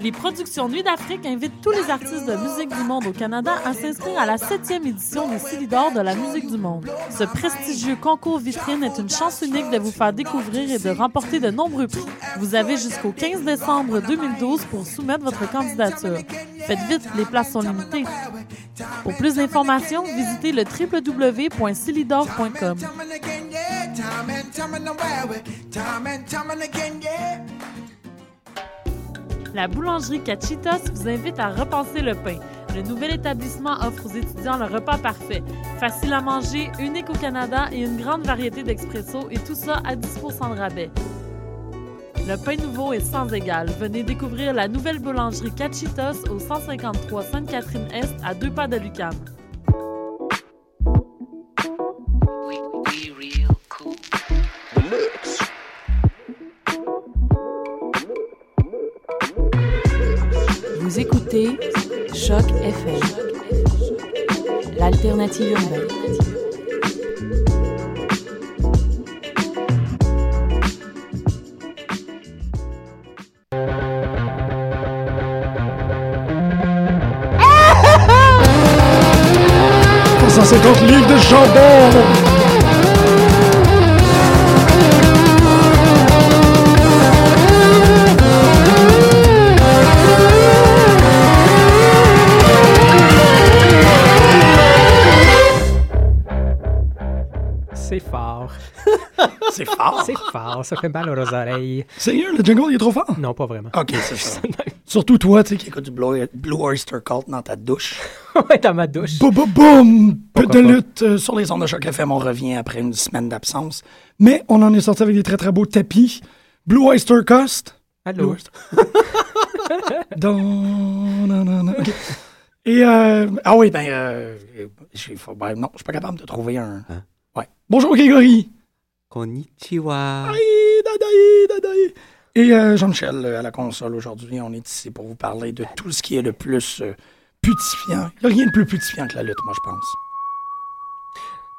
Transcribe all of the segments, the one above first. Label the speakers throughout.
Speaker 1: Les productions Nuit d'Afrique invitent tous les artistes de musique du monde au Canada à s'inscrire à la 7e édition des Silidor de la musique du monde. Ce prestigieux concours vitrine est une chance unique de vous faire découvrir et de remporter de nombreux prix. Vous avez jusqu'au 15 décembre 2012 pour soumettre votre candidature. Faites vite, les places sont limitées. Pour plus d'informations, visitez le www.silidor.com. La boulangerie Cachitos vous invite à repenser le pain. Le nouvel établissement offre aux étudiants le repas parfait. Facile à manger, unique au Canada et une grande variété d'expresso et tout ça à 10 de rabais. Le pain nouveau est sans égal. Venez découvrir la nouvelle boulangerie Cachitos au 153 Sainte-Catherine-Est à deux pas de Lucam.
Speaker 2: Vous écoutez Choc FM, l'alternative urbaine.
Speaker 3: livre livres de chambon.
Speaker 4: C'est fort.
Speaker 3: C'est fort.
Speaker 4: C'est fort. Ça fait mal aux oreilles.
Speaker 3: Sérieux, le jungle, il est trop fort?
Speaker 4: Non, pas vraiment.
Speaker 3: Ok, c'est ça. Surtout toi, tu sais, qui écoute du Blue, Blue Oyster Cult dans ta douche.
Speaker 4: ouais, dans ma douche.
Speaker 3: Boum, boum, boum! Peu de
Speaker 4: Pourquoi pas?
Speaker 3: lutte euh, sur les ondes de choc FM. On revient après une semaine d'absence. Mais on en est sorti avec des très, très beaux tapis. Blue Oyster Cost.
Speaker 4: Allô?
Speaker 3: Don, non, non, non. ok. Et, euh, ah oui, ben, euh, j'ai- faut- ben, non, je suis pas capable de trouver un.
Speaker 5: Hein?
Speaker 3: Ouais. Bonjour, Grégory.
Speaker 5: Konnichiwa.
Speaker 3: Aïe, dadaï, dadaï. Et euh, Jean-Michel, euh, à la console aujourd'hui, on est ici pour vous parler de tout ce qui est le plus euh, putifiant. Il n'y a rien de plus putifiant que la lutte, moi, je pense.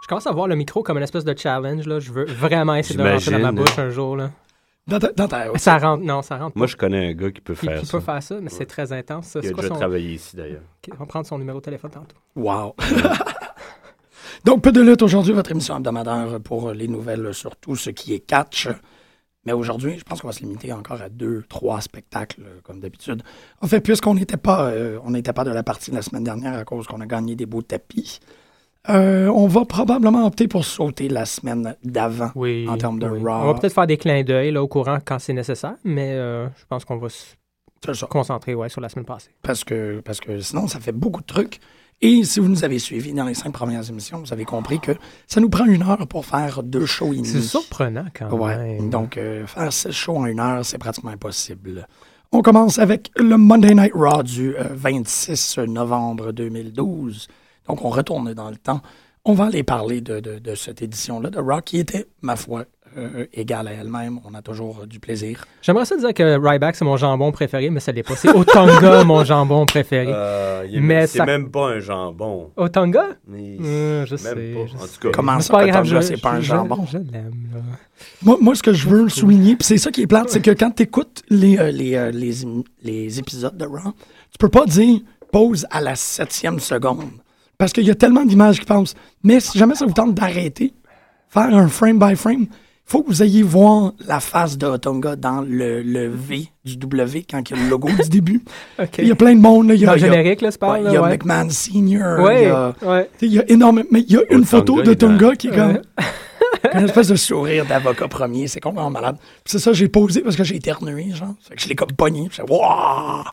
Speaker 4: Je commence à voir le micro comme une espèce de challenge. Là. Je veux vraiment essayer de le rentrer dans ma
Speaker 5: J'imagine,
Speaker 4: bouche un jour. Là.
Speaker 3: Dans ta, dans ta-
Speaker 4: Ça rentre. Non, ça rentre.
Speaker 5: Moi, je connais un gars qui peut
Speaker 4: Qui,
Speaker 5: faire
Speaker 4: qui
Speaker 5: ça.
Speaker 4: peut faire ça, mais c'est très intense. Ça.
Speaker 5: Il
Speaker 4: C'est
Speaker 5: a
Speaker 4: quoi
Speaker 5: déjà
Speaker 4: son-
Speaker 5: travaillé ici, d'ailleurs.
Speaker 4: Ok, on va prendre son numéro de téléphone tantôt.
Speaker 3: Wow. Donc, peu de lutte aujourd'hui, votre émission hebdomadaire pour les nouvelles sur tout ce qui est catch. Mais aujourd'hui, je pense qu'on va se limiter encore à deux, trois spectacles, euh, comme d'habitude. En fait, puisqu'on n'était pas, euh, on n'était pas de la partie de la semaine dernière à cause qu'on a gagné des beaux tapis, euh, on va probablement opter pour sauter la semaine d'avant.
Speaker 4: Oui.
Speaker 3: En termes de
Speaker 4: oui.
Speaker 3: raw.
Speaker 4: On va peut-être faire des clins d'œil là, au courant quand c'est nécessaire, mais euh, je pense qu'on va se
Speaker 3: C'est ça.
Speaker 4: concentrer ouais, sur la semaine passée.
Speaker 3: Parce que, parce que sinon, ça fait beaucoup de trucs. Et si vous nous avez suivis dans les cinq premières émissions, vous avez compris que ça nous prend une heure pour faire deux shows et demi.
Speaker 4: C'est surprenant quand
Speaker 3: Mm. Ouais.
Speaker 4: même.
Speaker 3: Donc, euh, faire ce show en une heure, c'est pratiquement impossible. On commence avec le Monday Night Raw du euh, 26 novembre 2012. Donc, on retourne dans le temps. On va aller parler de, de- de cette édition-là de Raw qui était, ma foi, euh, égale à elle-même. On a toujours euh, du plaisir.
Speaker 4: J'aimerais ça dire que Ryback, c'est mon jambon préféré, mais ça l'est pas. C'est Otonga, mon jambon préféré.
Speaker 5: Euh, il est-
Speaker 4: Mais
Speaker 5: c'est
Speaker 4: ça-
Speaker 5: même pas un jambon.
Speaker 4: Otonga?
Speaker 5: Mais
Speaker 4: Euh, je
Speaker 5: même
Speaker 4: sais,
Speaker 5: pas.
Speaker 4: je
Speaker 5: en
Speaker 4: sais.
Speaker 5: tout cas,
Speaker 3: Comment
Speaker 4: Mais
Speaker 3: ça, Otonga,
Speaker 4: je-
Speaker 3: c'est pas un
Speaker 4: je-
Speaker 3: jambon?
Speaker 4: Je, l'aime, là.
Speaker 3: Moi, moi, ce que je veux souligner, puis c'est ça qui est plate, c'est que quand tu écoutes les, euh, les, euh, les, im- les épisodes de Raw, tu peux pas dire pause à la septième seconde. Parce qu'il y a tellement d'images qui passent. Mais si jamais ça vous tente d'arrêter, faire un frame by frame, faut que vous ayez voir la face de Otonga dans le, le V du W quand il y a le logo du début.
Speaker 4: OK.
Speaker 3: Il y a plein de monde. Là, il y a,
Speaker 4: Dans le
Speaker 3: il y a-
Speaker 4: générique, là, tu
Speaker 3: ouais,
Speaker 4: parles,
Speaker 3: Il
Speaker 4: là,
Speaker 3: y a
Speaker 4: ouais.
Speaker 3: McMahon Senior. Euh, il y
Speaker 4: Ouais,
Speaker 3: a-
Speaker 4: ouais. Euh,
Speaker 3: tu sais, Il y a énormément. Mais il y a une
Speaker 5: Otunga,
Speaker 3: photo
Speaker 5: il est
Speaker 3: de Tunga
Speaker 5: dans-
Speaker 3: qui est comme. une espèce de sourire d'avocat premier. C'est complètement malade. Puis c'est ça, j'ai posé parce que j'ai éternué, genre. Fait que je l'ai comme pogné. Puis c'est Wouah!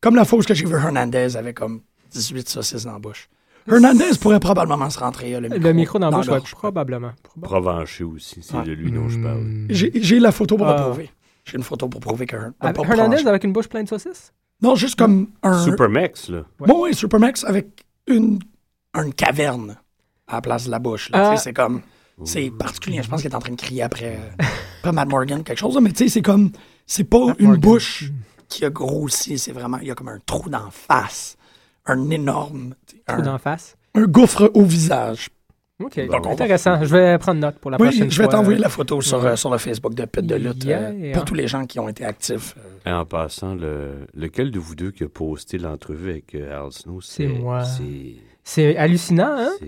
Speaker 3: Comme la fausse que j'ai vu Hernandez avec comme 18 saucisses dans la bouche. Hernandez pourrait probablement se rentrer euh, le micro,
Speaker 4: Le micro dans la bouche,
Speaker 3: la
Speaker 4: ouais,
Speaker 3: gorge.
Speaker 4: probablement. Proba-
Speaker 5: Provencher aussi, c'est
Speaker 3: Ouais.
Speaker 5: de lui dont je parle.
Speaker 4: Mm.
Speaker 3: J'ai j'ai la photo pour le
Speaker 4: Ah.
Speaker 3: prouver. J'ai une photo pour prouver que Hern-
Speaker 4: Avec
Speaker 3: Ah, pas
Speaker 4: Hernandez euh,
Speaker 3: proche.
Speaker 4: avec une bouche pleine de saucisses?
Speaker 3: Non, juste comme un.
Speaker 5: Supermax, là.
Speaker 3: Bon, oui, Supermax avec une, une caverne à la place de la bouche. là.
Speaker 4: Ah.
Speaker 3: Tu sais, C'est comme. C'est particulier. Je pense qu'il est en train de crier après, euh, après Matt Morgan, quelque chose. là. Mais tu sais, c'est comme. C'est pas une
Speaker 4: Morgan.
Speaker 3: bouche qui a grossi. C'est vraiment. Il y a comme un trou d'en face. Un énorme. tu sais,
Speaker 4: Ou d'en
Speaker 3: Un,
Speaker 4: face?
Speaker 3: un gouffre au visage.
Speaker 4: OK.
Speaker 5: Donc, on va-
Speaker 4: Intéressant. Je vais prendre note pour la
Speaker 3: Oui,
Speaker 4: prochaine
Speaker 3: je vais
Speaker 4: fois.
Speaker 3: t'envoyer la photo sur,
Speaker 4: Ouais.
Speaker 3: euh, sur le Facebook de Pute de Lutte euh,
Speaker 4: Yeah.
Speaker 3: pour tous les gens qui ont été actifs.
Speaker 5: Et en passant, le- lequel de vous deux qui a posté l'entrevue avec euh, Al Snow,
Speaker 4: C'est moi.
Speaker 5: C'est.
Speaker 4: C'est hallucinant, hein?
Speaker 5: c'est-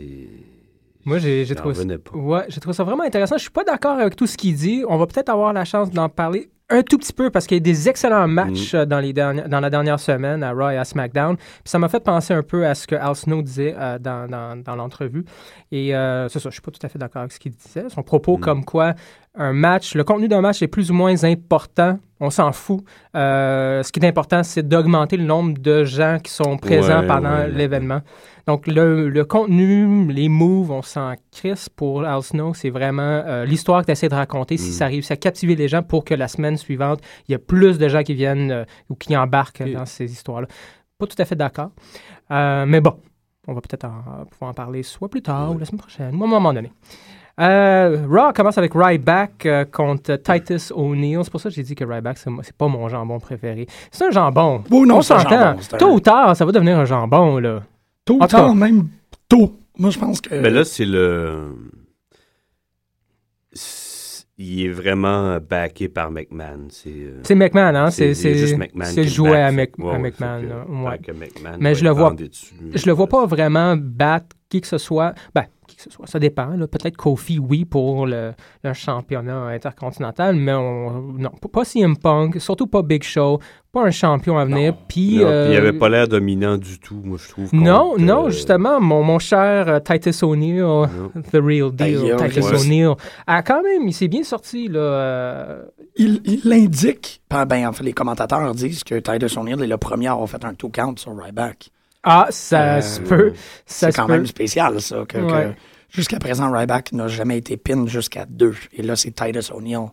Speaker 4: Moi, j'ai j'ai
Speaker 5: J'en
Speaker 4: trouvé ça.
Speaker 5: revenais pas.
Speaker 4: Ouais, j'ai trouvé ça vraiment intéressant. Je suis pas d'accord avec tout ce qu'il dit. On va peut-être avoir la chance d'en parler un tout petit peu parce qu'il y a des excellents matchs
Speaker 5: Mm.
Speaker 4: euh, dans, les dernières- dans la dernière semaine à Raw et à SmackDown. Puis ça m'a fait penser un peu à ce que Al Snow disait euh, dans, dans- dans l'entrevue. Et euh, c'est ça, je suis pas tout à fait d'accord avec ce qu'il disait. Son
Speaker 5: Mm.
Speaker 4: propos comme quoi un match, le contenu d'un match est plus ou moins important. On s'en fout. Euh, ce qui est important, c'est d'augmenter le nombre de gens qui sont présents
Speaker 5: Ouais,
Speaker 4: pendant
Speaker 5: ouais.
Speaker 4: l'événement. Donc, le, le contenu, les moves, on s'en crisse pour Al Snow. C'est vraiment euh, l'histoire que tu essaies de raconter,
Speaker 5: Mm.
Speaker 4: si ça réussit à captiver les gens pour que la semaine suivante, il y a plus de gens qui viennent euh, ou qui embarquent dans ces histoires-là. Pas tout à fait d'accord. Euh, mais bon, on va peut-être en- euh, pouvoir en parler soit plus tard ou la semaine prochaine, ou à un moment donné. Euh, Raw commence avec Ryback euh, contre Titus O'Neill. C'est pour ça que j'ai dit que Ryback, c'est, mo- c'est pas mon jambon préféré. C'est un jambon.
Speaker 3: Oh non,
Speaker 4: On
Speaker 3: c'est un
Speaker 4: s'entend.
Speaker 3: jambon, c'est un-
Speaker 4: Tôt ou tard, ça va devenir un jambon, là.
Speaker 3: Tôt
Speaker 4: En
Speaker 3: ou
Speaker 4: tout cas-
Speaker 3: tard, même tôt. Moi, je pense que.
Speaker 5: Mais là, c'est le. c'est- Il est vraiment backé par McMahon. C'est. euh,
Speaker 4: C'est McMahon, hein? C'est,
Speaker 5: il y a juste McMahon
Speaker 4: c'est
Speaker 5: qui
Speaker 4: joué
Speaker 5: back,
Speaker 4: à,
Speaker 5: fait
Speaker 4: Mc-
Speaker 5: que- ouais,
Speaker 4: à
Speaker 5: ouais,
Speaker 4: McMahon.
Speaker 5: fait que-
Speaker 4: là. Ouais.
Speaker 5: fait que McMahon
Speaker 4: Mais
Speaker 5: va
Speaker 4: je le
Speaker 5: être
Speaker 4: vois-
Speaker 5: en dessus.
Speaker 4: Je le vois pas vraiment battre qui que ce soit. Ben, qui que ce soit, ça dépend. là. Peut-être Kofi, oui, pour le, le championnat intercontinental, mais on- non, p- pas CM Punk, surtout pas Big Show, pas un champion à venir. Puis,
Speaker 5: Non, puis il
Speaker 4: euh,
Speaker 5: avait pas l'air dominant du tout, moi, je trouve.
Speaker 4: Non,
Speaker 5: contre,
Speaker 4: non,
Speaker 5: euh,
Speaker 4: justement, mon, mon cher euh, Titus O'Neill, The Real Deal,
Speaker 3: Aïe,
Speaker 4: Titus
Speaker 5: ouais.
Speaker 4: O'Neill, a quand même, il s'est bien sorti, là. euh,
Speaker 3: Il, il indique, ben, ben, en fait, les commentateurs disent que Titus O'Neill est le premier à avoir fait un two count sur Ryback.
Speaker 4: Ah, ça
Speaker 3: Euh,
Speaker 4: se peut. Ça
Speaker 3: C'est
Speaker 4: se
Speaker 3: quand
Speaker 4: peut.
Speaker 3: même spécial, ça. Que, que
Speaker 4: Ouais.
Speaker 3: jusqu'à présent, Ryback n'a jamais été pin jusqu'à deux. Et là, c'est Titus O'Neill,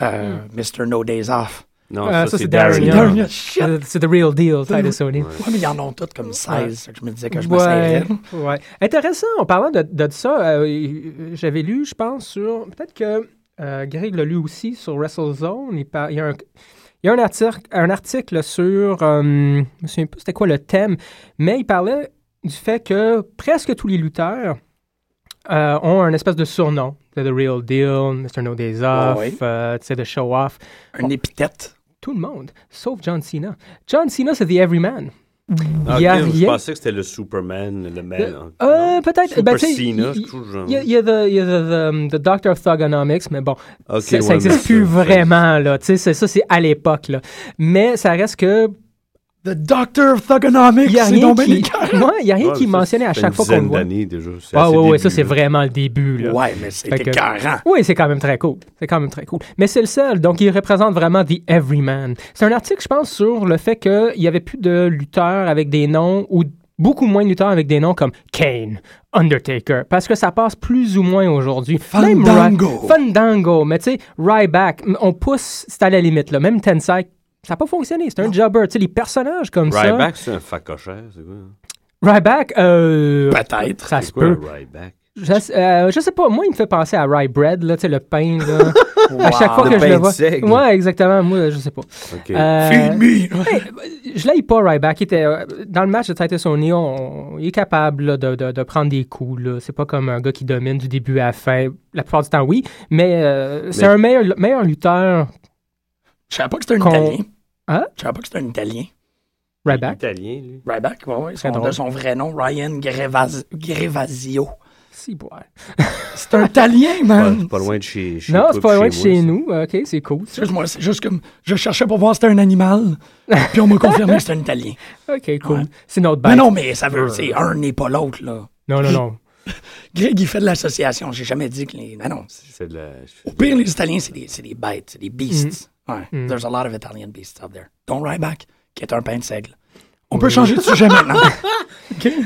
Speaker 3: euh, Mr. No Days Off.
Speaker 5: Non,
Speaker 4: Ah, ça,
Speaker 5: ça,
Speaker 4: c'est
Speaker 5: c'est
Speaker 4: Darren
Speaker 5: Darren
Speaker 4: Young.
Speaker 5: Young.
Speaker 3: Dernier shit.
Speaker 4: C'est- C'est The Real Deal, Titus O'Neill.
Speaker 3: Ouais, mais ils en ont toutes comme 16. c'est que Je me disais que je me
Speaker 4: Ouais,
Speaker 3: serrais.
Speaker 4: ouais. Intéressant, en parlant de, de ça, euh, j'avais lu, je pense, sur. Peut-être que euh, Greg l'a lu aussi sur WrestleZone. Il, par- il y a un. il y a un article, un article sur, euh, je me souviens plus c'était quoi le thème, mais il parlait du fait que presque tous les lutteurs euh, ont un espèce de surnom. The Real Deal, Mr. No Days Off,
Speaker 3: Ouais.
Speaker 4: euh, tu sais, The Show Off.
Speaker 3: Un épithète.
Speaker 4: Tout le monde, sauf John Cena. John Cena, c'est The Everyman.
Speaker 5: Ah,
Speaker 4: il y a
Speaker 5: ok, Je
Speaker 4: rien.
Speaker 5: pensais que c'était le Superman, le
Speaker 4: Euh,
Speaker 5: hein. man.
Speaker 4: euh, peut-être.
Speaker 5: Super
Speaker 4: ben, tu sais,
Speaker 5: Cena,
Speaker 4: il-
Speaker 5: je trouve, genre.
Speaker 4: Il y a, il y a the, il y a the- the- the Doctor of Thugonomics, mais bon, ça,
Speaker 5: Ok,
Speaker 4: ça
Speaker 5: ouais, mais
Speaker 4: existe
Speaker 5: ça,
Speaker 4: plus
Speaker 5: ça-
Speaker 4: vraiment, là. Tu sais, c'est- ça, c'est à l'époque, là. Mais ça reste que.
Speaker 3: The Doctor of Thugonomics.
Speaker 4: Il y a
Speaker 3: c'est
Speaker 4: rien
Speaker 3: donc bien
Speaker 4: qui.
Speaker 3: les gars.
Speaker 4: Ouais, il y a rien
Speaker 5: Ouais,
Speaker 4: qui
Speaker 5: ça,
Speaker 4: mentionnait à
Speaker 5: c'est
Speaker 4: chaque
Speaker 5: une
Speaker 4: fois qu'on le
Speaker 5: dizaine
Speaker 4: voit.
Speaker 5: d'années déjà. c'est
Speaker 4: Ah,
Speaker 5: assez
Speaker 4: ouais, ouais,
Speaker 5: début,
Speaker 4: ça, c'est
Speaker 5: là.
Speaker 4: vraiment le début, là.
Speaker 3: Ouais, mais
Speaker 4: Fait
Speaker 3: c'était
Speaker 4: que-
Speaker 3: écœurant.
Speaker 4: Oui, c'est quand même très cool. C'est quand même très cool. Mais c'est le seul, donc il représente vraiment The Everyman. C'est un article, je pense, sur le fait qu'il n'y avait plus de lutteurs avec des noms ou beaucoup moins de lutteurs avec des noms comme Kane, Undertaker, parce que ça passe plus ou moins aujourd'hui. Même Ry-
Speaker 3: Fandango.
Speaker 4: Fandango, mais tu sais, Ryback, m- on pousse, c'est à la limite, là. même Tensai. Ça n'a pas fonctionné, c'est un jobber. Tu sais, les personnages comme
Speaker 5: Ryback, c'est un facochère, c'est quoi? hein?
Speaker 4: ça. Ryback, euh,
Speaker 3: Peut-être.
Speaker 4: ça
Speaker 5: Ben, C'est
Speaker 4: se
Speaker 5: quoi
Speaker 4: peut.
Speaker 5: un Ryback?
Speaker 4: Je, sais- euh, je sais pas, moi, il me fait penser à rye bread, là, tu sais, le pain, là. à chaque fois
Speaker 5: Le
Speaker 4: que je
Speaker 5: pain
Speaker 4: le
Speaker 5: de
Speaker 4: vois.
Speaker 5: seigle.
Speaker 4: Ouais, exactement, moi, je sais pas.
Speaker 5: Ok.
Speaker 4: Euh,
Speaker 3: Feed me.
Speaker 4: je l'aille pas, Ryback. Il était, euh, dans le match de Titus O'Neill, on- il est capable là, de, de- de prendre des coups. là. C'est pas comme un gars qui domine du début à la fin. La plupart du temps, oui. Mais euh, c'est
Speaker 5: Mais-
Speaker 4: un meilleur, meilleur lutteur,
Speaker 3: Je savais pas que c'était un
Speaker 4: Con-
Speaker 3: Italien.
Speaker 4: Hein?
Speaker 3: Je savais pas que c'était un Italien.
Speaker 4: Ryback.
Speaker 5: Italien, lui.
Speaker 3: Ryback, ouais, ouais,
Speaker 4: Très
Speaker 3: son,
Speaker 4: drôle.
Speaker 3: de son vrai nom, Ryan Grevas- Grevasio.
Speaker 4: Si, ouais.
Speaker 3: C'est un Italien,
Speaker 5: Pas,
Speaker 3: man.
Speaker 5: c'est pas loin de chez, chez
Speaker 4: Ah, Non,
Speaker 5: toi
Speaker 4: c'est
Speaker 5: puis
Speaker 4: pas loin de
Speaker 5: moi,
Speaker 4: chez
Speaker 5: ça.
Speaker 4: nous. OK, c'est cool. ça.
Speaker 3: Excuse-moi, c'est juste que je cherchais pour voir si c'était un animal, puis on m'a confirmé que c'était un Italien.
Speaker 4: OK, cool.
Speaker 3: Ouais.
Speaker 4: C'est notre
Speaker 3: Mais
Speaker 4: bête.
Speaker 3: non, mais ça veut, c'est un n'est pas l'autre, là.
Speaker 4: non, non. non.
Speaker 3: Greg, il fait de l'association. J'ai jamais dit que les. Mais non. c'est-
Speaker 5: C'est de la...
Speaker 3: Au pire, les Italiens, c'est des, c'est des bêtes, c'est des beasts. Ouais. There's a lot of Italian beasts out there. Don Ryback, qui est un pain de seigle. On peut changer de sujet maintenant.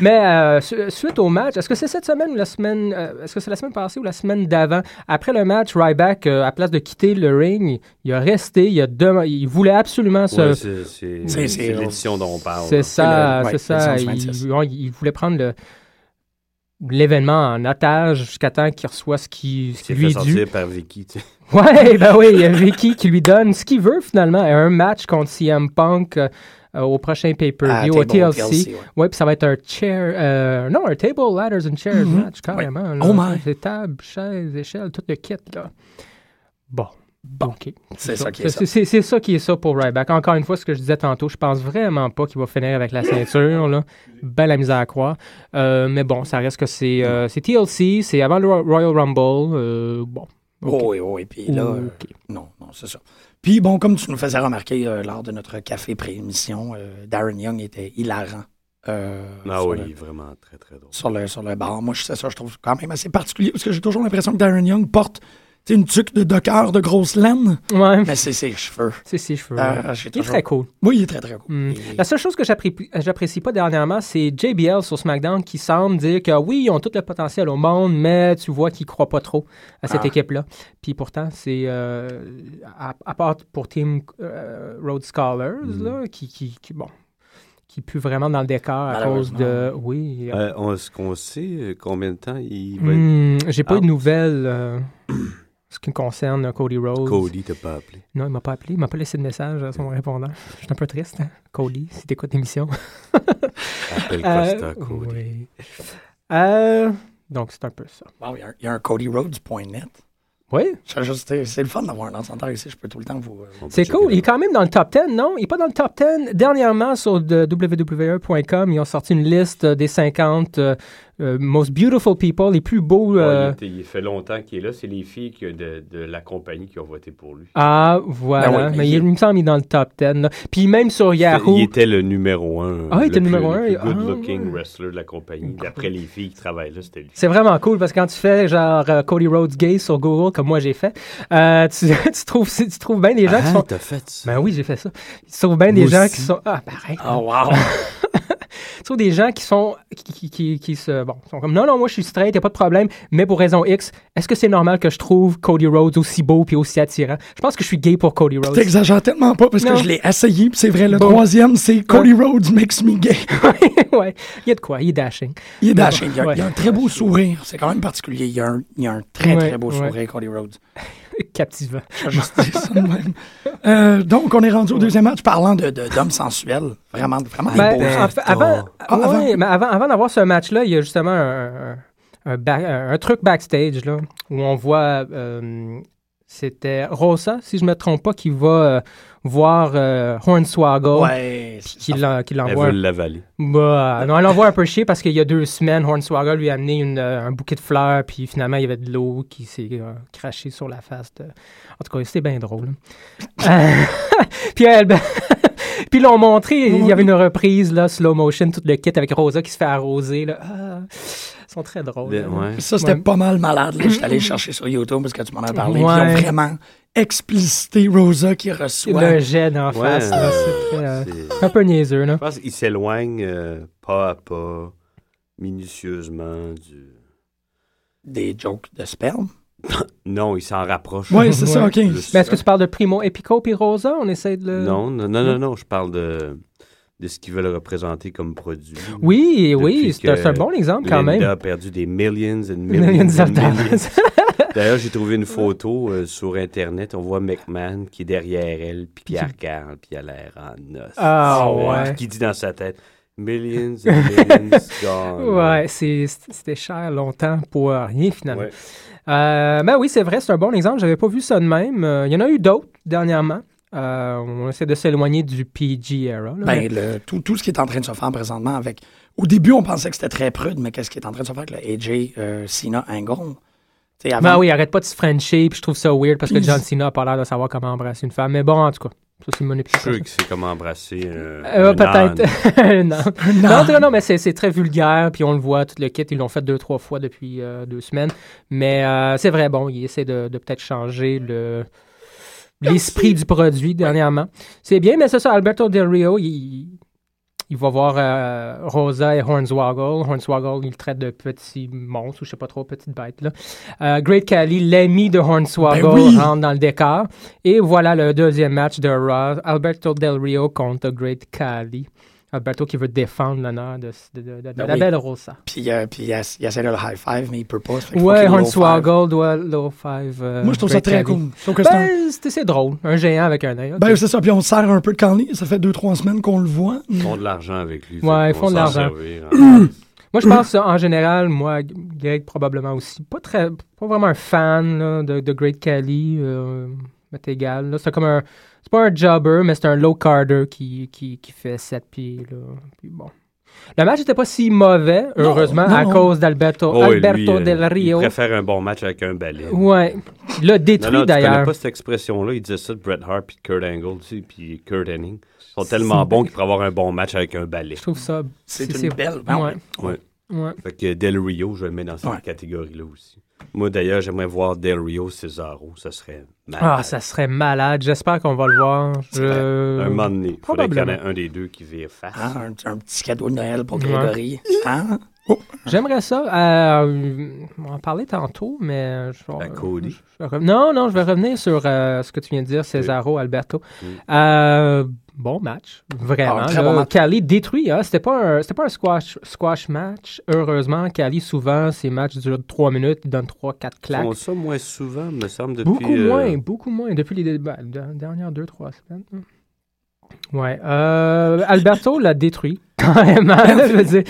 Speaker 4: Mais euh, su- suite au match, est-ce que c'est cette semaine ou la semaine, euh, est-ce que c'est la semaine passée ou la semaine d'avant? Après le match, Ryback, euh, à place de quitter le ring, il a resté, il a dem- il voulait absolument se,
Speaker 5: Ouais, c'est- c'est-
Speaker 3: C'est-
Speaker 5: c'est
Speaker 3: c'est-
Speaker 5: l'édition dont on parle.
Speaker 4: C'est
Speaker 5: là.
Speaker 4: ça,
Speaker 3: le- ouais,
Speaker 4: c'est ça.
Speaker 3: le
Speaker 4: Il,
Speaker 3: 126.
Speaker 4: ouais, il voulait prendre le- l'événement en otage jusqu'à temps qu'il reçoit ce qui, ce qui
Speaker 5: C'est
Speaker 4: lui
Speaker 5: fait
Speaker 4: est dû.
Speaker 5: sortir par Vicky, tu sais.
Speaker 4: Ouais, ben oui, il y a Vicky qui lui donne ce qu'il veut finalement. Un match contre CM Punk. euh, euh, au prochain pay-per-view,
Speaker 3: Ah,
Speaker 4: au
Speaker 3: Table
Speaker 4: TLC.
Speaker 3: TLC, ouais.
Speaker 4: ouais, puis ça va être un chair, euh, non, un table, ladders and chairs match, carrément. là.
Speaker 3: Oh my.
Speaker 4: C'est table, chaise, échelle, tout le kit, là. Bon. OK.
Speaker 3: C'est ça qui est ça.
Speaker 4: C'est- C'est c'est ça qui est ça pour Ryback. Encore une fois, ce que je disais tantôt, je pense vraiment pas qu'il va finir avec la ceinture. Là. Ben la misère à croire. Euh, mais bon, ça reste que c'est euh, c'est TLC, c'est avant le Ro- Royal Rumble. euh, bon. OK.
Speaker 3: Oh, oui, oui. Puis là, euh,
Speaker 4: OK.
Speaker 3: non, non, c'est ça. Puis bon, comme tu nous faisais remarquer euh, lors de notre café pré-émission, euh, Darren Young était hilarant. euh,
Speaker 5: Ah
Speaker 3: sur
Speaker 5: oui,
Speaker 3: le-
Speaker 5: il est vraiment très, très drôle.
Speaker 3: sur le, sur le bar. Moi, je- c'est ça, je trouve quand même assez particulier parce que j'ai toujours l'impression que Darren Young porte tu sais, une tuque de docker de grosse laine,
Speaker 4: Ouais,
Speaker 3: euh, mais c'est ses cheveux.
Speaker 4: c'est ses cheveux.
Speaker 3: Ah, j'ai
Speaker 4: il est
Speaker 3: toujours-
Speaker 4: très cool.
Speaker 3: Oui, il est très, très cool.
Speaker 4: Mm.
Speaker 3: Il-
Speaker 4: La seule chose que j'appré- j'apprécie pas dernièrement, c'est JBL sur SmackDown qui semble dire que oui, ils ont tout le potentiel au monde, mais tu vois qu'ils croient pas trop à cette
Speaker 3: Ah.
Speaker 4: équipe-là. Puis pourtant, c'est euh, à, à part pour Team euh, Road Scholars,
Speaker 5: Hmm.
Speaker 4: là, qui, qui, qui- bon, qui pue vraiment dans le décor à cause de. Oui.
Speaker 5: Euh, on- Est-ce qu'on sait euh, combien de temps il va être...
Speaker 4: Hmm, J'ai pas eu
Speaker 5: out.
Speaker 4: de nouvelles. euh, Ce qui me concerne Cody Rhodes.
Speaker 5: Cody t'a pas appelé.
Speaker 4: Non, il m'a pas appelé, il m'a pas laissé de message à son répondeur. Je suis un peu triste, hein? Cody, si t'écoutes l'émission.
Speaker 5: Appelle
Speaker 4: Euh,
Speaker 5: Costa Cody.
Speaker 4: oui. Euh, donc, c'est un peu ça.
Speaker 3: Wow, il y a un- il y a un CodyRhodes.net.
Speaker 4: Oui,
Speaker 3: Ça, juste, C'est c'est le fun d'avoir un encenteur ici. Je peux tout le temps vous. euh,
Speaker 5: On peut
Speaker 4: c'est
Speaker 5: checker
Speaker 4: cool. Il est
Speaker 5: là.
Speaker 4: quand même dans le top 10, non? Il est pas dans le top 10. Dernièrement, sur de- wwe.com, ils ont sorti une liste euh, des 50 euh, euh, most beautiful people, les plus beaux. euh,
Speaker 5: Ah,
Speaker 6: Ouais, il, était- il fait longtemps qu'il est là. C'est les filles qui- de, de la compagnie qui ont voté pour lui.
Speaker 4: Ah, voilà.
Speaker 3: Ben oui,
Speaker 4: mais
Speaker 3: mais
Speaker 4: il,
Speaker 3: il-
Speaker 4: il me semble qu'il est dans le top 10. là. Puis même sur Yahoo.
Speaker 5: Il était le numéro un.
Speaker 4: Ah, il était le
Speaker 5: plus-
Speaker 4: numéro un,
Speaker 5: Le
Speaker 4: ah,
Speaker 5: plus good-looking
Speaker 4: ouais.
Speaker 5: wrestler de la compagnie. D'après les filles qui travaillent là, c'était lui.
Speaker 4: C'est vraiment cool parce que quand tu fais genre euh, Cody Rhodes gay sur Google, comme moi j'ai fait, euh, tu, tu trouves, tu trouves bien des gens qui sont.
Speaker 5: Ah, t'as fait ça?
Speaker 4: Ben oui, j'ai fait ça. Tu trouves bien des
Speaker 5: Moi
Speaker 4: gens
Speaker 5: aussi.
Speaker 4: qui sont. Ah, pareil.
Speaker 3: Oh, wow!
Speaker 4: Tu trouves des gens qui sont. Qui, qui, qui, qui se. Bon, sont comme non, non, moi je suis straight, y a pas de problème, mais pour raison X, est-ce que c'est normal que je trouve Cody Rhodes aussi beau puis aussi attirant? Je pense que je suis gay pour Cody Rhodes.
Speaker 3: T'exagères tellement pas parce
Speaker 4: Non.
Speaker 3: que je l'ai essayé. puis C'est vrai, le
Speaker 4: Bon.
Speaker 3: troisième, c'est Cody Rhodes makes me gay.
Speaker 4: ouais. Il y a de quoi, il est dashing.
Speaker 3: Il est dashing. Il y a,
Speaker 4: Ouais.
Speaker 3: il y a un très beau sourire. C'est quand même particulier. Il y a un, il y a un très,
Speaker 4: Ouais,
Speaker 3: très beau
Speaker 4: ouais.
Speaker 3: sourire, Cody Rhodes.
Speaker 4: Captivant.
Speaker 3: Je vais juste dire ça de même. Euh, donc, on est rendu au deuxième match parlant de- de- d'hommes sensuels. Vraiment, vraiment
Speaker 4: Ben,
Speaker 3: beaux.
Speaker 4: en fait, avant,
Speaker 3: Ah, avant.
Speaker 4: ouais, mais avant, avant d'avoir ce match-là, il y a justement un, un- un back- un- un truc backstage là, où on voit. euh, c'était Rosa, si je ne me trompe pas, qui va euh, voir euh,
Speaker 3: oh.
Speaker 4: Hornswoggle.
Speaker 3: Ouais, c'est
Speaker 4: Qui
Speaker 3: ça.
Speaker 4: l'en- qui
Speaker 5: Elle
Speaker 4: l'envoie
Speaker 5: veut l'avaler.
Speaker 4: Bah, non, elle l'envoie un peu chier parce qu'il y a deux semaines, Hornswoggle lui a amené une, euh, un bouquet de fleurs, puis finalement, il y avait de l'eau qui s'est euh, crachée sur la face de. En tout cas, c'était bien drôle. Euh, puis elle. ben, Puis ils l'ont montré, il y avait une reprise, là, slow motion, tout le kit avec Rosa qui se fait arroser. Là. Ah, ils sont très drôles.
Speaker 5: Le-
Speaker 4: là.
Speaker 5: ouais.
Speaker 3: Ça, c'était
Speaker 4: Ouais.
Speaker 3: pas mal malade. là. J'étais allé chercher sur YouTube parce que tu m'en as parlé. Puis Ils
Speaker 4: Ouais.
Speaker 3: ont vraiment explicité Rosa qui reçoit.
Speaker 4: Le jet d'en
Speaker 5: Ouais,
Speaker 4: face, là, c'est très, euh,
Speaker 5: C'est-
Speaker 4: un peu niaiseux. Là.
Speaker 5: Je pense qu'il s'éloigne euh, pas à pas, minutieusement du.
Speaker 3: Des jokes de sperme.
Speaker 5: Non, il s'en rapproche.
Speaker 3: Ouais, c'est ça, ok.
Speaker 5: Plus.
Speaker 4: Mais est-ce que tu parles de Primo Epico puis Rosa On essaie de le.
Speaker 5: Non, non, non, non, non, je parle de, de ce qu'ils veulent représenter comme produit.
Speaker 4: Oui, oui,
Speaker 5: Depuis
Speaker 4: c'est un-
Speaker 5: que
Speaker 4: c'est un bon exemple quand
Speaker 5: Linda
Speaker 4: même.
Speaker 5: a perdu des millions and millions.
Speaker 4: Millions
Speaker 5: and
Speaker 4: of
Speaker 5: millions.
Speaker 4: dollars.
Speaker 5: D'ailleurs, j'ai trouvé une photo euh, sur Internet. On voit McMahon qui est derrière elle, puis qui la regarde, puis elle a l'air en os.
Speaker 4: Ah, ouais.
Speaker 5: Qui dit dans sa tête Millions and millions gone.
Speaker 4: Ouais, c'est- c'était cher longtemps pour rien finalement.
Speaker 5: Ouais.
Speaker 4: Euh, ben oui, c'est vrai, c'est un bon exemple. J'avais pas vu ça de même. Euh, Il y en a eu d'autres dernièrement. Euh, on essaie de s'éloigner du PG era. là, mais-
Speaker 3: Ben, le- tout, tout ce qui est en train de se faire présentement avec. Au début, on pensait que c'était très prude, mais qu'est-ce qui est en train de se faire avec le AJ euh, Cena Angle? Tu sais,
Speaker 4: Ben
Speaker 3: avant,
Speaker 4: oui, arrête pas de se frencher, puis je trouve ça weird parce que John Cena a pas l'air de savoir comment embrasser une femme. Mais bon, en tout cas, ça c'est mon
Speaker 5: Je suis
Speaker 4: épisode.
Speaker 5: sûr que c'est comme embrasser euh,
Speaker 4: Euh,
Speaker 5: un
Speaker 4: peut-être.
Speaker 5: âne.
Speaker 4: non. non. en tout cas, non, mais c'est c'est très vulgaire, puis on le voit, tout le kit, ils l'ont fait deux, trois fois depuis euh, deux semaines. Mais euh, c'est vrai, bon, ils essaient de, de peut-être changer le l'esprit du produit dernièrement. C'est bien, mais c'est ça, Alberto Del Rio, il, il va voir euh, Rosa et Hornswoggle. Hornswoggle, il le traite de petit monstre, ou je sais pas trop, petite bête, là. Euh, Great Khali, l'ami de Hornswoggle,
Speaker 3: Ben oui!
Speaker 4: rentre dans le décor. Et voilà le deuxième match de Raw, Alberto Del Rio contre Great Khali. Alberto qui veut défendre l'honneur de, de- de- de- de
Speaker 3: Ben
Speaker 4: la
Speaker 3: oui.
Speaker 4: belle Rosa.
Speaker 3: Puis, euh, puis il, ess- il essaie de le high five, mais il peut pas. ça fait qu'il faut
Speaker 4: Ouais,
Speaker 3: qu'il le low
Speaker 4: Hornswoggle doit low five.
Speaker 3: five.
Speaker 4: euh,
Speaker 3: Moi, je trouve ça très
Speaker 4: Great Khali.
Speaker 3: cool. Je trouve que c'est un-
Speaker 4: Ben, c'est c'est drôle. Un géant avec un œil. ok.
Speaker 3: Ben, c'est ça. Puis on se sert un peu de Canley. Ça fait deux, trois semaines qu'on le voit.
Speaker 6: Ils font de l'argent avec lui.
Speaker 4: Ouais, ils font de l'argent.
Speaker 5: hein.
Speaker 4: Moi,
Speaker 3: Mhm.
Speaker 4: je pense, euh, en général, moi, G- Greg, probablement aussi, pas très, pas vraiment un fan là, de, de Great Cali, euh, m'est égal. là. C'est comme un, c'est pas un jobber, mais c'est un low carder qui, qui, qui fait 7 pieds, là. Puis bon. Le match n'était pas si mauvais, heureusement,
Speaker 3: non,
Speaker 4: à
Speaker 3: non.
Speaker 4: cause d'Alberto
Speaker 5: Oh,
Speaker 4: Alberto Del Rio.
Speaker 5: euh, Il préfère un bon match avec un balai.
Speaker 4: Ouais. Le
Speaker 5: Non,
Speaker 4: détruit
Speaker 5: non, tu connais
Speaker 4: d'ailleurs.
Speaker 5: pas cette expression-là. Il disait ça de Bret Hart, puis de Kurt Angle, tu sais, puis Kurt Henning. Ils sont tellement bons qu'ils pourraient avoir un bon match avec un balai.
Speaker 4: Je trouve ça.
Speaker 3: C'est une belle. ben,
Speaker 4: ouais.
Speaker 5: Ouais.
Speaker 4: Ouais.
Speaker 5: Fait que Del Rio, je le mets dans cette
Speaker 3: Ouais.
Speaker 5: catégorie-là aussi. Moi, d'ailleurs, j'aimerais voir Del Rio Cesaro. Ça serait malade.
Speaker 4: Ah, ça serait malade. J'espère qu'on va le voir. Je-
Speaker 5: Un moment donné, faudrait qu'il y en ait
Speaker 4: Probablement. Ah,
Speaker 5: un des deux qui vire face.
Speaker 3: hein, un, un petit cadeau de Noël pour
Speaker 4: Ouais.
Speaker 3: Grégory. Hein?
Speaker 4: J'aimerais ça. euh, on en parlait tantôt, mais. Je, vais-
Speaker 5: Ben, Cody.
Speaker 4: je vais rev- non, non, je vais revenir sur euh, ce que tu viens de dire, Cesaro, Alberto.
Speaker 5: Mm.
Speaker 4: Euh, bon match,
Speaker 3: Ah,
Speaker 4: vraiment.
Speaker 3: un très
Speaker 4: là.
Speaker 3: bon match.
Speaker 4: Cali détruit. Hein. C'était pas un, c'était pas un squash, squash match. Heureusement, Cali, souvent, ses matchs durent 3 minutes, il donne 3-4
Speaker 5: Ils
Speaker 4: claques.
Speaker 5: font ça moins souvent, me semble, depuis...
Speaker 4: Beaucoup
Speaker 5: euh,
Speaker 4: moins, beaucoup moins. Depuis les dé- ben, de- dernières deux, trois semaines. hein. Ouais. euh, Alberto l'a détruit, carrément. je veux dire.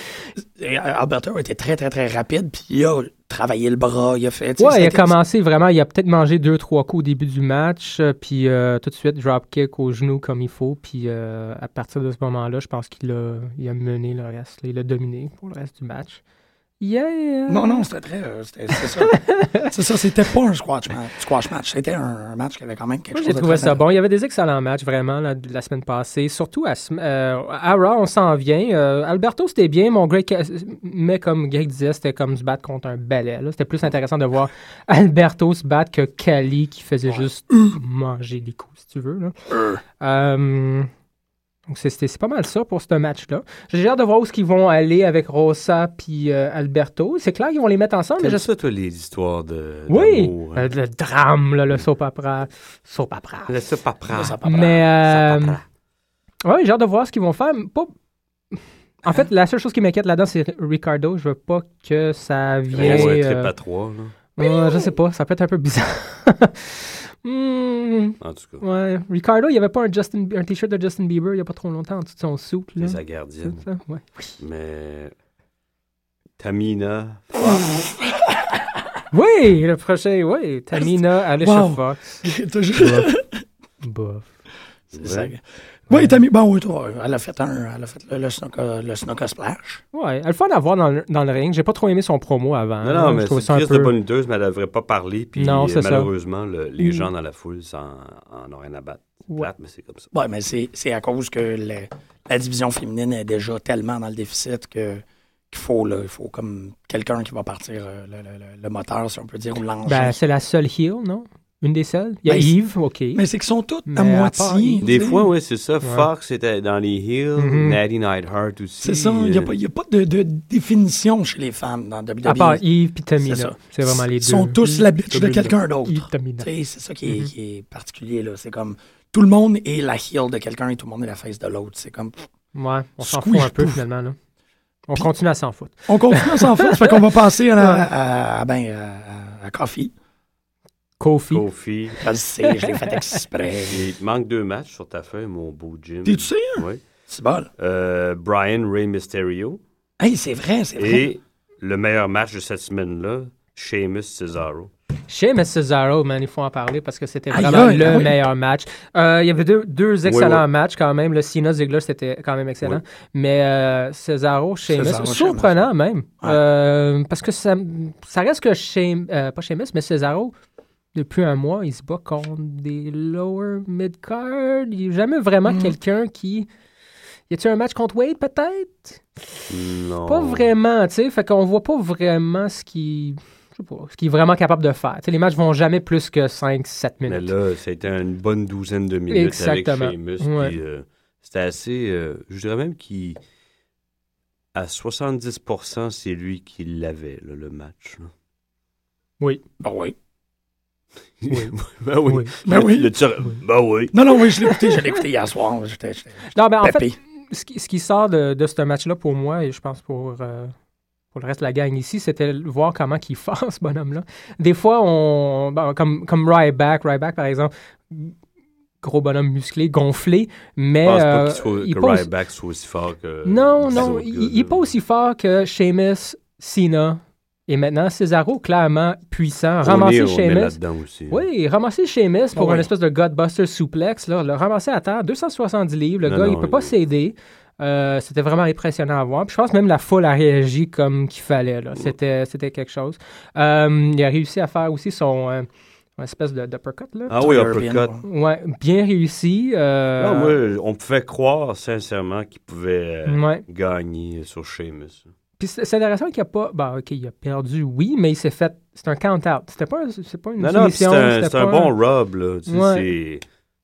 Speaker 3: Et, euh, Alberto était très, très, très rapide. Puis il a travaillé le bras. Il a fait. tu sais,
Speaker 4: Ouais, il a
Speaker 3: c'était-
Speaker 4: commencé vraiment, il a peut-être mangé deux, trois coups au début du match, euh, puis euh, tout de suite, dropkick au genou comme il faut, puis euh, à partir de ce moment-là, je pense qu'il a, il a mené le reste, là, il a dominé pour le reste du match. Yeah!
Speaker 3: Non, non, c'était très. euh, c'était- c'est ça. c'est ça, c'était pas un squash match. Squash match. C'était un, un match qui avait quand même quelque
Speaker 4: Moi,
Speaker 3: chose
Speaker 4: j'ai
Speaker 3: de
Speaker 4: trouvé
Speaker 3: très
Speaker 4: ça bon. Il y avait des excellents matchs, vraiment, la, la semaine passée. Surtout à, Sm- euh, à Raw, on s'en vient. Euh, Alberto, c'était bien. Mon Greg, Ca- mais comme Greg disait, c'était comme se battre contre un balai. là. C'était plus intéressant de voir Alberto se battre que Cali qui faisait juste
Speaker 3: Euh.
Speaker 4: manger des coups, si tu veux. là. Euh, donc, c'est- c'est c'est pas mal ça pour ce match-là. J'ai hâte de voir où ils vont aller avec Rosa puis euh, Alberto. C'est clair qu'ils vont les mettre ensemble, mais
Speaker 5: T'aimes
Speaker 4: je
Speaker 5: ça, toi, les histoires de...
Speaker 4: Oui!
Speaker 5: d'amour, hein?
Speaker 4: Euh, le drame, là, le soap opera. Soap opera.
Speaker 5: Laisse ça pas prendre.
Speaker 3: Ça parle.
Speaker 4: Mais
Speaker 5: Ça
Speaker 4: euh,
Speaker 5: pas prendre.
Speaker 4: ouais, j'ai hâte de voir ce qu'ils vont faire. mais Pas... En fait, la seule chose qui m'inquiète là-dedans, c'est Ricardo. Je veux pas que ça vienne.
Speaker 5: Raison est
Speaker 4: euh,
Speaker 5: triple à trois, là.
Speaker 4: ouais, je sais pas, ça peut être un peu bizarre. Hmm,
Speaker 5: En tout cas,
Speaker 4: ouais. Ricardo, il y avait pas un, Justin, un t-shirt de Justin Bieber il y a pas trop longtemps en dessous de son soupe. Là.
Speaker 5: les agardiennes.
Speaker 4: C'est ça, ouais.
Speaker 5: Mais... Tamina...
Speaker 4: Oui, le prochain, oui. Tamina, Alicia
Speaker 3: Wow.
Speaker 4: Fox.
Speaker 3: T'as juste-
Speaker 4: Bof.
Speaker 3: C'est ça. Oui, t'as mis. Bon, oui, toi, elle a fait un. Elle a fait le, le, snooker, le snooker splash.
Speaker 4: Ouais, elle est le fun à voir dans le, dans le ring. J'ai pas trop aimé son promo avant.
Speaker 5: Non, non,
Speaker 4: Ah Je
Speaker 5: mais c'est
Speaker 4: trouve
Speaker 5: une
Speaker 4: ça un
Speaker 5: crise
Speaker 4: peu-
Speaker 5: de bonne lutteuse, mais elle devrait pas parler. Puis
Speaker 4: Non, c'est ça. Mm.
Speaker 5: malheureusement, le- les gens dans la foule s'en en ont rien à battre. C'est
Speaker 4: Ouais.
Speaker 5: plate, mais c'est comme ça.
Speaker 3: Oui, mais c'est c'est à cause que le- la division féminine est déjà tellement dans le déficit que qu'il faut, là, il faut comme quelqu'un qui va partir euh, le, le- le- le moteur, si on peut dire, ou l'engin.
Speaker 4: Ben, c'est la seule heel, non? Une des seules? Il y a
Speaker 3: Ben, c'est-
Speaker 4: Yves, OK.
Speaker 3: mais c'est qu'ils sont toutes
Speaker 4: Mais
Speaker 3: à
Speaker 4: à part-
Speaker 3: moitié.
Speaker 5: Des
Speaker 3: tu sais.
Speaker 5: fois, oui, c'est ça. Fox était dans les Hills,
Speaker 4: Mhm.
Speaker 5: Natty Nightheart aussi.
Speaker 3: Mm-hmm. C'est ça, il n'y a,
Speaker 5: Euh,
Speaker 3: pas- il y a pas de, de définition chez les femmes dans E. WWE.
Speaker 4: À part Yves puis Tamina.
Speaker 3: C'est ça.
Speaker 4: C'est vraiment les
Speaker 3: Ils
Speaker 4: deux.
Speaker 3: sont tous la bitch de
Speaker 4: Tamina.
Speaker 3: quelqu'un d'autre.
Speaker 4: Yves Tamina.
Speaker 3: Tu sais, C'est ça qui est,
Speaker 4: Mhm.
Speaker 3: qui est particulier. là. C'est comme tout le monde est la heel de quelqu'un et tout le monde est la face de l'autre. C'est comme
Speaker 4: Ouais, on s'en
Speaker 3: Squish
Speaker 4: fout un peu
Speaker 3: pouf.
Speaker 4: finalement. Là. On continue à s'en foutre.
Speaker 3: On continue, on s'en fout. Ça fait qu'on va passer à, la- à- à- ben, à- à Coffee.
Speaker 4: Kofi.
Speaker 5: Kofi.
Speaker 3: Je le sais, je l'ai fait exprès.
Speaker 5: Il te manque deux matchs sur ta feuille, mon beau Jim.
Speaker 3: T'es-tu sérieux?
Speaker 5: Oui.
Speaker 3: C'est bon. là.
Speaker 5: Euh, Brian Ray Mysterio.
Speaker 3: Hey, c'est vrai, c'est vrai.
Speaker 5: Et le meilleur match de cette semaine-là, Sheamus Cesaro.
Speaker 4: Chez M. Cesaro, man, il faut en parler parce que c'était
Speaker 3: Aïe,
Speaker 4: vraiment
Speaker 3: aïe,
Speaker 4: le
Speaker 3: ah oui.
Speaker 4: meilleur match. Euh, il y avait deux, deux excellents
Speaker 5: oui.
Speaker 4: matchs quand même. Le Cena Ziggler, c'était quand même excellent. Mais euh, Cesaro, Sheamus,
Speaker 3: Cesaro,
Speaker 4: surprenant même.
Speaker 3: Ouais.
Speaker 4: Euh, parce que ça, ça reste que chez, pas Sheamus, mais Cesaro, depuis un mois, il se bat contre des lower mid-card. Il n'y a jamais vraiment
Speaker 3: Mm.
Speaker 4: quelqu'un qui. Y a-tu un match contre Wade peut-être?
Speaker 5: Non.
Speaker 4: Pas vraiment, tu sais. Fait qu'on voit pas vraiment ce qu'il je sais pas, ce qu'il est vraiment capable de faire. Tu sais, les matchs vont jamais plus que 5-7
Speaker 5: Mais
Speaker 4: minutes.
Speaker 5: là, c'était une bonne douzaine de minutes
Speaker 4: Exactement.
Speaker 5: avec Sheamus.
Speaker 4: Ouais.
Speaker 5: puis, euh, c'était assez. euh, je dirais même qu'il. À 70%, c'est lui qui l'avait, là, le match. là.
Speaker 3: Ah oui.
Speaker 5: ben oui.
Speaker 4: Oui.
Speaker 3: Ben oui.
Speaker 5: Le tir- Ben oui.
Speaker 3: Non, non, oui, je l'ai écouté, je l'ai écouté hier soir. J'étais, j'étais
Speaker 4: Non, ben, en fait,
Speaker 3: pépé.
Speaker 4: ce qui, ce qui sort de, de ce match-là pour moi, et je pense pour, euh, pour le reste de la gang ici, c'était de voir comment il fait ce bonhomme-là. Des fois, on, bon, comme, comme Ryback, Ryback par exemple, gros bonhomme musclé, gonflé, mais
Speaker 5: Je pense pas
Speaker 4: euh,
Speaker 5: qu'il soit,
Speaker 4: il
Speaker 5: que
Speaker 4: pose-
Speaker 5: Ryback soit aussi fort que.
Speaker 4: non,
Speaker 5: que
Speaker 4: non,
Speaker 5: les autres
Speaker 4: il
Speaker 5: gars,
Speaker 4: il est
Speaker 5: là.
Speaker 4: pas aussi fort que Sheamus, Cena et maintenant Cesaro, clairement puissant. Ramasser
Speaker 5: O'Neal, on est
Speaker 4: Sheamus.
Speaker 5: là-dedans aussi. hein.
Speaker 4: Oui, ramasser Sheamus pour
Speaker 3: Ah oui.
Speaker 4: un espèce de Godbuster suplex, là, le ramasser à terre, 270 livres, le
Speaker 5: Non,
Speaker 4: gars,
Speaker 5: non,
Speaker 4: il peut pas
Speaker 5: il-
Speaker 4: s'aider. Euh, c'était vraiment impressionnant à voir. Puis je pense même la foule a réagi comme qu'il fallait. là. C'était, c'était quelque chose. Euh, il a réussi à faire aussi son euh, un espèce de d'uppercut. Là.
Speaker 5: Ah oui,
Speaker 3: Tyler Bean,
Speaker 5: uppercut.
Speaker 3: ouais.
Speaker 4: Ouais, bien réussi. euh,
Speaker 3: Ah,
Speaker 5: Non, moi, on pouvait croire sincèrement qu'il pouvait euh,
Speaker 4: ouais.
Speaker 3: Mm.
Speaker 5: gagner sur Sheamus.
Speaker 4: Puis c'est c'est intéressant qu'il a pas. Bah, OK, il a perdu, oui, mais il s'est fait. C'est un count-out. C'était pas, un- c'est pas une
Speaker 5: Non, non, puis c'est
Speaker 4: soumission,
Speaker 5: un,
Speaker 4: c'était
Speaker 5: c'est un
Speaker 4: pas
Speaker 5: bon rub, là. tu sais,
Speaker 4: Ouais.
Speaker 5: c'est-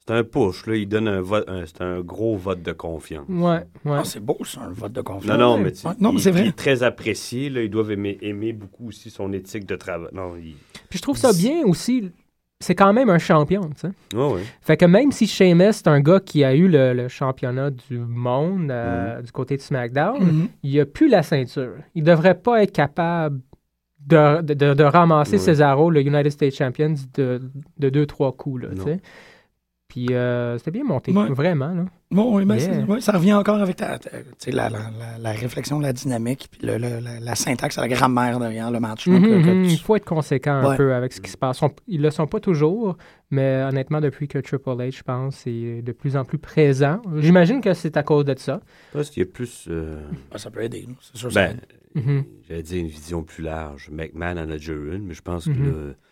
Speaker 5: C'est un push, là. Il donne un vote, un- c'est un gros vote de confiance.
Speaker 4: Ouais, ouais.
Speaker 3: Ah, c'est beau, ça, un vote de confiance.
Speaker 5: Ah Non, non, mais tu sais,
Speaker 3: Ouais, non, mais
Speaker 5: il-
Speaker 3: c'est vrai.
Speaker 5: Il est très apprécié, là. Ils doivent aimer, aimer beaucoup aussi son éthique de travail. Non, il...
Speaker 4: Puis je trouve ça bien aussi. C'est quand même un champion, tu sais.
Speaker 5: Ah Ouais, ouais.
Speaker 4: Fait que même si Sheamus, c'est un gars qui a eu le, le championnat du monde euh,
Speaker 5: Mm.
Speaker 4: du côté de SmackDown,
Speaker 3: Mhm.
Speaker 4: il a plus la ceinture. Il devrait pas être capable de, de, de- de ramasser
Speaker 5: Ouais.
Speaker 4: Cesaro, le United States Champions, de, de deux, trois coups, là, tu
Speaker 5: Non.
Speaker 4: sais. Puis euh, c'était bien monté,
Speaker 3: Ouais.
Speaker 4: vraiment, là.
Speaker 3: Bon, oui, ben,
Speaker 4: Yeah.
Speaker 3: c'est- ouais, ça revient encore avec ta, ta- tu sais, la, la- la- la réflexion, la dynamique, puis le- le- la, la syntaxe, la grammaire derrière le match. là, que-
Speaker 4: Mhm,
Speaker 3: que
Speaker 4: mhm,
Speaker 3: tu-
Speaker 4: Il faut être conséquent
Speaker 3: Ouais.
Speaker 4: un peu avec ce qui se passe. On- ils le sont pas toujours, mais honnêtement, depuis que Triple H, je pense, est de plus en plus présent. J'imagine que c'est à cause de ça.
Speaker 5: Parce qu'il y a plus. euh,
Speaker 3: Ah, ça peut aider, là, c'est sûr. ça
Speaker 5: ben,
Speaker 3: aide.
Speaker 4: Mhm.
Speaker 5: j'allais dire une vision plus large. McMahon en a déjà une, mais je pense
Speaker 4: Mhm.
Speaker 5: que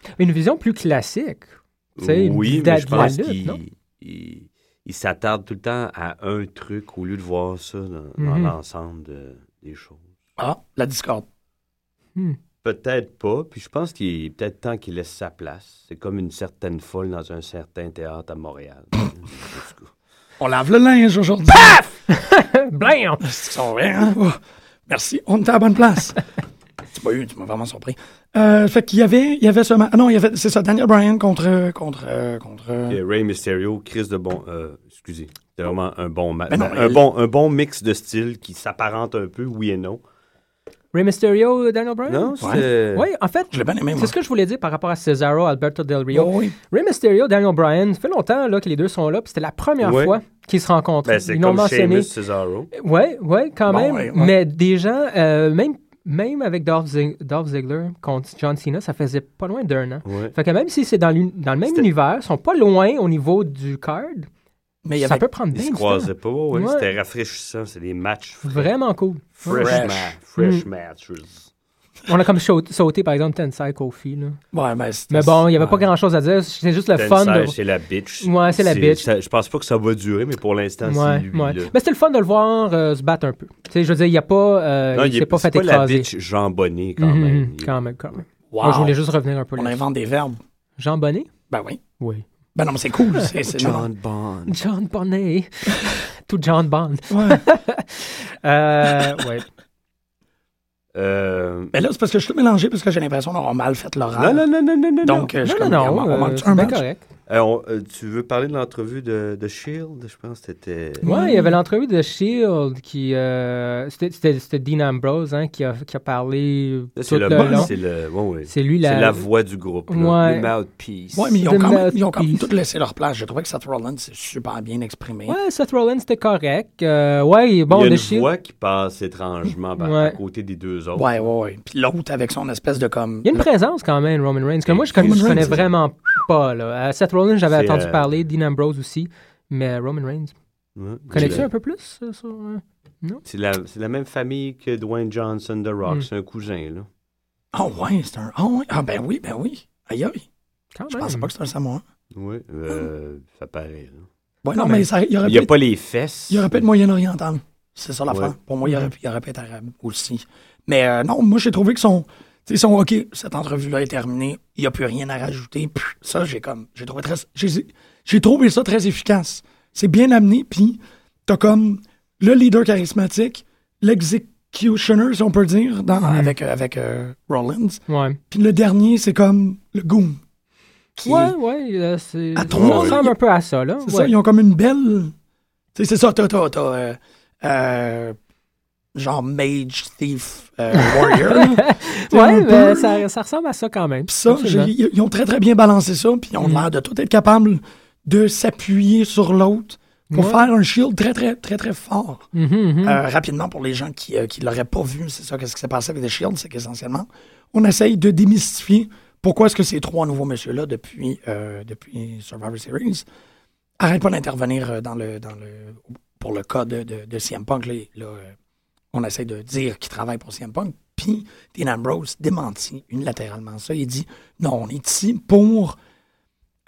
Speaker 5: là,
Speaker 4: Une vision plus classique. Tu sais,
Speaker 5: Oui,
Speaker 4: de la-
Speaker 5: mais je
Speaker 4: de la
Speaker 5: pense
Speaker 4: lutte,
Speaker 5: qu'il
Speaker 4: non?
Speaker 5: il- il s'attarde tout le temps à un truc au lieu de voir ça dans, dans
Speaker 4: Mhm.
Speaker 5: l'ensemble de- des choses.
Speaker 3: Ah, la discorde.
Speaker 5: Peut-être pas, puis je pense qu'il est peut-être temps qu'il laisse sa place. C'est comme une certaine folle dans un certain théâtre à Montréal. En tout cas.
Speaker 3: On lave le linge aujourd'hui.
Speaker 4: Euh, Blam!
Speaker 3: Ils sont vrais, hein? Oh, merci, on était à la bonne place. tu m'as eu, tu m'as vraiment surpris. Euh, fait qu'il y avait, il y avait ce ma- ah non, il y avait, c'est ça, Daniel Bryan contre, contre, euh, contre. euh,
Speaker 4: Hein?
Speaker 5: Et Ray Mysterio, Chris de bon... euh, excusez, c'est vraiment un bon match.
Speaker 4: Ben-
Speaker 3: Mais non, euh,
Speaker 5: un,
Speaker 3: mais-
Speaker 5: bon, un bon mix de styles qui s'apparente un peu, oui et non.
Speaker 4: Ray Mysterio, Daniel Bryan?
Speaker 5: Non, c'est...
Speaker 4: Oui, en fait,
Speaker 3: Je l'ai bien aimé, moi.
Speaker 4: c'est ce que je voulais dire par rapport à Cesaro, Alberto Del Rio.
Speaker 3: Oh, oui.
Speaker 4: Ray Mysterio, Daniel Bryan, ça fait longtemps là, que les deux sont là, puis c'était la première
Speaker 5: Ouais.
Speaker 4: fois qu'ils se rencontrent.
Speaker 5: Ben, c'est
Speaker 4: Ils l'ont
Speaker 5: comme
Speaker 4: mentionné.
Speaker 5: Sheamus Cesaro.
Speaker 4: Oui, oui, quand
Speaker 3: Bon,
Speaker 4: même.
Speaker 3: ouais, ouais.
Speaker 4: Mais des gens, euh, même, même avec Dolph, Zig- Dolph Ziggler contre John Cena, ça faisait pas loin d'un an.
Speaker 5: Ouais.
Speaker 4: Fait que même si c'est dans, l'uni- dans le même
Speaker 5: C'était-
Speaker 4: univers, ils sont pas loin au niveau du card,
Speaker 3: Mais il y
Speaker 4: ça
Speaker 3: avait
Speaker 4: peut prendre
Speaker 5: Ils
Speaker 4: bien
Speaker 5: se
Speaker 4: du temps.
Speaker 5: croisaient pas, ouais,
Speaker 4: Ben, Ouais.
Speaker 5: c'était rafraîchissant, c'est des matchs frais.
Speaker 4: Vraiment cool.
Speaker 5: Fresh,
Speaker 3: Fresh.
Speaker 5: ma- fresh
Speaker 4: Mm.
Speaker 5: matches.
Speaker 4: On a comme chaut- sauté, par exemple, Tensai Kofi. Là.
Speaker 3: Ouais, ben, c'était-
Speaker 4: Mais bon, il n'y avait
Speaker 3: ouais.
Speaker 4: pas grand-chose à dire. C'est juste le fun
Speaker 5: Tensai,
Speaker 4: de...
Speaker 5: c'est la bitch.
Speaker 4: Ouais, c'est la bitch.
Speaker 5: ça- je pense pas que ça va durer, mais pour l'instant,
Speaker 4: Ouais,
Speaker 5: c'est lui.
Speaker 4: ouais. Ben,
Speaker 5: là.
Speaker 4: Mais c'était le fun de le voir euh, se battre un peu. Tu sais, je veux dire, il n'y a pas... euh,
Speaker 5: Non,
Speaker 4: il
Speaker 5: est-
Speaker 4: s'est pas
Speaker 5: c'est
Speaker 4: fait
Speaker 5: pas la
Speaker 4: écraser.
Speaker 5: bitch jambonnée, quand
Speaker 4: Mhm,
Speaker 5: même. Il-
Speaker 4: Quand même, quand même.
Speaker 3: Wow.
Speaker 4: Moi, je voulais juste revenir un peu
Speaker 3: On
Speaker 4: là
Speaker 3: invente des verbes.
Speaker 4: Jean Bonnet?
Speaker 3: Ben oui.
Speaker 4: Oui.
Speaker 3: Ben non, mais c'est cool. C'est, c'est, non, non.
Speaker 5: John Bond.
Speaker 4: John Bonnet. Tout John Bond.
Speaker 3: Ouais.
Speaker 4: Euh, ouais.
Speaker 5: Euh,
Speaker 3: Mais Ben là, c'est parce que je suis tout mélangé parce que j'ai l'impression d'avoir mal fait
Speaker 5: Non,
Speaker 3: l'oral.
Speaker 5: non, non, non, non, non.
Speaker 3: Ben, Donc, euh, je
Speaker 4: Non,
Speaker 3: suis
Speaker 4: non,
Speaker 3: comme,
Speaker 4: non.
Speaker 3: on, on
Speaker 4: euh,
Speaker 3: manque
Speaker 4: c'est
Speaker 3: un
Speaker 4: bien
Speaker 3: match.
Speaker 4: correct.
Speaker 5: non. Euh, on- euh, tu veux parler de l'entrevue de, de Shield? Je pense que c'était...
Speaker 4: Ouais, il y avait l'entrevue de Shield qui... euh, c'était- C'était c'était Dean Ambrose hein, qui, a, qui a parlé
Speaker 5: Là,
Speaker 4: tout
Speaker 5: C'est
Speaker 4: le,
Speaker 5: le, boss,
Speaker 4: long.
Speaker 5: c'est le... ouais, ouais.
Speaker 4: C'est lui
Speaker 5: C'est
Speaker 4: la...
Speaker 5: la voix du groupe, là.
Speaker 4: Ouais.
Speaker 5: le mouthpiece.
Speaker 3: Ouais, mais ils ont,
Speaker 4: The
Speaker 3: quand même, ils ont quand même
Speaker 4: mouthpiece.
Speaker 3: tout laissé leur place. J'ai trouvé que Seth Rollins s'est super bien exprimé.
Speaker 4: Ouais, Seth Rollins, c'était correct. Euh, ouais, il est bon,
Speaker 5: il y a
Speaker 4: de
Speaker 5: une
Speaker 4: Shield.
Speaker 5: voix qui passe étrangement par- à
Speaker 4: Ouais.
Speaker 5: côté des deux autres.
Speaker 3: Ouais, ouais, ouais. Puis l'autre avec son espèce de comme.
Speaker 4: Il y a une présence quand même, Roman Reigns, que moi, je, connais-
Speaker 3: Roman
Speaker 4: je connais
Speaker 3: Reigns, c'est ça.
Speaker 4: vraiment pas. Là. Euh, Seth Rollins, j'avais
Speaker 5: C'est,
Speaker 4: entendu
Speaker 5: euh,
Speaker 4: parler, Dean Ambrose aussi, mais Roman Reigns.
Speaker 5: Ouais.
Speaker 4: Connais-tu
Speaker 5: C'est-
Speaker 4: un peu plus euh, sur... euh,
Speaker 5: hein. C'est la, c'est la même famille que Dwayne Johnson de Rock.
Speaker 4: Mm.
Speaker 5: C'est un cousin, là.
Speaker 3: Ah ouais, c'est un. Ah ouais. Ah ben oui, ben oui. Aïe aïe.
Speaker 4: Quand
Speaker 3: Je
Speaker 4: même.
Speaker 3: pensais pas que c'était un Samoan.
Speaker 5: Oui, euh, ça paraît. là.
Speaker 3: Ouais, non,
Speaker 4: Non,
Speaker 3: mais
Speaker 4: mais
Speaker 3: ça- il y aurait
Speaker 5: Il n'y a
Speaker 3: pu-
Speaker 5: pas les fesses.
Speaker 3: il y aurait pu être moyen-oriental. C'est ça l'affaire.
Speaker 5: Ouais.
Speaker 3: Pour moi, il y aurait, il y aurait pu être arabe aussi. Mais euh, non, moi, j'ai trouvé que son. Tu sais, son OK, cette entrevue-là est terminée. Il n'y a plus rien à rajouter. Pff, ça, j'ai comme. J'ai trouvé très. J'ai j'ai trouvé ça très efficace. C'est bien amené, puis t'as comme le leader charismatique, l'executioner, si on peut dire, dans,
Speaker 5: Hmm.
Speaker 3: avec, euh, avec euh, Rollins.
Speaker 4: Ouais.
Speaker 3: Puis le dernier, c'est comme le goon. Qui-
Speaker 4: Ouais, ouais, euh, c'est...
Speaker 3: À
Speaker 4: Ça
Speaker 3: trois,
Speaker 4: ressemble
Speaker 3: il-
Speaker 4: un peu à ça, là.
Speaker 3: C'est
Speaker 4: ouais.
Speaker 3: ça, ils ont comme une belle. Tu sais, c'est ça, t'as, t'as, t'as, euh, euh, genre mage, thief, euh, warrior. là. C'est
Speaker 4: Ouais,
Speaker 3: un
Speaker 4: ben,
Speaker 3: peu-
Speaker 4: ça, ça ressemble à ça quand même.
Speaker 3: Puis ça,
Speaker 4: Absolument.
Speaker 3: j'ai- ils ils ont très, très bien balancé ça, puis ils ont
Speaker 4: Mm.
Speaker 3: l'air de tout être capables de s'appuyer sur l'autre pour
Speaker 4: Ouais.
Speaker 3: faire un shield très, très, très, très fort.
Speaker 4: Mhm, mhm.
Speaker 3: Euh, rapidement, pour les gens qui ne l'auraient pas vu, c'est ça, qu'est-ce qui s'est passé avec The Shield, c'est qu'essentiellement, on essaye de démystifier pourquoi est-ce que ces trois nouveaux messieurs-là, depuis, euh, depuis Survivor Series, arrêtent pas d'intervenir euh, dans le, dans le, pour le cas de, de, de CM Punk. Là, là, euh, on essaie de dire qu'ils travaillent pour CM Punk, puis Dean Ambrose démentit unilatéralement ça. Il dit non, on est ici pour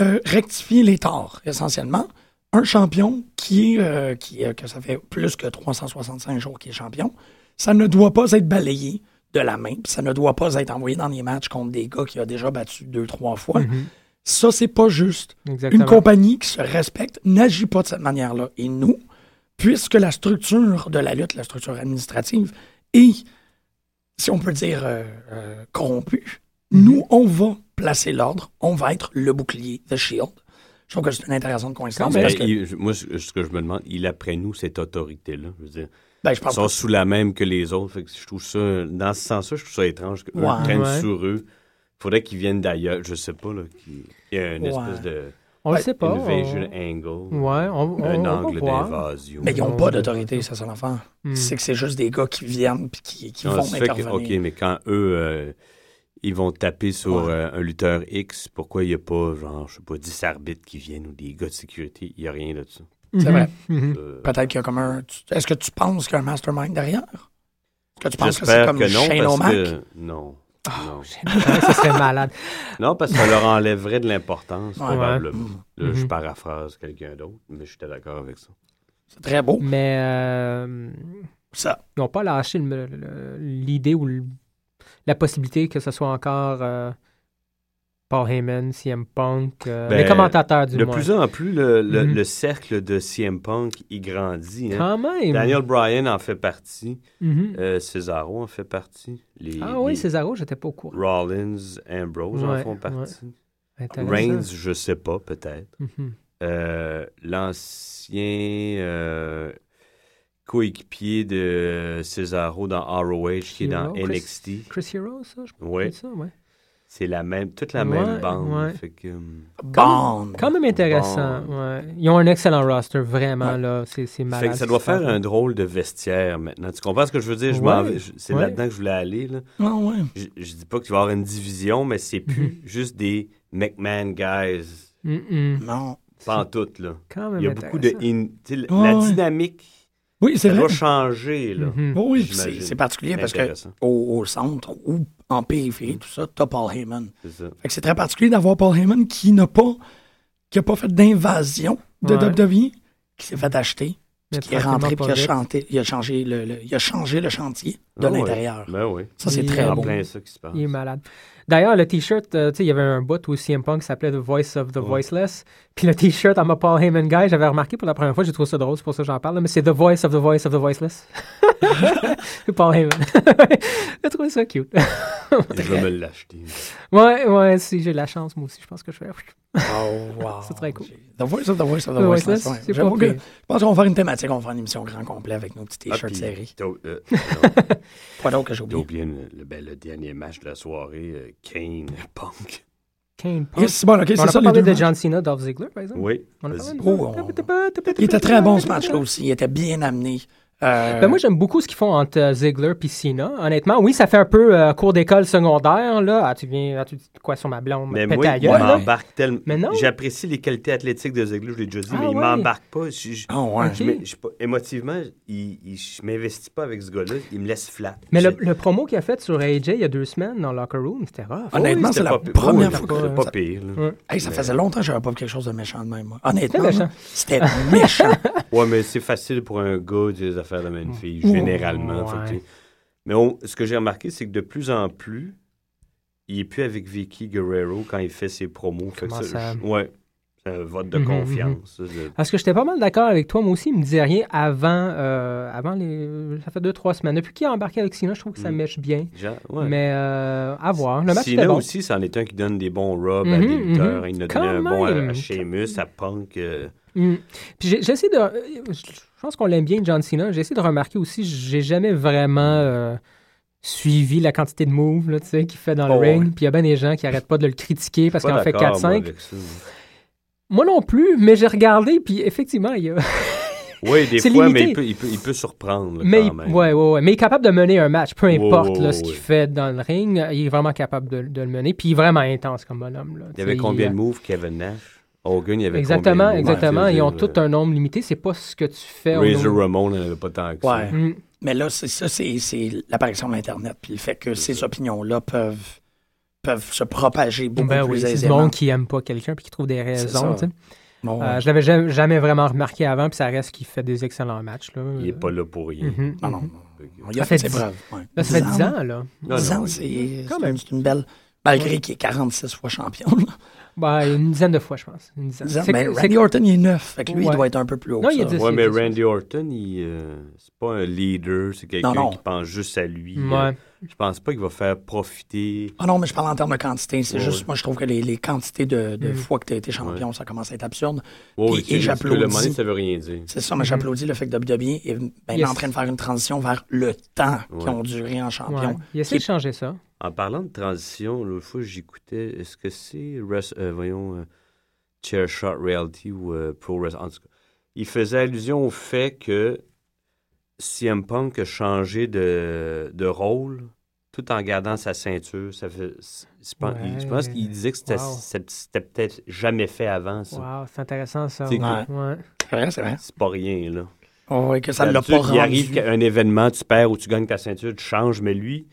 Speaker 3: euh, rectifier les torts, essentiellement. Un champion qui est, euh, qui, euh, que ça fait plus que 365 jours qu'il est champion, ça ne doit pas être balayé de la main, puis ça ne doit pas être envoyé dans des matchs contre des gars qui a déjà battu deux, trois fois.
Speaker 4: Hmm.
Speaker 3: Ça, c'est pas juste.
Speaker 4: Mhm, Exactement.
Speaker 3: Une compagnie qui se respecte n'agit pas de cette manière-là. Et nous, puisque la structure de la lutte, la structure administrative, est, si on peut dire, euh, euh, corrompue,
Speaker 5: Mhm.
Speaker 3: nous, on va placer l'ordre, on va être le bouclier, The Shield. Je trouve que c'est une intéressante coïncidence.
Speaker 4: même.
Speaker 3: Parce
Speaker 5: Ben,
Speaker 3: que,
Speaker 5: il- je- moi, je- ce que je me demande, il a après nous cette autorité-là. Je veux dire,
Speaker 3: ben, je
Speaker 5: ils
Speaker 3: pense
Speaker 5: sont
Speaker 3: pas-
Speaker 5: sous la même que les autres. Fait que je trouve ça, dans ce sens-là, je trouve ça étrange qu'ils
Speaker 3: Ouais.
Speaker 5: prennent
Speaker 4: Ouais.
Speaker 5: sur eux. faudrait qu'ils viennent d'ailleurs, je sais pas, là, qu'il qu'il y a une
Speaker 3: Ouais.
Speaker 5: espèce de
Speaker 4: On le sait pas.
Speaker 5: invasion
Speaker 4: on-
Speaker 5: angle,
Speaker 4: Ouais, on- on- on
Speaker 5: un
Speaker 4: va
Speaker 5: angle
Speaker 4: voir.
Speaker 5: d'invasion.
Speaker 3: Mais ils n'ont
Speaker 4: Non,
Speaker 3: pas
Speaker 4: je-
Speaker 3: d'autorité, ça, c'est l'enfant.
Speaker 4: Hmm.
Speaker 3: C'est que c'est juste des gars qui viennent puis qui, qui
Speaker 5: Non,
Speaker 3: vont
Speaker 5: Ah, ça fait que-
Speaker 3: intervenir.
Speaker 5: OK, mais quand eux, euh, ils vont taper sur
Speaker 3: Ouais.
Speaker 5: euh, un lutteur X, pourquoi il n'y a pas, genre, je sais pas, 10 arbitres qui viennent ou des gars de sécurité? Il n'y a rien de ça.
Speaker 3: C'est vrai.
Speaker 4: Mhm.
Speaker 5: Euh,
Speaker 3: Peut-être qu'il y a comme un. tu- Est-ce que tu penses qu'il y a un mastermind derrière? Est-ce que tu penses que c'est
Speaker 5: J'espère
Speaker 3: comme
Speaker 5: que non,
Speaker 3: Shane
Speaker 5: parce
Speaker 3: O'Mac? Ah,
Speaker 5: que... Non. non.
Speaker 4: Ouais, ça serait malade.
Speaker 5: Non, parce que ça leur enlèverait de l'importance,
Speaker 3: Ouais.
Speaker 5: probablement.
Speaker 3: Mm.
Speaker 5: Là,
Speaker 4: Mhm.
Speaker 5: je paraphrase quelqu'un d'autre, mais j'étais d'accord avec ça.
Speaker 3: C'est très beau.
Speaker 4: Mais euh,
Speaker 3: Ça.
Speaker 4: ils n'ont pas lâché le- le- l'idée ou le- la possibilité que ce soit encore euh, Paul Heyman, CM Punk, euh,
Speaker 5: Ben,
Speaker 4: les commentateurs du
Speaker 5: De
Speaker 4: moins.
Speaker 5: plus en plus, le, le-
Speaker 4: Mhm.
Speaker 5: le cercle de CM Punk, il grandit. hein.
Speaker 4: Quand même.
Speaker 5: Daniel Bryan en fait partie.
Speaker 4: Mhm.
Speaker 5: Euh, Cesaro en fait partie. Les,
Speaker 4: ah oui,
Speaker 5: les
Speaker 4: Cesaro, j'étais pas au courant.
Speaker 5: Rollins, Ambrose en
Speaker 4: Ouais,
Speaker 5: font partie.
Speaker 4: Intéressant.
Speaker 5: Reigns, je sais pas, peut-être.
Speaker 4: Mhm.
Speaker 5: Euh, L'ancien euh, coéquipier de Cesaro dans ROH qui est dans
Speaker 4: Hero, Chris-
Speaker 5: NXT.
Speaker 4: Chris Hero, ça, je
Speaker 5: Ouais.
Speaker 4: pense. Ça, ouais.
Speaker 5: C'est la même, toute la
Speaker 4: Ouais,
Speaker 5: même bande.
Speaker 4: ouais.
Speaker 5: Fait que, hum,
Speaker 3: Bond.
Speaker 4: Quand même intéressant.
Speaker 5: Bon.
Speaker 4: ouais. Ils ont un excellent roster, vraiment, là. C'est c'est
Speaker 5: fait
Speaker 4: malade.
Speaker 5: que
Speaker 4: ce
Speaker 5: ça doit
Speaker 4: qu'ils font.
Speaker 5: faire un drôle de vestiaire maintenant. Tu comprends ce que je veux dire? Je
Speaker 4: Ouais,
Speaker 5: m'en vais- je- C'est
Speaker 4: ouais.
Speaker 5: là-dedans que je voulais aller. Là.
Speaker 3: Ah ouais.
Speaker 5: Je, je dis pas qu'il va y avoir une division, mais c'est plus
Speaker 4: Mhm.
Speaker 5: juste des McMahon guys.
Speaker 4: Mm-mm.
Speaker 3: Non.
Speaker 5: Pas en tout, là.
Speaker 4: Quand même
Speaker 5: Il y a beaucoup de...
Speaker 4: intéressant.
Speaker 5: in- tu sais, la-
Speaker 3: Ouais,
Speaker 5: la
Speaker 3: ouais.
Speaker 5: dynamique,
Speaker 3: Oui, c'est
Speaker 5: ça
Speaker 3: vrai.
Speaker 5: va changer, là.
Speaker 4: Mhm.
Speaker 3: Oui, oui, puis
Speaker 5: J'imagine.
Speaker 3: c'est c'est particulier parce que
Speaker 5: Intéressant,
Speaker 3: au, au centre ou en périphérie, tout ça, t'as Paul Heyman.
Speaker 5: c'est ça.
Speaker 3: Fait que c'est très particulier d'avoir Paul Heyman qui n'a pas qui a pas fait d'invasion de
Speaker 4: Ouais.
Speaker 3: WWE, qui s'est fait acheter, puis
Speaker 4: Mais
Speaker 3: qui est rentré, puis qui
Speaker 4: tranquillement,
Speaker 3: a,
Speaker 4: pas vite.
Speaker 3: chanté, il a, changé le, le- il a changé le chantier de
Speaker 5: Ah ouais.
Speaker 3: l'intérieur.
Speaker 5: Ben oui.
Speaker 3: Ça, c'est
Speaker 4: Il-
Speaker 3: très
Speaker 5: en
Speaker 3: beau.
Speaker 5: plein ça qui se passe.
Speaker 4: Il est malade. D'ailleurs, le t-shirt, euh, tu sais, il y avait un bout où CM Punk s'appelait The Voice of the Voiceless. Puis le t-shirt en mode Paul Heyman Guy, j'avais remarqué pour la première fois, j'ai trouvé ça drôle, c'est pour ça que j'en parle, là, mais c'est The Voice of the Voice of the Voiceless. C'est Paul Heyman. j'ai trouvé ça cute.
Speaker 5: Je vais me l'acheter.
Speaker 4: ouais, ouais, si j'ai la chance, moi aussi, je pense que je vais. C'est très cool.
Speaker 3: Oh, The Voice of the Voice of the,
Speaker 4: The
Speaker 3: Voiceless,
Speaker 4: Voiceless,
Speaker 3: ouais.
Speaker 4: c'est pas
Speaker 3: J'avoue que-
Speaker 4: pire.
Speaker 3: Je pense qu'on va faire une thématique, on va faire une émission grand complet avec nos petits
Speaker 5: Ah,
Speaker 3: t-shirts
Speaker 5: puis,
Speaker 3: séries.
Speaker 5: t'as- euh,
Speaker 3: Quoi d'autre que j'ai
Speaker 5: J'ai
Speaker 3: oublié?
Speaker 5: oublié le, le- ben, le dernier match de la soirée, euh, Kane Punk.
Speaker 4: Kane Punk.
Speaker 3: Yes, c'est bon, ok, c'est
Speaker 4: Hein? On a
Speaker 3: ça
Speaker 4: pas
Speaker 3: les
Speaker 4: parlé
Speaker 3: deux
Speaker 4: de
Speaker 3: matchs.
Speaker 4: John Cena, Dolph Ziggler, par exemple.
Speaker 5: Oui.
Speaker 4: On a
Speaker 5: vas-y.
Speaker 4: parlé de-
Speaker 3: Oh, Il était très bon ce match-là aussi, il était bien amené. Euh,
Speaker 4: Ben moi, j'aime beaucoup ce qu'ils font entre euh, Ziggler et Cena. Honnêtement, oui, ça fait un peu euh, cours d'école secondaire. Là. Ah, tu viens, ah, tu dis quoi sur ma blonde?
Speaker 5: Mais
Speaker 4: Pète
Speaker 5: moi,
Speaker 4: ta
Speaker 5: il
Speaker 4: gueule, hein. là.
Speaker 5: m'embarque tellement.
Speaker 4: Mais non.
Speaker 5: J'apprécie les qualités athlétiques de Ziggler, je l'ai déjà dit,
Speaker 4: Ah
Speaker 5: mais
Speaker 4: ouais.
Speaker 5: il m'embarque pas. Je, je-
Speaker 3: Ah ouais.
Speaker 4: Ok.
Speaker 5: je me- je suis pas- émotivement, il, il- je m'investis pas avec ce gars-là. Il me laisse flat.
Speaker 4: Mais le,
Speaker 5: Je-
Speaker 4: le promo qu'il a fait sur AJ il y a deux semaines dans Locker Room, c'était rough.
Speaker 3: Honnêtement,
Speaker 5: Ah c'était
Speaker 3: c'est la
Speaker 5: pas pire.
Speaker 3: première
Speaker 5: Oui,
Speaker 3: fois que...
Speaker 5: C'était pas pire. là.
Speaker 3: Hey, ça faisait longtemps que j'avais pas vu quelque chose de méchant de même. moi. Honnêtement,
Speaker 4: C'était méchant.
Speaker 3: là, c'était méchant.
Speaker 5: Ouais, mais c'est facile pour un gars des affaires de même fille, généralement.
Speaker 4: Ouais.
Speaker 5: fait que- mais on- ce que j'ai remarqué, c'est que de plus en plus, il est plus avec Vicky Guerrero quand il fait ses promos. Fait que
Speaker 4: Comment ça-
Speaker 5: je- ouais, c'est un vote de
Speaker 4: Mhm,
Speaker 5: confiance. ça, de-
Speaker 4: Parce que j'étais pas mal d'accord avec toi. Moi aussi, il me disait rien avant, euh, avant les. Ça fait deux, trois semaines. Depuis qu'il a embarqué avec Cena, je trouve que ça
Speaker 5: Mm.
Speaker 4: mèche bien.
Speaker 5: Genre, ouais.
Speaker 4: Mais euh, à voir. Le match
Speaker 5: Cena
Speaker 4: était bon.
Speaker 5: aussi, c'en est un qui donne des bons rubs à
Speaker 4: Mhm,
Speaker 5: des lutteurs.
Speaker 4: mhm.
Speaker 5: Il en a
Speaker 4: Quand
Speaker 5: donné un bon à- à,
Speaker 4: même.
Speaker 5: Sheamus, à Punk. euh,
Speaker 4: Mm. Puis j'ai- j'essaie de. euh, Je pense qu'on l'aime bien, John Cena. J'essaie de remarquer aussi, j'ai jamais vraiment euh, suivi la quantité de moves là, tu sais, qu'il fait dans le
Speaker 5: Oh,
Speaker 4: ring.
Speaker 5: ouais.
Speaker 4: Puis il y a bien des gens qui arrêtent pas de le critiquer parce qu'il en fait 4-5.
Speaker 5: avec ça.
Speaker 4: Moi non plus, mais j'ai regardé, puis effectivement, il y a.
Speaker 5: Oui, des
Speaker 4: C'est
Speaker 5: fois,
Speaker 4: limité.
Speaker 5: mais il peut, il peut- il peut surprendre. là,
Speaker 4: Mais
Speaker 5: quand
Speaker 4: il,
Speaker 5: même.
Speaker 4: ouais, ouais, ouais. mais il est capable de mener un match, peu
Speaker 5: Ouais,
Speaker 4: importe
Speaker 5: ouais,
Speaker 4: là,
Speaker 5: ouais,
Speaker 4: ce qu'il
Speaker 5: ouais.
Speaker 4: fait dans le ring. euh, Il est vraiment capable de, de le mener. Puis il est vraiment intense comme bonhomme. là.
Speaker 5: Il y avait
Speaker 4: Tu sais,
Speaker 5: combien
Speaker 4: il-
Speaker 5: de moves, Kevin Nash? Hogan, il y avait
Speaker 4: Exactement,
Speaker 5: combien de moves?
Speaker 4: exactement.
Speaker 5: Ouais,
Speaker 4: Ils ont
Speaker 5: je veux
Speaker 4: tout un nombre limité. C'est pas ce que tu fais.
Speaker 5: dire,
Speaker 4: au
Speaker 5: Razor
Speaker 4: nombre-
Speaker 5: Ramon, il n'avait pas tant que
Speaker 3: Ouais.
Speaker 5: ça.
Speaker 4: Mm.
Speaker 3: Mais là, c'est ça, c'est c'est l'apparition de l'Internet, puis le fait que ces opinions-là peuvent, peuvent se propager beaucoup
Speaker 4: Ben oui,
Speaker 3: plus
Speaker 4: c'est du
Speaker 3: aisément.
Speaker 4: monde qui aime pas quelqu'un puis qui trouve des raisons.
Speaker 3: ça.
Speaker 4: tu sais.
Speaker 3: Bon,
Speaker 4: Euh, je l'avais jamais, jamais vraiment remarqué avant, puis ça reste qu'il fait des excellents matchs. Là.
Speaker 5: Il n'est pas là pour rien.
Speaker 4: Mhm.
Speaker 3: Ah non, non, non. Il
Speaker 4: Ça
Speaker 3: a fait
Speaker 4: fait
Speaker 3: ses
Speaker 4: dix-
Speaker 3: preuves. ouais.
Speaker 4: Là, ça fait
Speaker 3: Dix
Speaker 4: 10 ans, là.
Speaker 5: Non,
Speaker 3: Dix
Speaker 5: non,
Speaker 3: ans,
Speaker 5: oui.
Speaker 3: c'est
Speaker 4: Quand
Speaker 3: c'est
Speaker 4: même.
Speaker 3: une, c'est une belle. Malgré qu'il est 46 fois champion. là.
Speaker 4: Ben, une dizaine de fois, je pense. Une dizaine.
Speaker 3: Dix ans.
Speaker 4: C'est-
Speaker 3: Ben,
Speaker 4: c'est-
Speaker 3: Randy Orton, il est neuf. Fait que lui,
Speaker 4: Ouais.
Speaker 3: il doit être un peu plus haut.
Speaker 4: Non,
Speaker 3: que
Speaker 4: il est
Speaker 3: ça.
Speaker 4: dix.
Speaker 5: Ouais,
Speaker 4: c'est-
Speaker 5: mais
Speaker 4: c'est-
Speaker 5: Randy Orton, il, euh, c'est pas un leader, c'est
Speaker 3: Non,
Speaker 5: quelqu'un
Speaker 3: non.
Speaker 5: qui pense juste à lui. euh.
Speaker 4: Ouais.
Speaker 5: Je pense pas qu'il va faire profiter.
Speaker 3: Ah non, mais je parle en termes de quantité. C'est
Speaker 5: Ouais.
Speaker 3: juste, moi, je trouve que les, les quantités de, de
Speaker 4: Mm.
Speaker 3: fois que tu as été champion, ça commence à être absurde.
Speaker 5: Ouais,
Speaker 3: Puis-
Speaker 5: oui,
Speaker 3: et
Speaker 5: tu sais, parce que
Speaker 3: j'applaudis.
Speaker 5: Le money, ça veut rien dire.
Speaker 3: C'est ça, mais j'applaudis le fait que WWE est maintenant
Speaker 4: Mm-hmm. Yes.
Speaker 3: en train de faire une transition vers le temps qu'ils ont duré en champion.
Speaker 4: Ouais. Il essaie de changer ça.
Speaker 5: En parlant de transition, l'autre fois, j'écoutais, est-ce que c'est, Wres- euh, voyons, euh, Chair Shot Reality ou euh, Pro Wrestling? En tout cas, il faisait allusion au fait que CM Punk a changé de, de rôle tout en gardant sa ceinture. Ça fait, c- je pense, il- je pense
Speaker 4: Ouais.
Speaker 5: qu'il disait que c'était,
Speaker 4: Wow.
Speaker 5: c'était- c'était peut-être jamais fait avant, ça.
Speaker 4: Wow, c'est intéressant, ça.
Speaker 5: C'est
Speaker 4: Ouais. Ouais.
Speaker 3: C'est vrai, c'est vrai. Oh,
Speaker 5: C'est pas rien, là.
Speaker 3: Oui, que ça ne l'a
Speaker 5: D'habitude,
Speaker 3: pas
Speaker 5: Il
Speaker 3: rendu.
Speaker 5: arrive qu'un événement, tu perds ou tu gagnes ta ceinture, tu changes, mais lui,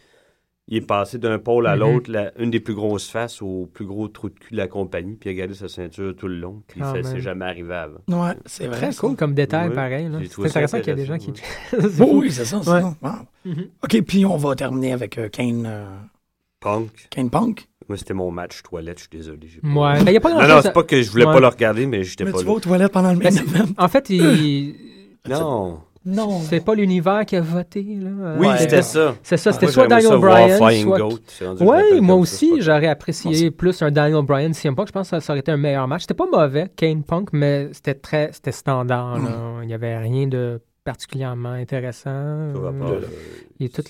Speaker 5: il est passé d'un pôle à
Speaker 4: Mhm.
Speaker 5: l'autre, la- une des plus grosses faces au plus gros trou de cul de la compagnie, puis il a gardé sa ceinture tout le long, puis
Speaker 4: Quand
Speaker 5: ça
Speaker 4: même.
Speaker 5: s'est jamais arrivé avant.
Speaker 3: Ouais, c'est vrai.
Speaker 4: Très
Speaker 3: ça.
Speaker 4: cool comme détail,
Speaker 5: Ouais.
Speaker 4: pareil. là.
Speaker 5: J'ai
Speaker 4: C'est
Speaker 5: trouvé ça
Speaker 4: intéressant qu'il y a des gens qui.
Speaker 5: intéressant,
Speaker 4: C'est
Speaker 3: Oui,
Speaker 4: fou.
Speaker 3: oui, c'est ça, c'est
Speaker 4: Ouais.
Speaker 3: ça. Wow.
Speaker 4: Mhm.
Speaker 3: OK, puis on va terminer avec euh, Kane, euh,
Speaker 5: Punk,
Speaker 3: Kane Punk.
Speaker 5: moi, c'était mon match toilette, je suis désolé. j'ai pas-
Speaker 4: Ouais. Ben, il y a pas
Speaker 5: Non,
Speaker 4: grand-chose
Speaker 5: non,
Speaker 4: à-
Speaker 5: c'est pas que je voulais
Speaker 4: Ouais.
Speaker 5: pas le regarder, mais j'étais
Speaker 3: Mais
Speaker 5: pas
Speaker 3: tu vas
Speaker 5: là.
Speaker 3: aux toilettes pendant le
Speaker 4: Ben,
Speaker 3: main
Speaker 4: c'est-
Speaker 3: event.
Speaker 4: En fait, il-
Speaker 5: Non.
Speaker 3: Non.
Speaker 4: c'est pas l'univers qui a voté. Là.
Speaker 5: Oui,
Speaker 4: Euh,
Speaker 3: Ouais.
Speaker 5: c'était ça.
Speaker 4: C'est ça, c'était
Speaker 5: Ah, Moi,
Speaker 4: soit
Speaker 5: j'aimerais
Speaker 4: Daniel
Speaker 5: ça voir
Speaker 4: Bryan,
Speaker 5: Flying
Speaker 4: soit
Speaker 5: Goat, c'est rendu que je l'appelle
Speaker 4: Oui,
Speaker 5: comme
Speaker 4: moi
Speaker 5: ça,
Speaker 4: aussi,
Speaker 5: c'est pas-
Speaker 4: j'aurais apprécié plus un Daniel Bryan CM Punk. Je pense que ça aurait été un meilleur match. C'était pas mauvais, Kane Punk, mais c'était très c'était standard. là.
Speaker 5: Hmm.
Speaker 4: Il n'y avait rien de particulièrement intéressant.
Speaker 5: Par rapport,
Speaker 4: Euh,
Speaker 5: euh,
Speaker 4: il est tout-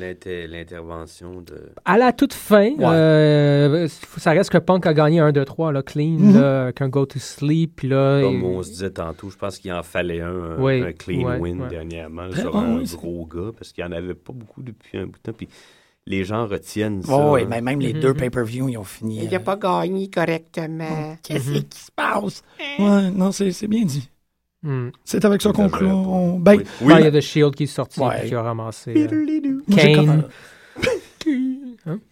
Speaker 5: l'inter- L'intervention de.
Speaker 4: À la toute fin,
Speaker 3: Ouais.
Speaker 4: euh, ça reste que Punk a gagné 1, 2, 3, là, clean,
Speaker 3: Mhm.
Speaker 4: là, avec un go to sleep. Puis là,
Speaker 5: Mm-hmm. Comme
Speaker 4: il-
Speaker 5: on se disait tantôt, je pense qu'il en fallait un, un,
Speaker 4: Oui,
Speaker 5: un clean
Speaker 4: ouais,
Speaker 5: win
Speaker 4: ouais.
Speaker 5: dernièrement
Speaker 3: Très
Speaker 5: sur
Speaker 3: bon,
Speaker 5: un
Speaker 3: oui, c'est-
Speaker 5: gros gars, parce qu'il n'y en avait pas beaucoup depuis un bout de temps. Puis les gens retiennent ça.
Speaker 3: Oh, oui,
Speaker 5: hein.
Speaker 3: mais même les
Speaker 4: Mhm.
Speaker 3: deux pay-per-views, ils ont fini.
Speaker 7: Il n'a
Speaker 3: euh,
Speaker 7: pas gagné correctement.
Speaker 3: Qu'est-ce qui se passe? Ouais, non, c'est c'est bien dit.
Speaker 4: Hmm.
Speaker 3: C'est avec ça qu'on
Speaker 5: Ça,
Speaker 3: clôt.
Speaker 5: j'aurais pas-
Speaker 3: on- Ben,
Speaker 5: Oui.
Speaker 4: Ah, il y a The Shield qui est sorti
Speaker 3: Ouais.
Speaker 4: puis qui a ramassé. euh,
Speaker 3: moi, j'ai
Speaker 4: Kane.
Speaker 3: comme-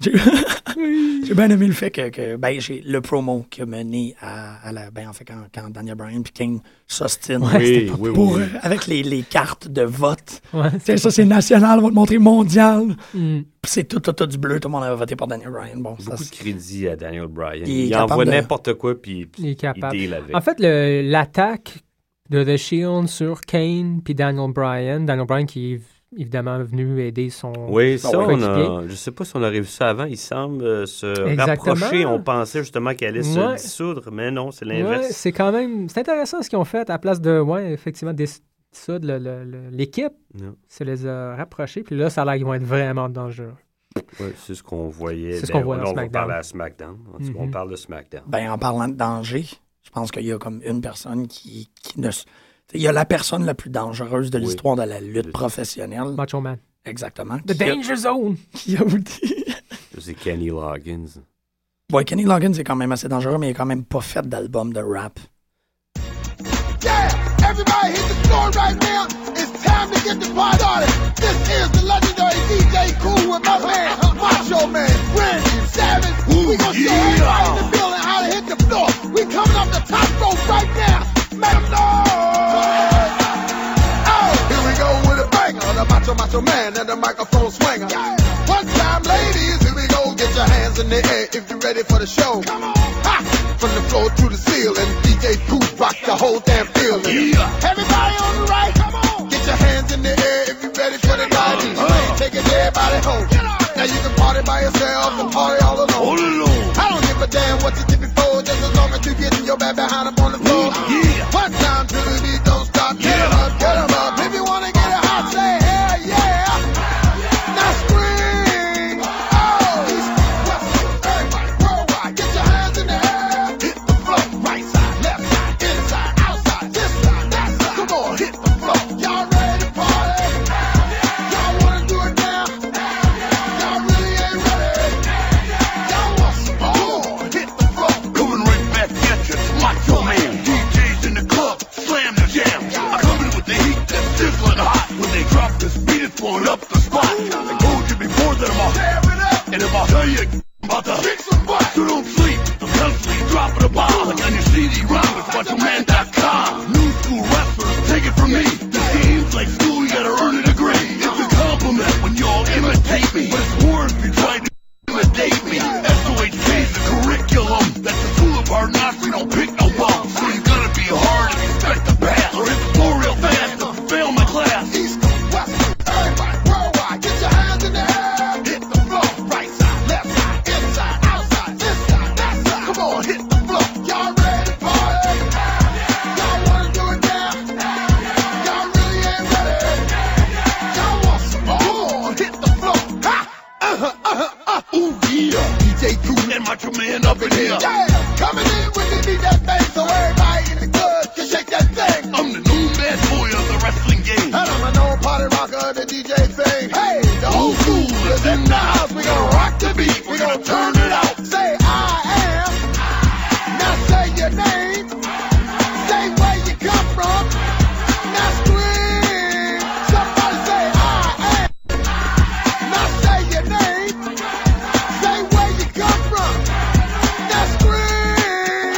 Speaker 3: J'ai j'ai bien aimé le fait que, que, ben, j'ai le promo qui a mené à, à la. Ben, en fait, quand, quand Daniel Bryan et Kane s'ostinent
Speaker 5: Oui, oui,
Speaker 3: pour,
Speaker 5: oui.
Speaker 3: euh, avec les, les cartes de vote.
Speaker 4: ouais.
Speaker 3: Tu sais, ça, c'est national, on va te montrer mondial.
Speaker 4: Hmm.
Speaker 3: Puis c'est tout, tout, tout du bleu. Tout le monde avait voté pour Daniel Bryan. Bon, ça,
Speaker 5: Beaucoup de
Speaker 3: c'est-
Speaker 5: crédit à Daniel Bryan.
Speaker 3: Il est
Speaker 5: Il,
Speaker 3: capable
Speaker 5: envoie
Speaker 3: de-
Speaker 5: n'importe quoi, puis
Speaker 4: Il est capable. Ah.
Speaker 5: deal avec.
Speaker 4: En fait, le- l'attaque de The Shield sur Kane puis Daniel Bryan, Daniel Bryan qui est évidemment venu aider son.
Speaker 5: oui, ça,
Speaker 4: Ah ouais.
Speaker 5: on a,
Speaker 4: Coéquipier.
Speaker 5: je sais pas si on aurait vu ça avant. Il semble euh, se
Speaker 4: Exactement.
Speaker 5: rapprocher. On pensait justement qu'il allait
Speaker 4: Ouais.
Speaker 5: se dissoudre, mais non, c'est
Speaker 4: Ouais,
Speaker 5: l'inverse.
Speaker 4: c'est quand même. C'est intéressant ce qu'ils ont fait à la place de. Ouais, effectivement, des, ça, de le- le- le- l'équipe.
Speaker 5: Non.
Speaker 4: Ça les a rapprochés, puis là, ça a l'air qu'ils vont être vraiment dangereux.
Speaker 5: Ouais, c'est ce qu'on voyait.
Speaker 4: C'est ce qu'on
Speaker 5: Ben,
Speaker 4: voit
Speaker 5: là,
Speaker 4: dans
Speaker 5: on va
Speaker 4: SmackDown.
Speaker 5: parler à SmackDown. En tout cas,
Speaker 3: Mm-hmm.
Speaker 5: On
Speaker 4: Mhm.
Speaker 5: parle de SmackDown.
Speaker 3: Ben, en parlant de danger, je pense qu'il y a comme une personne qui, qui ne. s- Il y a la personne la plus dangereuse de
Speaker 5: Oui.
Speaker 3: l'histoire de la lutte professionnelle.
Speaker 4: Macho Man.
Speaker 3: Exactement.
Speaker 4: The
Speaker 3: qui a-
Speaker 4: Danger Zone!
Speaker 3: qui a oublié.
Speaker 5: C'est Kenny Loggins.
Speaker 3: Ouais, Kenny Loggins est quand même assez dangereux, mais il n'a quand même pas fait d'album de rap.
Speaker 8: Yeah, everybody hit the floor right now. It's time to get the party started. This is the legendary DJ Cool with my man, Macho Man, Randy Savage. we gonna show everybody in the building how to hit the floor. We coming off the top rope right now. Make 'em noise. Oh, here we go with a banger. The Macho Macho Man and the microphone swinger. One time, ladies, here we go. Get your hands in the air if you're ready for the show. Come on. Ha! From the floor to the ceiling, DJ Pooh rock the whole damn building. Everybody on the right, come on. Get your hands in the air if you're ready for the night. Take it everybody home. Now you can party by yourself and party all alone. I don't give a damn what you did before, just as long as you get getting your back behind up on the floor. One time to the beat, don't stop. Get 'em up, get 'em up. If you wanna get it hot, say hell yeah. Now scream. Oh, East, West, everybody worldwide. Get your hands in the air. Hit the floor, right side, left side, inside, outside, this side, that side. Come on, hit the floor. Y'all ready to party? Y'all wanna do it now? Y'all really ain't ready. Y'all want some more? Come on, hit the floor.
Speaker 9: Coming right back at you, like your man. DJs in the club, slam the jam. I come in with the heat that's sizzling hot. When they drop this beat, it's blowing up the spot. I told you before that I'm a
Speaker 8: Tear it up.
Speaker 9: and if I tell you about the
Speaker 8: Kick some butt.
Speaker 9: you don't sleep, I'm constantly dropping a bomb. Like on your CD ROM, it's machoman.com. New school wrestlers, take it from me. This game's like school, you gotta earn a degree. It's a compliment when y'all imitate me. But it's war if you try to intimidate me. SOHK is the curriculum. That's the school of hard knocks, we don't pick no bumps. So you gotta be hard and expect the pass. Or hit the floor real fast, or fail my class.
Speaker 8: East and West, everybody worldwide. Get your hands in the air. Hit the floor, right side, left side, inside, outside, this side, that side. Come on, hit the floor. Y'all ready to party? Y'all wanna do it now? Y'all really ain't ready. Y'all want some more? Come on, hit the floor. Ha! Uh-huh, uh-huh, uh. Ooh, yeah. DJ Crew
Speaker 9: And Macho Man up in here.
Speaker 8: Yeah, coming in with the beat that bass, so everybody in the club can shake that thing.
Speaker 9: I'm the new bad boy of the wrestling game.
Speaker 8: And I'm an old party rocker, the DJ thing. Hey, the
Speaker 9: Old
Speaker 8: old
Speaker 9: school is in the house. We gonna rock the beat.
Speaker 8: we gonna turn it out. Say I am. Now say your name. Say where you come from. Now scream. Somebody say I am. Now say your name. Say where you come from. Now scream.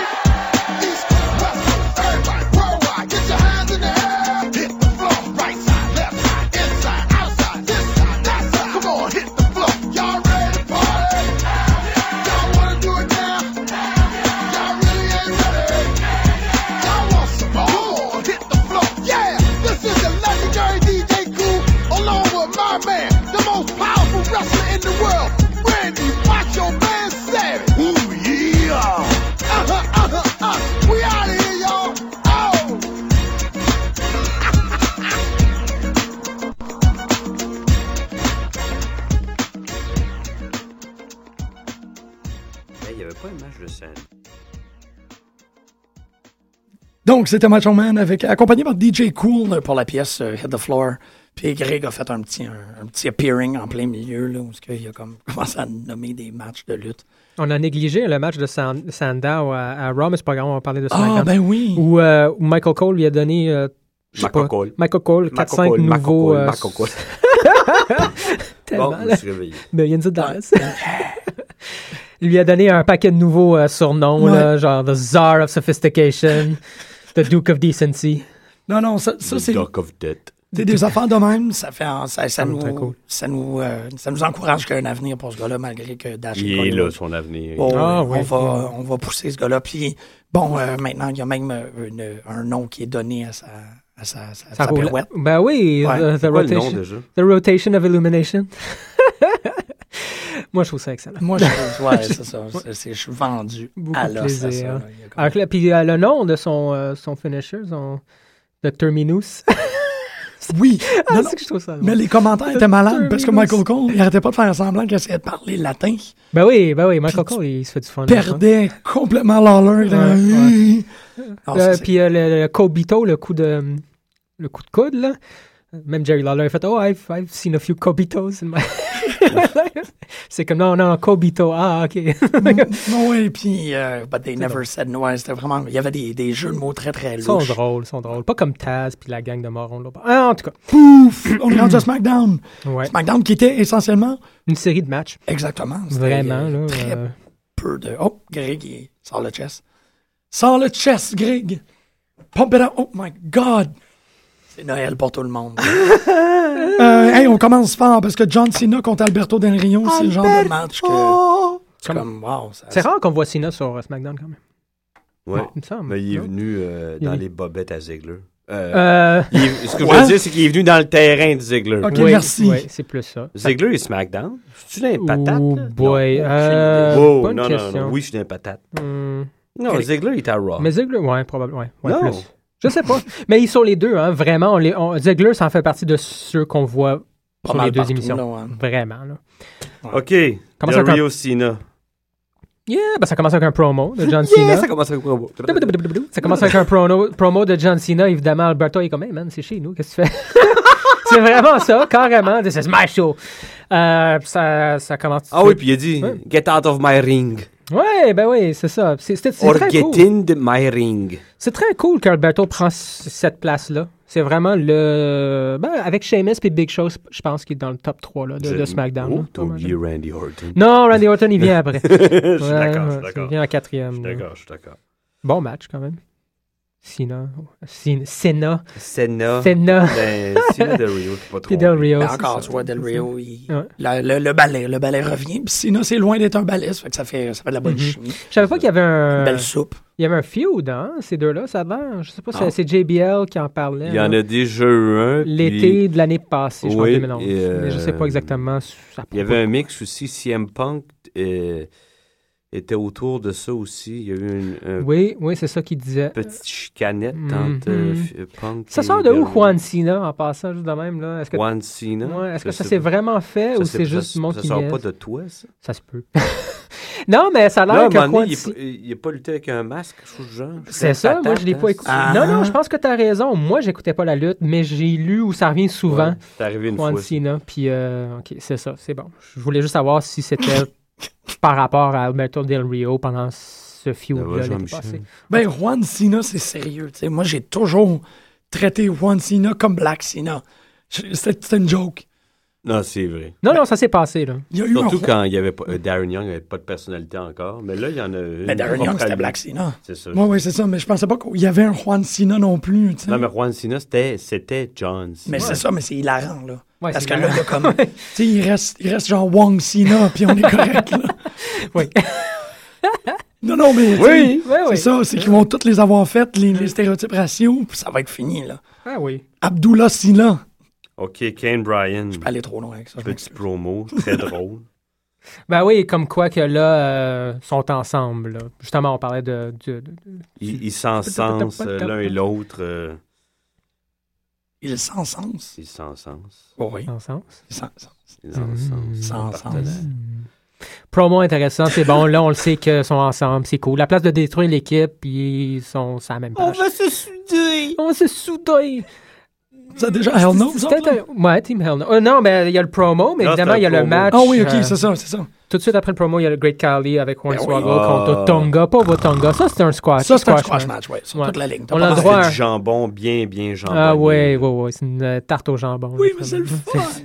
Speaker 8: East, west, everybody worldwide. Get your hands in the air. Hit the floor. Right side, left side, inside, outside, this side, that side. Come on, hit the floor. Y'all ready to party? Y'all wanna do it now? Y'all really ain't ready. Y'all want some more? Come on, hit the floor. Yeah, this is the legendary DJ Cool, along with my man, the most powerful wrestler in the world, Randy Macho Man Savage.
Speaker 9: Ooh, yeah.
Speaker 8: Uh-huh, uh-huh, uh. We out of here, y'all. Oh.
Speaker 5: Hey, Il n'y avait pas un match de scène.
Speaker 3: Donc, c'était Macho Man avec, accompagné par DJ Cool pour la pièce euh, Hit the Floor. Puis Greg a fait un petit, un, un petit appearing en plein milieu, là, où il a comme commencé à nommer des matchs de lutte.
Speaker 4: On a négligé le match de San- Sandow à, à Raw, mais c'est pas grave, on va parler de SmackDown.
Speaker 3: Ah, ben oui!
Speaker 4: où, euh, où Michael Cole lui a donné. Euh, je sais
Speaker 5: Michael
Speaker 4: pas,
Speaker 5: Cole.
Speaker 4: Michael Cole, 4-5 nouveaux. euh,
Speaker 5: Marco Cole.
Speaker 4: tellement,
Speaker 5: Bon, je
Speaker 4: là.
Speaker 5: me suis réveillé.
Speaker 4: Millions
Speaker 3: Ah.
Speaker 4: of dollars. Il lui a donné un paquet de nouveaux euh, surnoms,
Speaker 3: Ouais.
Speaker 4: là, genre The Czar of Sophistication, The Duke of Decency.
Speaker 3: Non, non, ça, ça,
Speaker 5: The
Speaker 3: c'est
Speaker 5: Duck of Death.
Speaker 3: des, des affaires de même. Ça, fait, en- ça, ça
Speaker 4: Ah,
Speaker 3: nous,
Speaker 4: très cool.
Speaker 3: ça, nous, euh, ça nous encourage qu'il y a un avenir pour ce gars-là, malgré que Dash est
Speaker 5: Il est
Speaker 3: Ah, connu.
Speaker 5: là, son avenir.
Speaker 3: Bon, euh,
Speaker 4: Ah,
Speaker 3: on,
Speaker 4: ouais.
Speaker 3: va, on va pousser ce gars-là. Puis, bon, euh, maintenant, il y a même euh, une- un nom qui est donné à sa, à sa, sa- sa
Speaker 4: Ça roule.
Speaker 3: pirouette.
Speaker 4: Ben oui,
Speaker 3: Ouais.
Speaker 4: the, the
Speaker 5: C'est quoi le nom
Speaker 4: rotation,
Speaker 5: déjà?
Speaker 4: the rotation of Illumination. Moi, je trouve ça excellent.
Speaker 3: Moi, je, ouais, c'est ça. C'est- c'est- je suis vendu
Speaker 4: Beaucoup
Speaker 3: à
Speaker 4: de
Speaker 3: l'os à
Speaker 4: plaisir,
Speaker 3: ça,
Speaker 4: hein.
Speaker 3: là. Il y a comme-
Speaker 4: Alors, que là, puis euh, le nom de son, euh, son finisher, son, de Terminus.
Speaker 3: Oui, non, Ah, non,
Speaker 4: Ah, c'est que je trouve ça. drôle.
Speaker 3: mais les commentaires étaient malades parce que
Speaker 4: Terminus.
Speaker 3: Michael Cole, il arrêtait pas de faire semblant qu'il essayait de parler latin.
Speaker 4: Ben oui, ben oui, Michael Cole, il se fait du fun. hein.
Speaker 3: Il perdait complètement l'honneur. il était- Non,
Speaker 4: Euh,
Speaker 3: Ah, ça, c'est-
Speaker 4: puis euh, le, le Kobito, le coup de euh, le coup de coude là. Même Jerry Lawler a fait Oh, I've, I've seen a few Kobitos in my life. C'est comme non, non, Kobito. Ah, ok.
Speaker 3: oui, puis euh, But They Never Said No. ouais, C'était vraiment. Il y avait des, des jeux de mots très, très
Speaker 4: ils sont
Speaker 3: louches.
Speaker 4: drôles, ils sont drôles. Pas comme Taz puis la gang de Moron. Là. Ah, en tout cas,
Speaker 3: Pouf! On est rendu à SmackDown.
Speaker 4: ouais.
Speaker 3: SmackDown qui était essentiellement.
Speaker 4: une série de matchs.
Speaker 3: Exactement. c'était,
Speaker 4: Vraiment,
Speaker 3: euh,
Speaker 4: là.
Speaker 3: Très
Speaker 4: euh,
Speaker 3: peu de. Oh, Greg, il sort le chest. Sors le chest, Greg! Pump it out! Oh my God! C'est Noël pour tout le monde. Euh, hey, on commence fort parce que John Cena contre Alberto Del Rio, c'est le genre de match que. C'est comme, wow. ça-
Speaker 4: C'est rare qu'on voit Cena sur euh, SmackDown quand même.
Speaker 5: Ouais.
Speaker 4: Il me semble.
Speaker 5: Mais il est
Speaker 4: non?
Speaker 5: venu euh,
Speaker 4: Il
Speaker 5: dans
Speaker 4: est-
Speaker 5: les bobettes à Ziegler. Euh,
Speaker 4: Euh,
Speaker 5: il est- ce que je
Speaker 3: Quoi?
Speaker 5: veux dire, c'est qu'il est venu dans le terrain de Ziegler.
Speaker 3: Ok,
Speaker 4: oui,
Speaker 3: merci.
Speaker 4: oui, c'est plus ça.
Speaker 5: Ziegler et SmackDown. Je suis dans les patates.
Speaker 4: Oh
Speaker 5: là?
Speaker 4: boy.
Speaker 5: Non.
Speaker 4: Euh,
Speaker 5: Wow,
Speaker 4: bonne
Speaker 5: non, non, non,
Speaker 4: question.
Speaker 5: Oui, je suis dans les patates.
Speaker 4: Hmm.
Speaker 5: Non, Ziggler, il est à Raw.
Speaker 4: Mais Ziggler, ouais, probablement. Ouais, ouais,
Speaker 5: Non.
Speaker 4: plus. Je sais pas. Mais ils sont les deux, hein, vraiment. On les, on- Ziggler, ça en fait partie de ceux qu'on voit
Speaker 3: Pas
Speaker 4: sur
Speaker 3: mal
Speaker 4: les deux
Speaker 3: partout,
Speaker 4: émissions.
Speaker 3: là, hein. ouais.
Speaker 4: Vraiment. Là.
Speaker 5: OK.
Speaker 4: Comment ça
Speaker 5: Del
Speaker 4: commence?
Speaker 5: Rio Cena.
Speaker 4: Yeah, ben, ça commence avec un promo de John
Speaker 5: Yeah,
Speaker 4: Cena.
Speaker 5: ça commence avec quoi?
Speaker 4: Ça commence avec un promo, promo de John Cena. Évidemment, Alberto est comme, hey man, c'est chez nous, qu'est-ce que tu fais? c'est vraiment ça, carrément. This is my show. Euh, ça, ça commence.
Speaker 5: Ah oui, puis il a dit
Speaker 4: Ouais.
Speaker 5: Get out of my ring.
Speaker 4: Ouais, ben oui, c'est ça. C'est c'est- c'est
Speaker 5: Or
Speaker 4: très
Speaker 5: get
Speaker 4: cool.
Speaker 5: in the- my ring.
Speaker 4: C'est très cool qu'Alberto prend c- cette place-là. C'est vraiment le. Ben, avec Sheamus et Big Show, je pense qu'il est dans le top 3 là, de, de SmackDown.
Speaker 5: Oh,
Speaker 4: là.
Speaker 5: t'as oublié Randy Orton.
Speaker 4: Non, Randy Orton, il vient après. je
Speaker 5: Euh, je suis d'accord, je suis
Speaker 4: Il vient en
Speaker 5: d'accord. Je suis
Speaker 4: quatrième. là.
Speaker 5: d'accord, je suis d'accord.
Speaker 4: Bon match, quand même. Cena. Cena. Cena.
Speaker 5: Senna.
Speaker 4: Cena.
Speaker 5: Ben, Cena Del Rio, t'es pas trop.
Speaker 4: Puis Del Rio.
Speaker 3: Mais
Speaker 4: c'est
Speaker 3: Ben, encore,
Speaker 4: ça.
Speaker 3: tu vois, Del Rio, il-
Speaker 4: Ouais.
Speaker 3: la- le, le balai, le balai revient. Puis sinon, c'est loin d'être un balai, ça fait que ça fait, ça fait de la bonne chimie.
Speaker 4: Je savais pas qu'il y avait un.
Speaker 3: Belle soupe.
Speaker 4: Il y avait un feud, hein, ces deux-là, ça va. Je sais pas si
Speaker 5: Ah.
Speaker 4: c'est JBL qui en parlait.
Speaker 5: Il y en
Speaker 4: là.
Speaker 5: a déjà eu un. puis
Speaker 4: L'été de l'année passée, je crois,
Speaker 5: Oui,
Speaker 4: 2011.
Speaker 5: et, euh,
Speaker 4: Mais je sais pas exactement. ça
Speaker 5: Il y avait un mix aussi. CM Punk euh, était autour de ça aussi. Il y a eu une, un
Speaker 4: Oui, oui, c'est ça qu'il disait.
Speaker 5: petite chicanette
Speaker 4: Mhm.
Speaker 5: entre euh, f- euh, Punk.
Speaker 4: Ça
Speaker 5: et
Speaker 4: sort de
Speaker 5: Del
Speaker 4: où
Speaker 5: Rio.
Speaker 4: Juan Cena en passant juste de même là Est-ce que
Speaker 5: Juan Cena.
Speaker 4: Ouais, est-ce
Speaker 5: Je
Speaker 4: que ça
Speaker 5: sais
Speaker 4: s'est
Speaker 5: pas.
Speaker 4: vraiment fait
Speaker 5: Ça,
Speaker 4: ou
Speaker 5: c'est-
Speaker 4: c'est juste
Speaker 5: ça,
Speaker 4: du monde
Speaker 5: ça
Speaker 4: qui
Speaker 5: sort
Speaker 4: niaise?
Speaker 5: pas de toi, ça?
Speaker 4: Ça se peut. non, mais ça a
Speaker 5: Là, à
Speaker 4: l'air
Speaker 5: un
Speaker 4: que
Speaker 5: moment
Speaker 4: Juan
Speaker 5: donné, il
Speaker 4: Cena-
Speaker 5: a pas- il n'a pas lutté avec un masque, sous le genre. Ah,
Speaker 4: C'est ça, moi je l'ai pas écouté. Non, non, je pense que t'as raison. Moi, j'écoutais pas la lutte, mais j'ai lu où ça revient souvent.
Speaker 5: C'est arrivé une
Speaker 4: Juan
Speaker 5: fois. ça.
Speaker 4: Cena, puis euh, ok, c'est ça, c'est bon. Je voulais juste savoir si c'était par rapport à Alberto Del Rio pendant ce feud
Speaker 5: Ça va,
Speaker 4: là l'été
Speaker 5: Jean-Michel.
Speaker 4: passé.
Speaker 3: Ben, Juan Cena, c'est sérieux. tu sais. Moi, j'ai toujours traité Juan Cena comme Black Cena. Je- C'était c'était une joke.
Speaker 5: Non, c'est vrai.
Speaker 4: Non, non, ça s'est passé là.
Speaker 3: Il y a eu
Speaker 5: Surtout
Speaker 3: un...
Speaker 5: quand il y avait pas, euh, Darren Young n'avait pas de personnalité encore. Mais là, il y en a une.
Speaker 3: Mais Darren Young,
Speaker 5: propre à
Speaker 3: c'était
Speaker 5: lui.
Speaker 3: Black Cena.
Speaker 5: C'est ça.
Speaker 3: Oui, oui, c'est ça. Mais je pensais pas qu'il y avait un Juan Cena non plus. tu sais.
Speaker 5: Non, mais Juan Cena, c'était, c'était John Cena.
Speaker 3: Mais c'est ça, mais c'est hilarant, là.
Speaker 4: Ouais,
Speaker 3: Parce
Speaker 4: c'est
Speaker 3: que là,
Speaker 4: hilarant.
Speaker 3: il y a comme. tu sais, il reste, il reste genre Wong Sina, puis on est correct, là.
Speaker 4: Oui.
Speaker 3: Non, non, mais. tu sais,
Speaker 4: Oui, oui,
Speaker 3: C'est
Speaker 4: oui.
Speaker 3: ça, c'est qu'ils vont toutes les avoir faites, les, les stéréotypes raciaux, puis ça va être fini, là.
Speaker 4: Ah oui.
Speaker 3: Abdullah Sina.
Speaker 5: OK, Kane Bryan.
Speaker 3: Aller trop loin avec ça. je
Speaker 5: Petit
Speaker 3: m'excuse.
Speaker 5: promo, très drôle.
Speaker 4: Ben oui, comme quoi que là, euh, sont ensemble. là. Justement, on parlait de. de- de-
Speaker 5: Ils ils s'encensent euh, l'un
Speaker 4: hein?
Speaker 5: et l'autre. euh,
Speaker 3: Il sans sens.
Speaker 5: ils s'encensent.
Speaker 3: Oh Oui,
Speaker 4: dans le sens.
Speaker 3: il sans sens.
Speaker 4: Mm-hmm.
Speaker 5: Ils s'encensent.
Speaker 3: Sans
Speaker 4: hein.
Speaker 3: sens.
Speaker 4: Promo intéressant, c'est bon. Là, on le sait qu'ils sont ensemble, c'est cool. La place de détruire l'équipe, ils sont sur la même page.
Speaker 5: se souder!
Speaker 4: On va se souder.
Speaker 3: Vous avez déjà Hell No, vous autres, là?
Speaker 4: C'était un- Ouais, Team Hell No. Euh, non, mais il y a le promo, mais
Speaker 5: Non,
Speaker 4: évidemment,
Speaker 5: c'est un
Speaker 4: il y a le
Speaker 5: promo.
Speaker 4: match.
Speaker 3: Ah oui, ok,
Speaker 4: euh,
Speaker 3: c'est ça, c'est ça.
Speaker 4: Tout de suite après le promo, il y a le Great Khali avec Juan
Speaker 3: Ben oui.
Speaker 4: Suarez contre
Speaker 5: Ah.
Speaker 4: Tonga. Pas votre Tonga. Ça, Ah, c'est un squash.
Speaker 3: Ça, c'est un
Speaker 4: squash
Speaker 3: squash match,
Speaker 4: match.
Speaker 3: oui. Sur
Speaker 4: Ouais.
Speaker 3: toute la ligne. T'as
Speaker 4: On
Speaker 3: pas
Speaker 4: a
Speaker 3: mal-
Speaker 4: droit à-
Speaker 5: C'est du jambon, bien, bien jambon.
Speaker 4: Ah ouais, ouais, ouais. C'est une euh, tarte au jambon.
Speaker 3: Oui, mais
Speaker 4: là, vraiment.
Speaker 3: c'est le fun.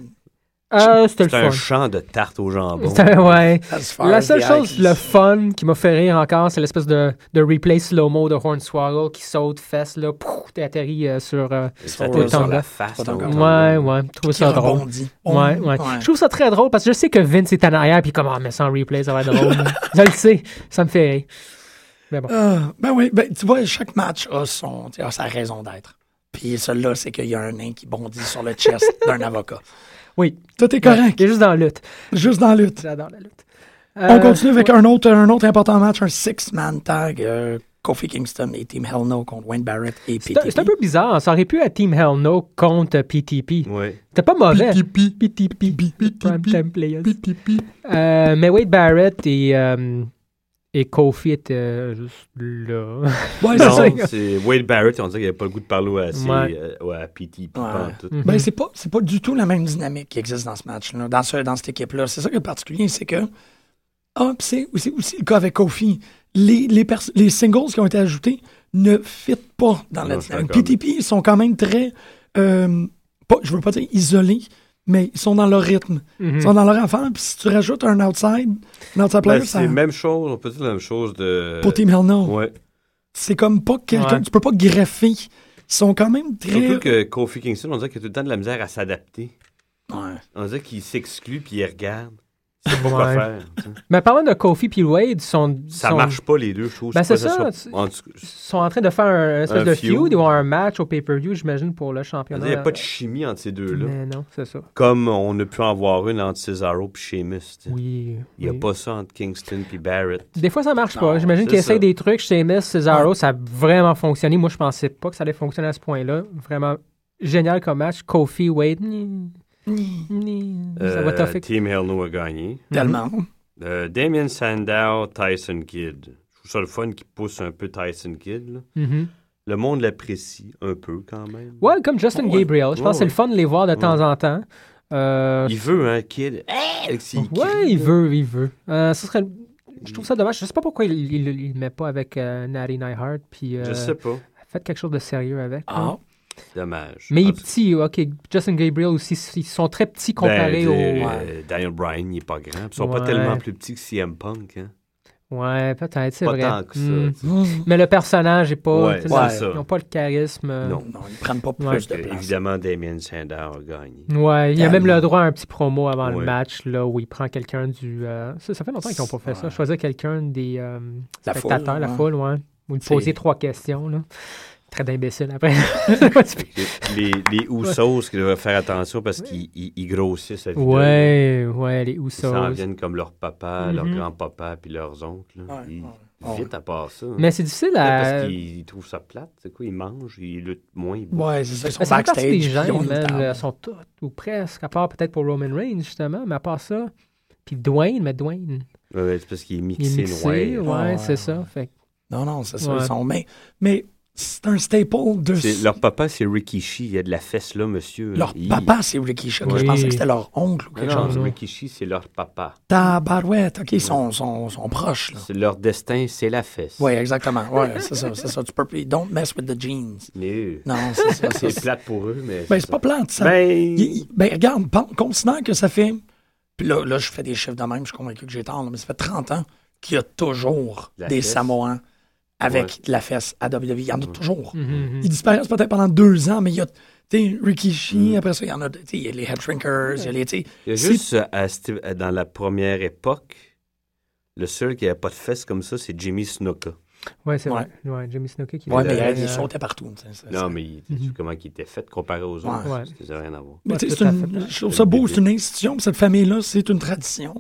Speaker 4: Ah, c'était le
Speaker 5: C'est un
Speaker 4: fun.
Speaker 5: champ de tarte au jambon.
Speaker 4: C'était- Ouais.
Speaker 3: As far
Speaker 4: La
Speaker 3: as
Speaker 4: seule
Speaker 3: the
Speaker 4: chose,
Speaker 3: eyes.
Speaker 4: le fun qui m'a fait rire encore, c'est l'espèce de, de replay slow-mo de Hornswoggle qui saute, fesse, là, pouf, t'es atterri euh, sur... euh,
Speaker 5: Ça
Speaker 3: Sur-
Speaker 5: te sur
Speaker 4: Tonga.
Speaker 5: la face.
Speaker 3: Sur Tonga.
Speaker 4: ouais, ouais, je trouve
Speaker 3: Qui
Speaker 4: ça drôle.
Speaker 3: rebondit.
Speaker 4: Ouais, ouais, Je trouve ça très drôle parce que je sais que Vince est en arrière puis comme, ah, mais sans replay, ça va être drôle. je le sais, ça me fait rire.
Speaker 3: Ah, ben oui, ben, tu vois, chaque match a, son, tu sais, a sa raison d'être. Puis celui-là, c'est qu'il y a un nain qui bondit sur le chest d'un avocat.
Speaker 4: Oui. Ben,
Speaker 3: Tout est correct,
Speaker 4: Il est juste dans la lutte.
Speaker 3: juste dans la lutte.
Speaker 4: J'adore la lutte.
Speaker 3: On
Speaker 4: Euh,
Speaker 3: continue avec un, autre, un autre important match, un six-man tag. euh, Kofi Kingston et Team Hell No contre Wayne Barrett et E.
Speaker 4: C'est un-
Speaker 3: PTP.
Speaker 4: c'est un peu bizarre. Ça aurait pu être Team Hell No contre PTP.
Speaker 5: Ouais.
Speaker 4: C'était pas mauvais. PTP. PTP. Prime Time Players. Euh, mais Wade Barrett et, euh, et Kofi étaient juste là.
Speaker 3: Ouais, c'est ça.
Speaker 5: Non, c'est Wade Barrett, on dirait qu'il n'avait pas le goût de parler à, ses,
Speaker 4: Ouais. Hmm.
Speaker 5: euh, ouais, à PT.
Speaker 3: Ouais.
Speaker 5: pantoute.
Speaker 3: Ben, c'est pas, c'est pas du tout la même dynamique qui existe dans ce match-là, dans, ce, dans cette équipe-là. C'est ça qui est particulier, c'est que. Ah, pis c'est aussi, aussi le cas avec Kofi. Les, les, pers- les singles qui ont été ajoutés ne fit pas dans la
Speaker 5: Non, je suis
Speaker 3: dynamique.
Speaker 5: d'accord.
Speaker 3: PTP, ils sont quand même très. euh, pas, je veux pas dire isolés, mais ils sont dans leur rythme.
Speaker 4: Mhm.
Speaker 3: Ils sont dans leur affaire, puis si tu rajoutes un outside, un outside
Speaker 5: Hmm. Ben,
Speaker 3: player,
Speaker 5: c'est
Speaker 3: ça.
Speaker 5: euh, la même chose, on peut dire la même chose de.
Speaker 3: Pour Team Hell No,
Speaker 5: Ouais.
Speaker 3: c'est comme pas quelqu'un.
Speaker 4: Ouais.
Speaker 3: Tu peux pas greffer. Ils sont quand même très.
Speaker 5: Surtout que Kofi Kingston, on dirait qu'il a tout le temps de la misère à s'adapter.
Speaker 3: Ouais.
Speaker 5: On dirait qu'il s'exclut puis il regarde. C'est pas quoi
Speaker 4: Ouais.
Speaker 5: faire. tu sais.
Speaker 4: Mais parlant de Kofi puis Wade, sont,
Speaker 5: Ça
Speaker 4: sont-
Speaker 5: marche pas, les deux, je trouve.
Speaker 4: Ben,
Speaker 5: Je sais
Speaker 4: c'est ça,
Speaker 5: pas si
Speaker 4: tu-
Speaker 5: En tout cas,
Speaker 4: sont en train de faire un espèce
Speaker 5: Un
Speaker 4: de
Speaker 5: feud.
Speaker 4: feud ou un match au pay-per-view, j'imagine, pour le
Speaker 5: il
Speaker 4: championnat.
Speaker 5: n'y a pas de chimie entre ces deux-là.
Speaker 4: Mais non, c'est ça.
Speaker 5: Comme on a pu en voir une entre Cesaro et Sheamus. tu sais.
Speaker 4: Oui.
Speaker 5: Il n'y a
Speaker 4: oui.
Speaker 5: pas ça entre Kingston et Barrett.
Speaker 4: Des fois, ça marche pas. J'imagine
Speaker 5: c'est
Speaker 4: qu'ils
Speaker 5: ça.
Speaker 4: essayent des trucs. Chez MS, Cesaro, ça a vraiment fonctionné. Moi, je pensais pas que ça allait fonctionner à ce point-là. Vraiment génial comme match. Kofi, Wade, ni- ni- ça va
Speaker 5: Euh,
Speaker 4: toffer.
Speaker 5: Team Hell No a gagné.
Speaker 3: Tellement.
Speaker 5: Euh, Damien Sandow, Tyson Kidd. Je trouve ça le fun qui pousse un peu Tyson Kidd. là.
Speaker 4: Mhm.
Speaker 5: Le monde l'apprécie un peu quand même.
Speaker 4: Ouais, comme Justin Gabriel. Je pense
Speaker 5: Ouais,
Speaker 4: que c'est le fun de les voir de temps en temps. Euh,
Speaker 5: Il veut, hein, Kidd. Hey! Avec ses
Speaker 4: ouais,
Speaker 5: cris,
Speaker 4: il
Speaker 5: là.
Speaker 4: veut, il veut. Euh, ça serait... Je trouve ça dommage. Je sais pas pourquoi il il- il le met pas avec euh, Natty Neihart. Puis, euh,
Speaker 5: Je sais pas.
Speaker 4: Faites quelque chose de sérieux avec.
Speaker 3: Ah,
Speaker 4: hein.
Speaker 5: Dommage.
Speaker 4: Mais il
Speaker 5: En
Speaker 4: est
Speaker 5: tout
Speaker 4: petit, ok. Justin Gabriel aussi, ils sont très petits
Speaker 5: cas,
Speaker 4: comparés
Speaker 5: ben,
Speaker 4: au.
Speaker 5: euh, Daniel Bryan, il n'est pas grand. Ils sont
Speaker 4: Ouais.
Speaker 5: pas tellement plus petits que CM Punk. Hein.
Speaker 4: Ouais, peut-être, c'est
Speaker 5: Pas
Speaker 4: vrai.
Speaker 5: tant que ça.
Speaker 4: Hmm.
Speaker 5: tu sais.
Speaker 4: Mais le personnage est pas.
Speaker 5: Ouais,
Speaker 4: tu
Speaker 5: c'est
Speaker 4: sais,
Speaker 5: ça.
Speaker 4: Ils n'ont pas le charisme. euh,
Speaker 5: Non.
Speaker 3: non, ils prennent pas plus
Speaker 4: Ouais.
Speaker 3: de
Speaker 5: Euh,
Speaker 3: place.
Speaker 5: Évidemment, Damien Sandow a gagné.
Speaker 4: Ouais, il y a même
Speaker 3: Tellement.
Speaker 4: le droit à un petit promo avant le
Speaker 5: Ouais.
Speaker 4: match, là, où il prend quelqu'un du. euh, Ça, ça fait longtemps qu'ils n'ont pas fait ça. Choisir quelqu'un des euh,
Speaker 3: La foule,
Speaker 4: spectateurs, la
Speaker 3: ouais.
Speaker 4: foule, ouais. Ou lui
Speaker 3: C'est-
Speaker 4: poser trois questions, là. Très d'imbécile après. C'est quoi tu-
Speaker 5: Les, les, les Usos qui devraient faire attention parce qu'ils ils- ils grossissent à vie.
Speaker 4: ouais, Mm-hmm. ouais, les
Speaker 5: Ils s'en
Speaker 4: Usos.
Speaker 5: viennent comme leur papa, leur grand-papa, puis leurs oncles. là.
Speaker 3: Ouais,
Speaker 5: ils,
Speaker 3: ouais,
Speaker 5: Vite à part ça. hein.
Speaker 4: Mais c'est difficile
Speaker 5: Parce
Speaker 4: à.
Speaker 5: qu'ils ils trouvent ça plate. C'est quoi? Ils mangent, ils luttent moins. Ils boivent.
Speaker 3: Ouais, c'est ça. Ils sont
Speaker 4: Mais ça fait partie
Speaker 3: backstage.
Speaker 4: des
Speaker 3: puis
Speaker 4: gens,
Speaker 3: ils ont une
Speaker 4: man,
Speaker 3: table.
Speaker 4: euh, sont toutes ou presque, à part peut-être pour Roman Reigns, justement, mais à part ça. Puis Dwayne, mais Dwayne,
Speaker 5: Ouais, c'est parce qu'ils est
Speaker 4: il est
Speaker 5: mixé
Speaker 4: mixé, ouais,
Speaker 5: noir.
Speaker 3: Ouais,
Speaker 4: c'est ça. Fait que-
Speaker 3: Non, non, c'est ça.
Speaker 4: Ouais.
Speaker 3: Ils sont. Mais, mais c'est un staple de.
Speaker 5: C'est- Leur papa, c'est Rikishi. Il y a de la fesse là, monsieur.
Speaker 3: Leur
Speaker 5: Il-
Speaker 3: papa, c'est Ricky Shot.
Speaker 4: Oui.
Speaker 3: Je pensais que c'était leur oncle ou
Speaker 5: Non,
Speaker 3: quelque
Speaker 5: non,
Speaker 3: chose.
Speaker 4: non.
Speaker 5: Rikishi, c'est leur papa.
Speaker 3: Tabarouette, OK, ils sont, sont, sont proches, là.
Speaker 5: C'est- Leur destin, c'est la fesse.
Speaker 3: Oui, exactement. Oui, c'est ça, c'est ça. Tu peux... Don't mess with the jeans.
Speaker 5: Mais euh,
Speaker 3: Non, c'est ça.
Speaker 5: c'est
Speaker 3: C'est
Speaker 5: plate pour eux, mais.
Speaker 3: ben, c'est pas plate, ça.
Speaker 5: Ben,
Speaker 3: Il- il- ben, regarde, pen- considère que ça fait... Puis là, là, je fais des chiffres de même, je suis convaincu que j'ai tort, là, mais ça fait 30 ans qu'il y a toujours
Speaker 5: La
Speaker 3: des
Speaker 5: fesse.
Speaker 3: Samoans avec de la fesse à WWE. Il y en a toujours.
Speaker 4: Mhm.
Speaker 3: Ils disparaissent peut-être pendant deux ans, mais il y a... Tu sais, Rikishi,
Speaker 5: Mm.
Speaker 3: après ça, il y en a... Tu sais, il y a les Head Shrinkers, il y a les... tu sais,
Speaker 5: Il y a
Speaker 3: c'est-
Speaker 5: juste euh, à Steve- euh, dans la première époque, le seul qui n'avait pas de fesses comme ça, c'est Jimmy Snuka.
Speaker 4: Ouais, c'est
Speaker 3: Ouais.
Speaker 4: vrai. Ouais, Jimmy Snuka qui
Speaker 3: Ouais,
Speaker 5: Il
Speaker 3: mais
Speaker 5: avait,
Speaker 3: il,
Speaker 4: euh,
Speaker 3: il sautait partout. tu sais, c'est-
Speaker 5: Non, mais il- tu sais
Speaker 3: Mhm.
Speaker 5: comment il était fait comparé aux autres?
Speaker 4: Ouais.
Speaker 5: Ça n'avait rien à voir.
Speaker 3: Mais
Speaker 4: Ouais,
Speaker 3: tu sais,
Speaker 4: tout
Speaker 3: c'est
Speaker 4: à
Speaker 3: une-
Speaker 4: fait.
Speaker 3: je trouve ça beau, c'est une institution, puis cette famille-là, c'est une tradition.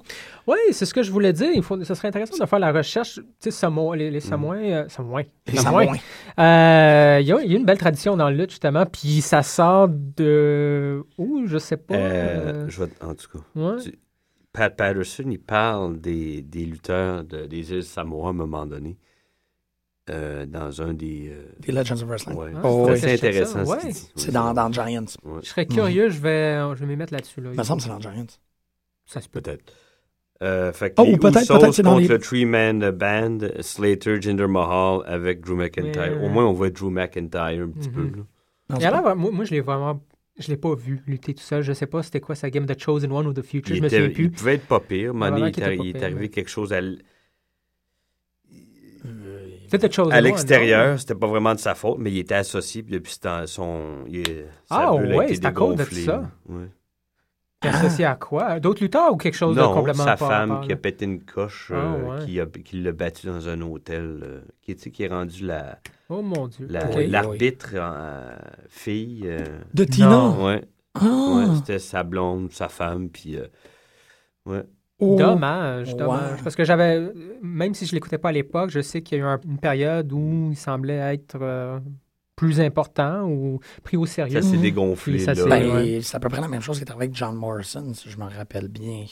Speaker 4: Oui, c'est ce que je voulais dire. Il faut, ce serait intéressant de faire la recherche. Tu sais, Samo- les, les Samoins. euh, Samoins.
Speaker 3: Les
Speaker 4: Samoins.
Speaker 3: Samoans.
Speaker 4: Euh, Il y, a- il y a une belle tradition dans le lutte, justement. Puis ça sort de. Ouh, je sais pas.
Speaker 5: Euh,
Speaker 4: euh,
Speaker 5: je vais te- en tout cas,
Speaker 4: ouais.
Speaker 5: tu- Pat Patterson, il parle des, des lutteurs de- des îles Samoa à un moment donné euh, dans un des. euh,
Speaker 3: Des Legends of Wrestling.
Speaker 5: ouais.
Speaker 3: Oh, oui.
Speaker 5: c'est assez
Speaker 4: Ah, C'est
Speaker 5: intéressant
Speaker 4: ça,
Speaker 5: ce qu'il
Speaker 4: ouais.
Speaker 5: dit.
Speaker 3: C'est dans, dans Giants.
Speaker 5: Ouais.
Speaker 4: Je serais curieux. Je vais, euh, je vais m'y mettre là-dessus. Là.
Speaker 3: Il me semble que c'est dans Giants.
Speaker 4: Ça se peut.
Speaker 5: Peut-être. Euh, fait que
Speaker 3: Oh,
Speaker 5: les
Speaker 3: ou peut-être-
Speaker 5: Usos
Speaker 3: peut-être c'est dans
Speaker 5: contre
Speaker 3: les-
Speaker 5: le Three-Man Band, Slater, Jinder Mahal avec Drew McIntyre.
Speaker 4: Mais-
Speaker 5: Au moins, on voit Drew McIntyre un petit
Speaker 4: Mhm.
Speaker 5: peu. là.
Speaker 3: Non,
Speaker 4: Et
Speaker 3: c'est pas-
Speaker 4: alors, moi, moi, je l'ai vraiment. Je l'ai pas vu lutter tout seul. Je sais pas c'était quoi sa game de Chosen One ou The Future.
Speaker 5: Il,
Speaker 4: je me
Speaker 5: était-
Speaker 4: souviens
Speaker 5: il
Speaker 4: plus.
Speaker 5: pouvait être pas pire. Mané,
Speaker 4: Probablement
Speaker 5: il,
Speaker 4: qu'il
Speaker 5: est arri-
Speaker 4: était pas
Speaker 5: il est
Speaker 4: pire,
Speaker 5: arrivé
Speaker 4: ouais.
Speaker 5: quelque chose à, l-
Speaker 4: Peut-être The Chosen
Speaker 5: à
Speaker 4: One, non? hein.
Speaker 5: l'extérieur. C'était pas vraiment de sa faute, mais il était associé. Puis depuis ce temps, son. il est- sa
Speaker 4: Ah,
Speaker 5: bulle a
Speaker 4: ouais,
Speaker 5: été
Speaker 4: c'est à cause de
Speaker 5: dégonflée,
Speaker 4: ça.
Speaker 5: là. Ouais.
Speaker 4: Associé à quoi D'autres lutteurs ou quelque chose de
Speaker 5: Non,
Speaker 4: complètement
Speaker 5: sa
Speaker 4: pas à
Speaker 5: femme
Speaker 4: part,
Speaker 5: qui a
Speaker 4: là?
Speaker 5: pété une coche,
Speaker 4: Ah,
Speaker 5: euh,
Speaker 4: ouais.
Speaker 5: qui, a- qui l'a battu dans un hôtel, euh, qui, tu sais, qui est rendu la-
Speaker 4: Oh mon dieu.
Speaker 5: la-
Speaker 4: Ok.
Speaker 5: l'arbitre en- fille. euh,
Speaker 3: De Tina.
Speaker 4: Non.
Speaker 5: ouais.
Speaker 3: Ah.
Speaker 5: Ouais, c'était sa blonde, sa femme, puis... euh, ouais.
Speaker 3: Oh.
Speaker 4: Dommage,
Speaker 3: Ouais.
Speaker 4: dommage. Parce que j'avais, même si je l'écoutais pas à l'époque, je sais qu'il y a eu un- une période où il semblait être euh, plus important ou pris au sérieux.
Speaker 5: Ça s'est
Speaker 3: Mhm.
Speaker 5: dégonflé,
Speaker 4: Puis ça
Speaker 5: là.
Speaker 4: s'est-
Speaker 3: Ben,
Speaker 4: Ouais.
Speaker 3: C'est à peu près la même chose qui est arrivé avec John Morrison, si je me rappelle bien.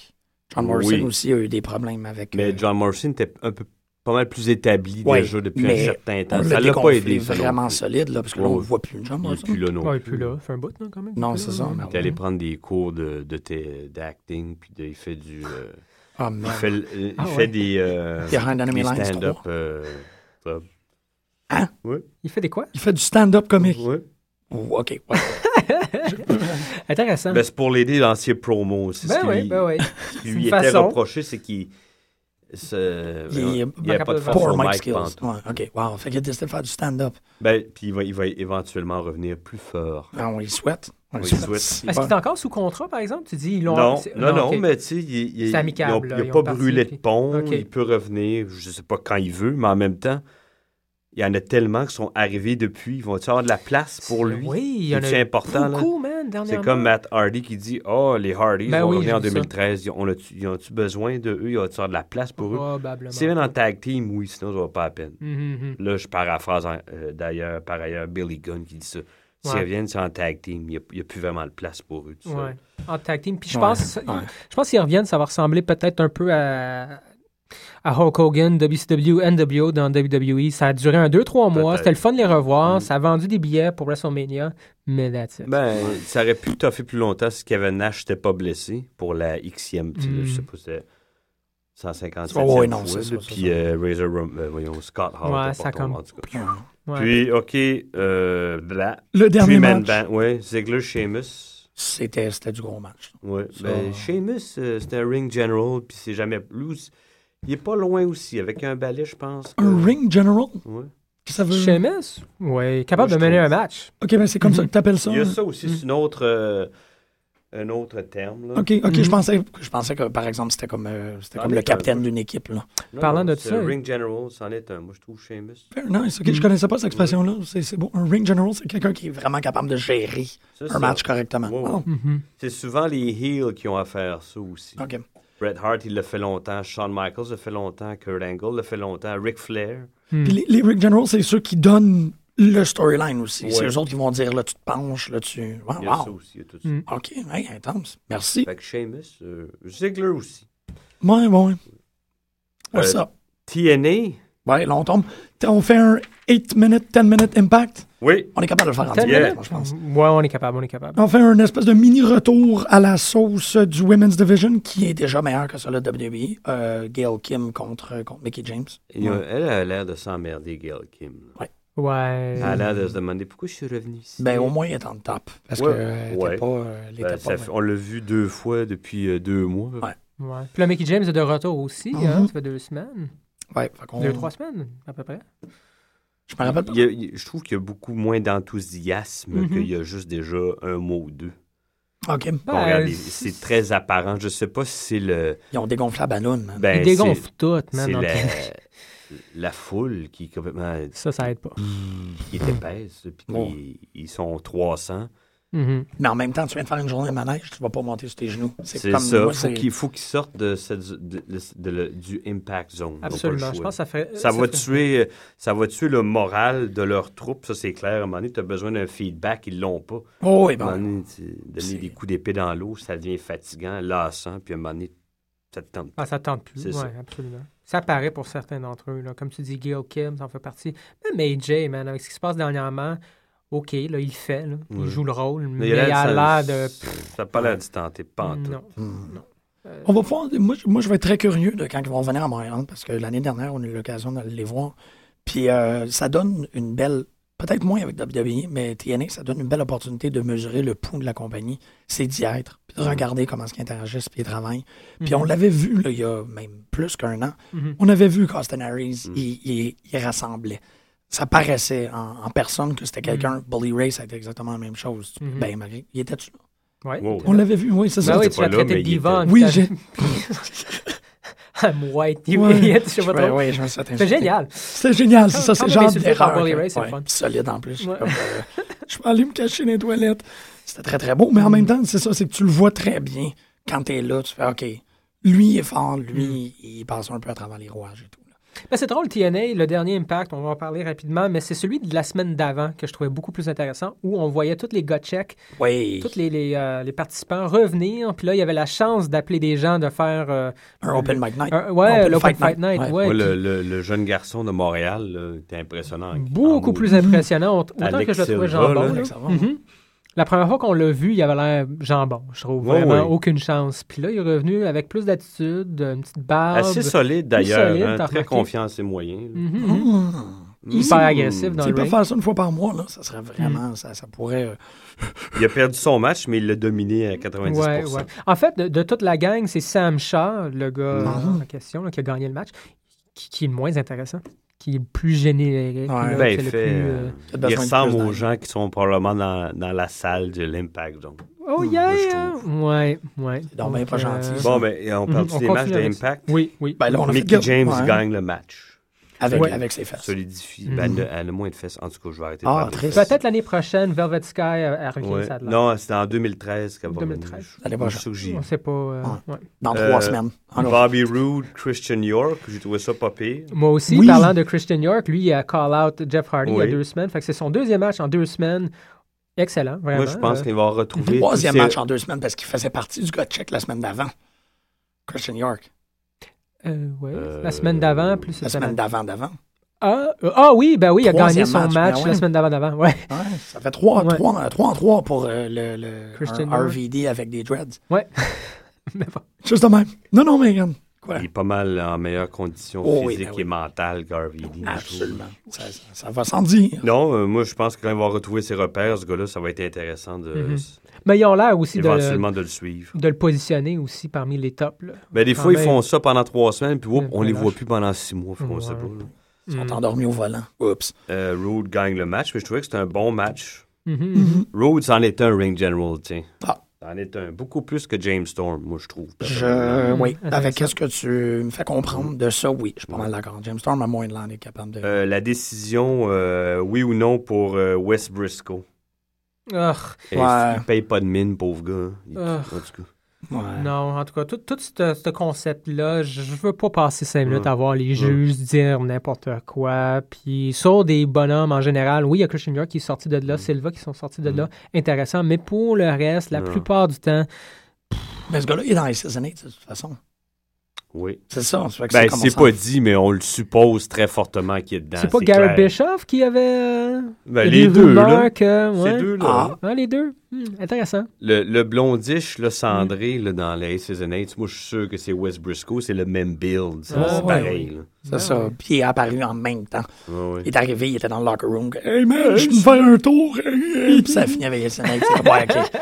Speaker 3: John Morrison
Speaker 5: Oui.
Speaker 3: aussi a eu des problèmes avec. euh,
Speaker 5: Mais John Morrison était un peu pas mal plus établi
Speaker 3: Ouais,
Speaker 5: déjà depuis
Speaker 3: mais
Speaker 5: un certain temps.
Speaker 3: on
Speaker 5: Ça
Speaker 3: l'a
Speaker 5: l'a pas aidé,
Speaker 3: déconflé
Speaker 5: ça, non
Speaker 3: vraiment
Speaker 5: plus.
Speaker 3: solide, là, parce que là,
Speaker 5: Ouais.
Speaker 3: on ne voit plus John
Speaker 5: Il est
Speaker 3: Morrison.
Speaker 5: plus là non
Speaker 4: Ouais, il est
Speaker 5: plus.
Speaker 4: plus là. Fait un bout, non, quand même.
Speaker 3: Non,
Speaker 4: Il est
Speaker 3: c'est
Speaker 4: plus
Speaker 3: ça.
Speaker 4: là, non.
Speaker 5: Il est allé prendre des cours de, de thé- d'acting, puis de- il fait du... euh,
Speaker 3: Ah,
Speaker 5: il
Speaker 3: merde.
Speaker 5: fait, le- il
Speaker 4: Ah,
Speaker 5: fait
Speaker 4: ouais.
Speaker 5: des... euh,
Speaker 3: Behind Enemy
Speaker 5: des
Speaker 3: Lines
Speaker 5: stand-up...
Speaker 3: 3.
Speaker 5: euh, club.
Speaker 4: Il fait des quoi
Speaker 3: Il fait du stand-up comique.
Speaker 5: Ouais.
Speaker 3: Oh, OK. ouais.
Speaker 4: Intéressant.
Speaker 5: Ben, c'est pour l'aider dans ses promos. C'est
Speaker 4: Ben
Speaker 5: ce qui
Speaker 4: oui,
Speaker 5: lui,
Speaker 4: ben oui.
Speaker 5: ce qui
Speaker 4: C'est
Speaker 5: lui
Speaker 4: une
Speaker 5: était
Speaker 4: façon.
Speaker 5: reproché, c'est qu'il... ce-
Speaker 3: Il est-
Speaker 5: il n'y a pas de
Speaker 4: Poor
Speaker 5: force
Speaker 3: Poor
Speaker 5: au
Speaker 3: Mike
Speaker 5: mic
Speaker 3: Skills.
Speaker 5: pantoute.
Speaker 3: Ouais, OK. Wow. Fait qu'il a décidé de faire du stand-up.
Speaker 5: Ben, puis il va, il va éventuellement revenir plus fort.
Speaker 3: Ah, on lui souhaite. Ouais,
Speaker 5: Oui,
Speaker 3: c'est-
Speaker 5: souhaite.
Speaker 3: c'est
Speaker 4: Est-ce
Speaker 3: pas-
Speaker 4: qu'il est encore sous contrat, par exemple? Tu dis, ils l'ont...
Speaker 5: Non,
Speaker 4: c'est-
Speaker 5: non, non,
Speaker 4: ok.
Speaker 5: mais tu sais, il- il
Speaker 4: C'est amicable,
Speaker 5: il
Speaker 4: là,
Speaker 5: a- il
Speaker 4: ils
Speaker 5: n'a
Speaker 4: ont
Speaker 5: pas
Speaker 4: parti,
Speaker 5: brûlé
Speaker 4: puis-
Speaker 5: de pont,
Speaker 4: ok.
Speaker 5: il peut revenir, je sais pas quand il veut, mais en même temps, il y en a tellement qui sont arrivés depuis, ils vont avoir de la place pour lui.
Speaker 4: Oui, il y en a
Speaker 5: C'est important, là.
Speaker 4: beaucoup, man, dernièrement.
Speaker 5: C'est comme Matt Hardy qui dit Oh, les Hardys
Speaker 4: Ben
Speaker 5: vont
Speaker 4: oui,
Speaker 5: revenir en
Speaker 4: j'ai vu ça.
Speaker 5: 2013. Ils ont- on a-tu- Ils ont-tu besoin de eux Ils ont-tu de la place pour eux
Speaker 4: Probablement.
Speaker 5: C'est même en tag team, oui, sinon ça va pas à peine.
Speaker 4: Mhm, mhm.
Speaker 5: Là, je paraphrase en- euh, d'ailleurs, par ailleurs, Billy Gunn qui dit ça. S'ils
Speaker 4: Ouais.
Speaker 5: reviennent, c'est en tag team. Il n'y a, plus vraiment de place pour eux. tout ça.
Speaker 4: Ouais. En tag team. Puis je
Speaker 3: Ouais,
Speaker 4: pense,
Speaker 3: ouais.
Speaker 4: je pense qu'ils reviennent, ça va ressembler peut-être un peu à, à Hulk Hogan, WCW, NWO dans WWE. Ça a duré un 2-3 mois.
Speaker 5: Peut-être.
Speaker 4: C'était le fun de les revoir.
Speaker 5: Mm.
Speaker 4: Ça a vendu des billets pour WrestleMania, mais that's it.
Speaker 5: Ben, ça aurait pu toffer plus longtemps si Kevin Nash n'était pas blessé pour la Xème, tu sais, là, je sais
Speaker 4: Mm.
Speaker 5: pas, c'était 157
Speaker 3: Oh, Hmm. ouais, non,
Speaker 5: fois,
Speaker 3: c'est
Speaker 5: là,
Speaker 3: ça, c'est
Speaker 5: puis
Speaker 3: ça.
Speaker 5: euh, Razor Rum- euh, voyons, Scott Hall,
Speaker 4: Ouais,
Speaker 5: était
Speaker 4: ça
Speaker 5: pas tombé,
Speaker 4: comme-
Speaker 5: en tout cas.
Speaker 4: Ouais.
Speaker 5: Puis, OK, euh, là,
Speaker 3: Le dernier
Speaker 5: Three-man
Speaker 3: match,
Speaker 5: band, ouais. Ziggler, Sheamus.
Speaker 3: c'était c'était du gros match.
Speaker 5: Ouais.
Speaker 3: Ça-
Speaker 5: Ben, Sheamus, euh, c'était un ring general, puis c'est jamais plus. Il est pas loin aussi, avec un balai, je pense. que-
Speaker 3: Un ring general,
Speaker 5: Ouais.
Speaker 3: que ça veut...
Speaker 4: Sheamus, ouais, capable
Speaker 5: Moi,
Speaker 4: de
Speaker 5: je
Speaker 4: mener un
Speaker 5: trouve.
Speaker 4: match.
Speaker 3: OK, ben c'est comme ça que t'appelles ça.
Speaker 5: Il y a ça aussi, c'est une autre, euh, un autre terme. Là.
Speaker 3: Hmm. OK, OK,
Speaker 4: Mhm.
Speaker 3: je pensais je pensais que, par exemple, c'était comme, euh, c'était
Speaker 5: Ah,
Speaker 3: comme
Speaker 5: mais
Speaker 3: le
Speaker 5: ça-
Speaker 3: capitaine d'une équipe, là.
Speaker 5: Non,
Speaker 4: Parlant
Speaker 5: non,
Speaker 4: de
Speaker 5: c'est
Speaker 4: ça,
Speaker 3: euh,
Speaker 5: un ring general, c'en est un. Moi, je trouve Sheamus.
Speaker 3: Fair nice,
Speaker 5: Mhm.
Speaker 3: OK, je connaissais pas cette expression-là. C'est c'est beau. Un ring general, c'est quelqu'un qui est vraiment capable de gérer
Speaker 5: Ça,
Speaker 3: un
Speaker 5: c'est-
Speaker 3: match correctement.
Speaker 5: Ouais, ouais.
Speaker 3: Oh,
Speaker 4: Mhm.
Speaker 5: C'est souvent les heels qui ont à faire ça aussi.
Speaker 3: OK.
Speaker 5: Bret Hart, il l'a fait longtemps. Shawn Michaels l'a fait longtemps. Kurt Angle l'a fait longtemps. Ric Flair.
Speaker 4: Mm.
Speaker 3: Puis les, les ring generals, c'est ceux qui donnent le storyline aussi. C'est
Speaker 5: Ouais.
Speaker 3: eux autres qui vont dire, là, tu te penches, là, tu... Wow,
Speaker 5: Il y a
Speaker 3: wow.
Speaker 5: ça aussi. Il y a tout ça.
Speaker 4: Mm.
Speaker 3: OK, hey, intense. Merci.
Speaker 5: Fait que Sheamus, euh, Ziggler aussi.
Speaker 3: Ouais, ouais. What's
Speaker 5: Euh,
Speaker 3: up?
Speaker 5: TNA.
Speaker 3: Ouais, là, on tombe. T'as- On fait un 8 minutes, 10 minutes impact.
Speaker 5: Oui.
Speaker 3: On est capable de le faire en
Speaker 4: Ten
Speaker 3: 10 minutes,
Speaker 5: minutes?
Speaker 3: moi, je pense.
Speaker 4: Ouais, on est capable, on est capable.
Speaker 3: On fait un espèce de mini-retour à la sauce du Women's Division, qui est déjà meilleur que celle de WWE. Euh, Gail Kim contre, euh, contre Mickey James.
Speaker 5: Il y a- Elle a l'air de s'emmerder, Gail Kim. là.
Speaker 4: Ouais.
Speaker 5: Elle a l'air de se demander pourquoi je suis revenu ici.
Speaker 3: Ben, au moins, il est en top. Parce
Speaker 5: Ouais.
Speaker 3: que euh,
Speaker 5: Ouais.
Speaker 3: t'es pas... euh, il
Speaker 5: Ben,
Speaker 3: était
Speaker 5: ça
Speaker 3: pas-
Speaker 5: fait- on l'a vu deux fois depuis euh, deux mois.
Speaker 3: Ouais.
Speaker 4: Ouais. Puis là, Mickey James est de retour aussi, hein,
Speaker 5: Ah.
Speaker 3: Mhm.
Speaker 4: ça fait deux semaines.
Speaker 3: Ouais, fait qu'on-
Speaker 4: Deux, trois semaines, à peu près.
Speaker 3: Je me rappelle pas.
Speaker 5: Il y a- il- je trouve qu'il y a beaucoup moins d'enthousiasme
Speaker 4: Mhm.
Speaker 5: qu'il y a juste déjà un mois ou deux.
Speaker 3: OK.
Speaker 4: Ben,
Speaker 5: Bon, regarde, c'est très apparent. Je sais pas si c'est le.
Speaker 3: Ils ont dégonflé la ballonne, man.
Speaker 5: Ben,
Speaker 4: Ils dégonflent tout,
Speaker 5: C'est
Speaker 4: man.
Speaker 5: c'est
Speaker 4: donc-
Speaker 5: la, la foule qui est complètement
Speaker 4: Ça, ça aide pas.
Speaker 5: qui est épaisse. Puis qui-
Speaker 3: Ouais.
Speaker 5: ils sont 300.
Speaker 4: Mhm.
Speaker 3: Mais en même temps, tu viens de faire une journée de manège, tu vas pas monter sur tes genoux.
Speaker 5: C'est
Speaker 3: comme
Speaker 5: ça.
Speaker 3: moi,
Speaker 5: faut
Speaker 3: c'est-
Speaker 5: qu'il faut qu'ils sortent de cette, de- de- de- le- du impact zone. Ils ont pas le
Speaker 4: Absolument. Je
Speaker 5: choix.
Speaker 4: pense que ça fait.
Speaker 5: ça va
Speaker 4: fait-
Speaker 5: tuer, ça va tuer le moral de leur troupe. Ça c'est clair. À un moment donné, tu as besoin d'un feedback. Ils l'ont pas.
Speaker 3: Oh, oui,
Speaker 5: À un moment
Speaker 3: bon.
Speaker 5: donné, tu-
Speaker 3: C'est-
Speaker 5: donner des coups d'épée dans l'eau, ça devient fatigant, lassant. Puis à un moment donné, ça te tente.
Speaker 4: Ah, ça tente plus.
Speaker 5: C'est
Speaker 4: Oui,
Speaker 5: ça.
Speaker 4: absolument. Ça paraît pour certains d'entre eux. Là. Comme tu dis, Gil Kim, ça en fait partie. Même AJ, man, avec ce qui se passe dernièrement, OK, là, il le fait. là. Il
Speaker 5: Ouais.
Speaker 4: joue le rôle, mais,
Speaker 5: Mais
Speaker 4: il a l'air de. Mm.
Speaker 5: Ça n'a pas l'air d'y tenter, pas en tout.
Speaker 4: Non.
Speaker 3: Hmm. On va pouvoir. Moi, je- moi, je vais être très curieux de quand ils vont venir à Montréal, parce que l'année dernière, on a eu l'occasion d'aller les voir. Puis euh, ça donne une belle. Peut-être moins avec WWE, mais TNA, ça donne une belle opportunité de mesurer le pouls de la compagnie, c'est d'y être, puis de regarder comment est-ce qu'ils interagissent, puis ils travaillent. Puis on l'avait vu, là, il y a même plus qu'un an.
Speaker 4: Euh, Mhm.
Speaker 3: On avait vu Costin Harris, il, il- il rassemblait. Ça paraissait en, en personne que c'était quelqu'un. Bully Ray, ça a été exactement la même chose.
Speaker 4: Mhm.
Speaker 3: Ben, Marie, il était dessus.
Speaker 4: Ouais.
Speaker 5: Wow.
Speaker 3: On l'avait vu, oui, c'est ça.
Speaker 4: Ben oui,
Speaker 5: c'était
Speaker 4: tu
Speaker 5: pas
Speaker 4: l'as
Speaker 5: là,
Speaker 4: traité de
Speaker 5: mais il
Speaker 4: diva.
Speaker 3: Oui, j'ai.
Speaker 4: I'm white, you
Speaker 3: Ouais.
Speaker 4: idiot. Je sais pas
Speaker 3: Ouais,
Speaker 4: trop.
Speaker 3: ouais, je me suis fait
Speaker 4: C'est
Speaker 3: insulter.
Speaker 4: génial.
Speaker 3: C'est génial, c'est ça,
Speaker 4: Quand
Speaker 3: c'est
Speaker 4: on a
Speaker 3: genre
Speaker 4: insulté par
Speaker 3: d'erreur.
Speaker 4: Bully
Speaker 3: ok.
Speaker 4: Ray, c'est le fun.
Speaker 3: Solide en plus.
Speaker 4: Ouais.
Speaker 3: Comme, euh, je vais aller me cacher dans les toilettes. C'était très très beau, mais en
Speaker 4: Mm.
Speaker 3: même temps, c'est ça, c'est que tu le vois très bien quand t'es là. Tu fais OK, lui il est fort, lui
Speaker 4: Mm.
Speaker 3: il passe un peu à travers les rouages et tout. là.
Speaker 4: Ben, c'est drôle, TNA, le dernier Impact, on va en parler rapidement, mais c'est celui de la semaine d'avant que je trouvais beaucoup plus intéressant, où on voyait tous les gotcheks,
Speaker 3: Oui.
Speaker 4: tous les, les, euh, les participants revenir, puis là, il y avait la chance d'appeler des gens, de faire... euh,
Speaker 3: Un Open Mic Night.
Speaker 4: un- ouais,
Speaker 3: Open
Speaker 4: l'Open
Speaker 3: Fight
Speaker 4: Fight,
Speaker 3: Night.
Speaker 4: Night,
Speaker 3: Ouais.
Speaker 4: ouais,
Speaker 5: Moi,
Speaker 4: qui-
Speaker 5: le, le- le jeune garçon de Montréal, là, était impressionnant.
Speaker 4: beaucoup
Speaker 5: En
Speaker 4: plus
Speaker 5: mode.
Speaker 4: impressionnant, aut- autant
Speaker 5: Alex
Speaker 4: que je le trouvais
Speaker 5: Silva,
Speaker 4: jambon.
Speaker 5: là.
Speaker 4: là.
Speaker 3: Ah, Ça va.
Speaker 4: Mhm. La première fois qu'on l'a vu, il avait l'air jambon, je trouve.
Speaker 5: Ouais,
Speaker 4: Vraiment,
Speaker 5: ouais.
Speaker 4: aucune chance. Puis là, il est revenu avec plus d'attitude, une petite barbe.
Speaker 5: Assez solide
Speaker 4: solide,
Speaker 5: d'ailleurs, hein,
Speaker 4: t'as
Speaker 5: très
Speaker 4: remarqué. Mm.
Speaker 5: confiant en ses moyens. là.
Speaker 4: Mhm.
Speaker 3: Mmh.
Speaker 4: Hyper agressif dans
Speaker 3: S'il
Speaker 4: le
Speaker 3: peut
Speaker 4: ring. Mm.
Speaker 3: faire ça une fois par mois, là, ça serait vraiment. Ça, ça pourrait. euh,
Speaker 5: Il a perdu son match, mais il l'a dominé à 90%.
Speaker 4: Ouais, ouais. En fait, de, de toute la gang, c'est Sam Shaw, le gars
Speaker 3: Mhm.
Speaker 4: en question, là, qui a gagné le match, qui, qui est le moins intéressant. qui est le plus
Speaker 3: Ouais.
Speaker 4: générique. là,
Speaker 5: Ben,
Speaker 4: c'est
Speaker 5: il
Speaker 4: le
Speaker 5: fait,
Speaker 4: plus,
Speaker 5: euh,
Speaker 4: euh,
Speaker 3: T'as
Speaker 5: il
Speaker 3: besoin de
Speaker 5: ressemble
Speaker 3: plus d'air.
Speaker 5: aux gens qui sont probablement dans, dans la salle de l'Impact. Donc.
Speaker 4: Oh
Speaker 3: Hmm,
Speaker 5: moi, je
Speaker 4: yeah! Ouais, ouais.
Speaker 3: donc bien pas gentil, ça.
Speaker 5: Bon, ben, on parle
Speaker 4: Mhm, on
Speaker 5: des
Speaker 4: continue
Speaker 5: matchs de
Speaker 4: avec
Speaker 5: l'Impact.
Speaker 4: Oui, oui.
Speaker 3: Ben, là, on a fait
Speaker 5: Mickey
Speaker 3: que-
Speaker 5: James
Speaker 3: ouais.
Speaker 5: gagne le match.
Speaker 3: Avec,
Speaker 4: Ouais.
Speaker 3: avec ses fesses.
Speaker 5: Solidifie.
Speaker 4: Mhm.
Speaker 5: Ben, elle a- elle a moins de fesses. En tout cas, je vais arrêter
Speaker 3: Ah,
Speaker 5: de parler.
Speaker 3: triste.
Speaker 4: Peut-être l'année prochaine, Velvet Sky euh, elle revient,
Speaker 5: Ouais.
Speaker 4: ça a l'air.
Speaker 5: Non, c'était en 2013 qu'elle va
Speaker 4: 2013.
Speaker 5: revenir.
Speaker 3: L'année
Speaker 5: Je suis
Speaker 3: prochaine.
Speaker 5: sûr que j'y-
Speaker 4: On sait pas. euh, ouais.
Speaker 3: Dans
Speaker 5: Euh,
Speaker 3: trois semaines. Ah, non.
Speaker 5: Bobby Roode, Christian York, j'ai trouvé ça pas pire.
Speaker 4: Moi aussi,
Speaker 3: Oui.
Speaker 4: parlant de Christian York, lui, il a call out Jeff Hardy il y a
Speaker 5: Oui.
Speaker 4: deux semaines. Fait que c'est son deuxième match en deux semaines. Excellent, vraiment.
Speaker 5: Moi, je pense
Speaker 4: Euh,
Speaker 5: qu'il va retrouver.
Speaker 3: Troisième
Speaker 5: tous ses-
Speaker 3: match en deux semaines parce qu'il faisait partie du gars check la semaine d'avant. Christian York.
Speaker 4: euh, ouais,
Speaker 5: Euh,
Speaker 4: la semaine d'avant,
Speaker 3: La
Speaker 4: plus cette
Speaker 3: semaine
Speaker 4: semaine.
Speaker 3: d'avant d'avant.
Speaker 4: Ah, euh, ah oui, ben oui, il a
Speaker 3: Troisième
Speaker 4: gagné son
Speaker 3: match,
Speaker 4: match,
Speaker 3: ben
Speaker 4: la
Speaker 3: ouais.
Speaker 4: semaine d'avant d'avant. Ouais,
Speaker 3: Ouais, ça fait trois,
Speaker 4: Ouais.
Speaker 3: trois, trois en trois pour euh, le, le
Speaker 4: Christian
Speaker 3: un
Speaker 4: York.
Speaker 3: RVD avec des dreads.
Speaker 4: ouais. Mais bon.
Speaker 3: Juste de même. Non, non, mais regarde. Quoi?
Speaker 5: Il est pas mal en meilleure condition
Speaker 3: Oh, oui,
Speaker 5: physique
Speaker 3: ben oui.
Speaker 5: et mentale qu'Harvey Lee.
Speaker 3: Absolument. Ça, ça- ça va sans dire.
Speaker 5: Non, euh, moi, je pense que quand il va retrouver ses repères, ce gars-là, ça va être intéressant de,
Speaker 4: Mais ils ont l'air aussi Mm-hmm. de,
Speaker 5: éventuellement de le suivre.
Speaker 4: de le positionner aussi parmi les tops. là.
Speaker 5: Ben, des
Speaker 4: Quand
Speaker 5: fois, ils
Speaker 4: même.
Speaker 5: font ça pendant trois semaines, puis whoop,
Speaker 4: Le
Speaker 5: on les
Speaker 4: mélange.
Speaker 5: voit plus pendant six mois. Fait qu'on
Speaker 4: Ouais.
Speaker 5: sait pas, là.
Speaker 3: Ils sont
Speaker 4: Mm.
Speaker 3: endormis au volant. Oups.
Speaker 5: Euh, Roode gagne le match, mais je trouvais que c'était un bon match.
Speaker 4: Mhm.
Speaker 5: Rhodes en est un ring general, tiens.
Speaker 3: Ah.
Speaker 5: En est un. Beaucoup plus que James Storm, moi, je trouve.
Speaker 3: Je, oui,
Speaker 4: intéressant.
Speaker 3: avec ce que tu me fais comprendre de ça, oui, je suis pas mal d'accord. James Storm, à moins de l'en est capable de.
Speaker 5: Euh, la décision, euh, oui ou non, pour euh, Wes Briscoe.
Speaker 4: Ugh,
Speaker 5: Et
Speaker 3: Ouais.
Speaker 5: Il paye pas de mine, pauvre gars. hein. Il-
Speaker 4: Ah.
Speaker 5: en tout cas.
Speaker 3: Ouais.
Speaker 4: Non, en tout cas, tout, tout ce, ce concept-là, je, je veux pas passer cinq minutes
Speaker 5: Ouais.
Speaker 4: à voir les juges dire n'importe quoi. Puis sur des bonhommes en général, oui, il y a Christian York qui est sorti de
Speaker 5: Mm.
Speaker 4: là, Silva qui sont sortis de là, intéressant. Mais pour le reste, la
Speaker 5: Non.
Speaker 4: plupart du temps,
Speaker 3: Mais ce gars-là, il est dans les Season 8, de toute façon.
Speaker 5: Oui.
Speaker 3: C'est ça. ça fait que
Speaker 5: Ben,
Speaker 3: comme on
Speaker 5: c'est
Speaker 3: s'en-
Speaker 5: pas dit, mais on le suppose très fortement qu'il est dedans.
Speaker 4: c'est pas Garrett
Speaker 5: clair.
Speaker 4: Bischoff qui avait euh,
Speaker 5: Ben,
Speaker 4: des
Speaker 5: les deux, là.
Speaker 4: rumeurs que- ouais.
Speaker 5: Ces deux, là.
Speaker 3: Ah.
Speaker 4: Ah, les deux. Hmm, intéressant.
Speaker 5: Le, le blondiche, le cendré, là, dans les Season 8, moi, je suis sûr que c'est Wes Briscoe. C'est le même build. ça,
Speaker 4: Ah,
Speaker 5: c'est
Speaker 4: ouais.
Speaker 5: pareil. là.
Speaker 4: Ben
Speaker 3: C'est ça. Puis il est apparu en même temps.
Speaker 5: Ouais, ouais.
Speaker 3: Il est arrivé, il était dans le locker room. Hey man, je vais me faire un tour. Puis ça finit avec les Season 8. C'est comme, ouais, ok.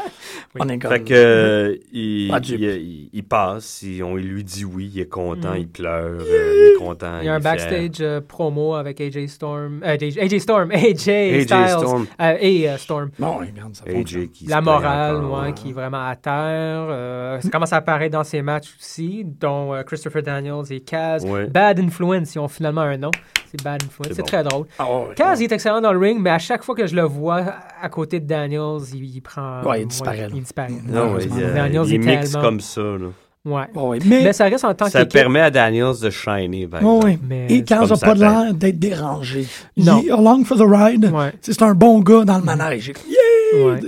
Speaker 3: On est comme.
Speaker 5: Fait que, euh, il,
Speaker 3: Pas dupe.
Speaker 5: il- il- il passe, il- on il lui dit oui, il est content, il pleure, euh, il est content.
Speaker 4: Mm. Il y a un
Speaker 5: est fier.
Speaker 4: backstage euh, promo avec AJ Storm. euh, AJ Storm, AJ,
Speaker 5: AJ
Speaker 4: Styles.
Speaker 5: Storm.
Speaker 4: euh, et euh, Storm.
Speaker 3: Non, regarde, ça fonctionne.
Speaker 5: AJ qui se
Speaker 4: La
Speaker 5: plaigne
Speaker 4: morale,
Speaker 5: encore, hein.
Speaker 4: ouais,
Speaker 5: ouais.
Speaker 4: qui est vraiment à terre. Euh, ça commence à apparaître dans ses matchs aussi, dont euh, Christopher Daniels et Kaz.
Speaker 5: Ouais.
Speaker 4: Bad Influence, ils ont finalement un nom. C'est Bad Influence.
Speaker 5: C'est
Speaker 4: C'est
Speaker 5: bon.
Speaker 4: très drôle.
Speaker 3: Ah, ouais, ouais.
Speaker 4: Kaz, il est excellent dans le ring, mais à chaque fois que je le vois à côté de Daniels, il, il prend.
Speaker 3: Ouais, il disparaît, là. Mm.
Speaker 4: il disparaît.
Speaker 5: Non, ouais, il,
Speaker 4: Daniels
Speaker 5: il
Speaker 4: est
Speaker 5: mixe
Speaker 4: tellement-
Speaker 5: comme ça. là.
Speaker 4: Ouais.
Speaker 3: Ouais, ouais. Mais,
Speaker 4: Mais ça reste en tant que.
Speaker 5: Ça permet à Daniels de shiner. par
Speaker 3: ouais, ouais.
Speaker 5: exemple.
Speaker 4: Mais
Speaker 3: Et quand
Speaker 5: c'est
Speaker 3: il n'a
Speaker 5: comme
Speaker 3: pas
Speaker 5: ça,
Speaker 3: de l'air d'être dérangé.
Speaker 4: Non.
Speaker 3: Il est along for the ride.
Speaker 4: Ouais.
Speaker 3: Tu sais, C'est un bon gars dans le manège. Mm. Yeah!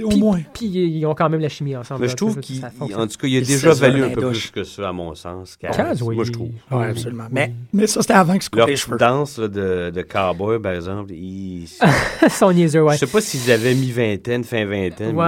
Speaker 3: Au
Speaker 4: Puis-
Speaker 3: moins.
Speaker 4: Puis ils ont quand même la chimie ensemble.
Speaker 5: Mais
Speaker 4: là,
Speaker 5: je trouve
Speaker 4: ça,
Speaker 5: qu'il,
Speaker 4: ça
Speaker 5: il-
Speaker 4: fonctionne.
Speaker 5: en tout cas, il a
Speaker 3: Il
Speaker 5: déjà
Speaker 3: se sort
Speaker 5: valu
Speaker 3: dans
Speaker 5: un
Speaker 3: la
Speaker 5: peu
Speaker 3: douche.
Speaker 5: plus que ça, à mon sens. qu'à-
Speaker 4: Kaz, oui.
Speaker 5: Ah, Moi, je trouve.
Speaker 3: Oui, absolument. Mais, mais ça, c'était avant qu'il se coupe
Speaker 5: Leur
Speaker 3: les cheveux.
Speaker 5: danse là, de, de cowboy, par exemple, ils-
Speaker 4: Son niaiseux, ouais.
Speaker 5: je sais pas s'ils avaient mi-vingtaine, fin vingtaine. là,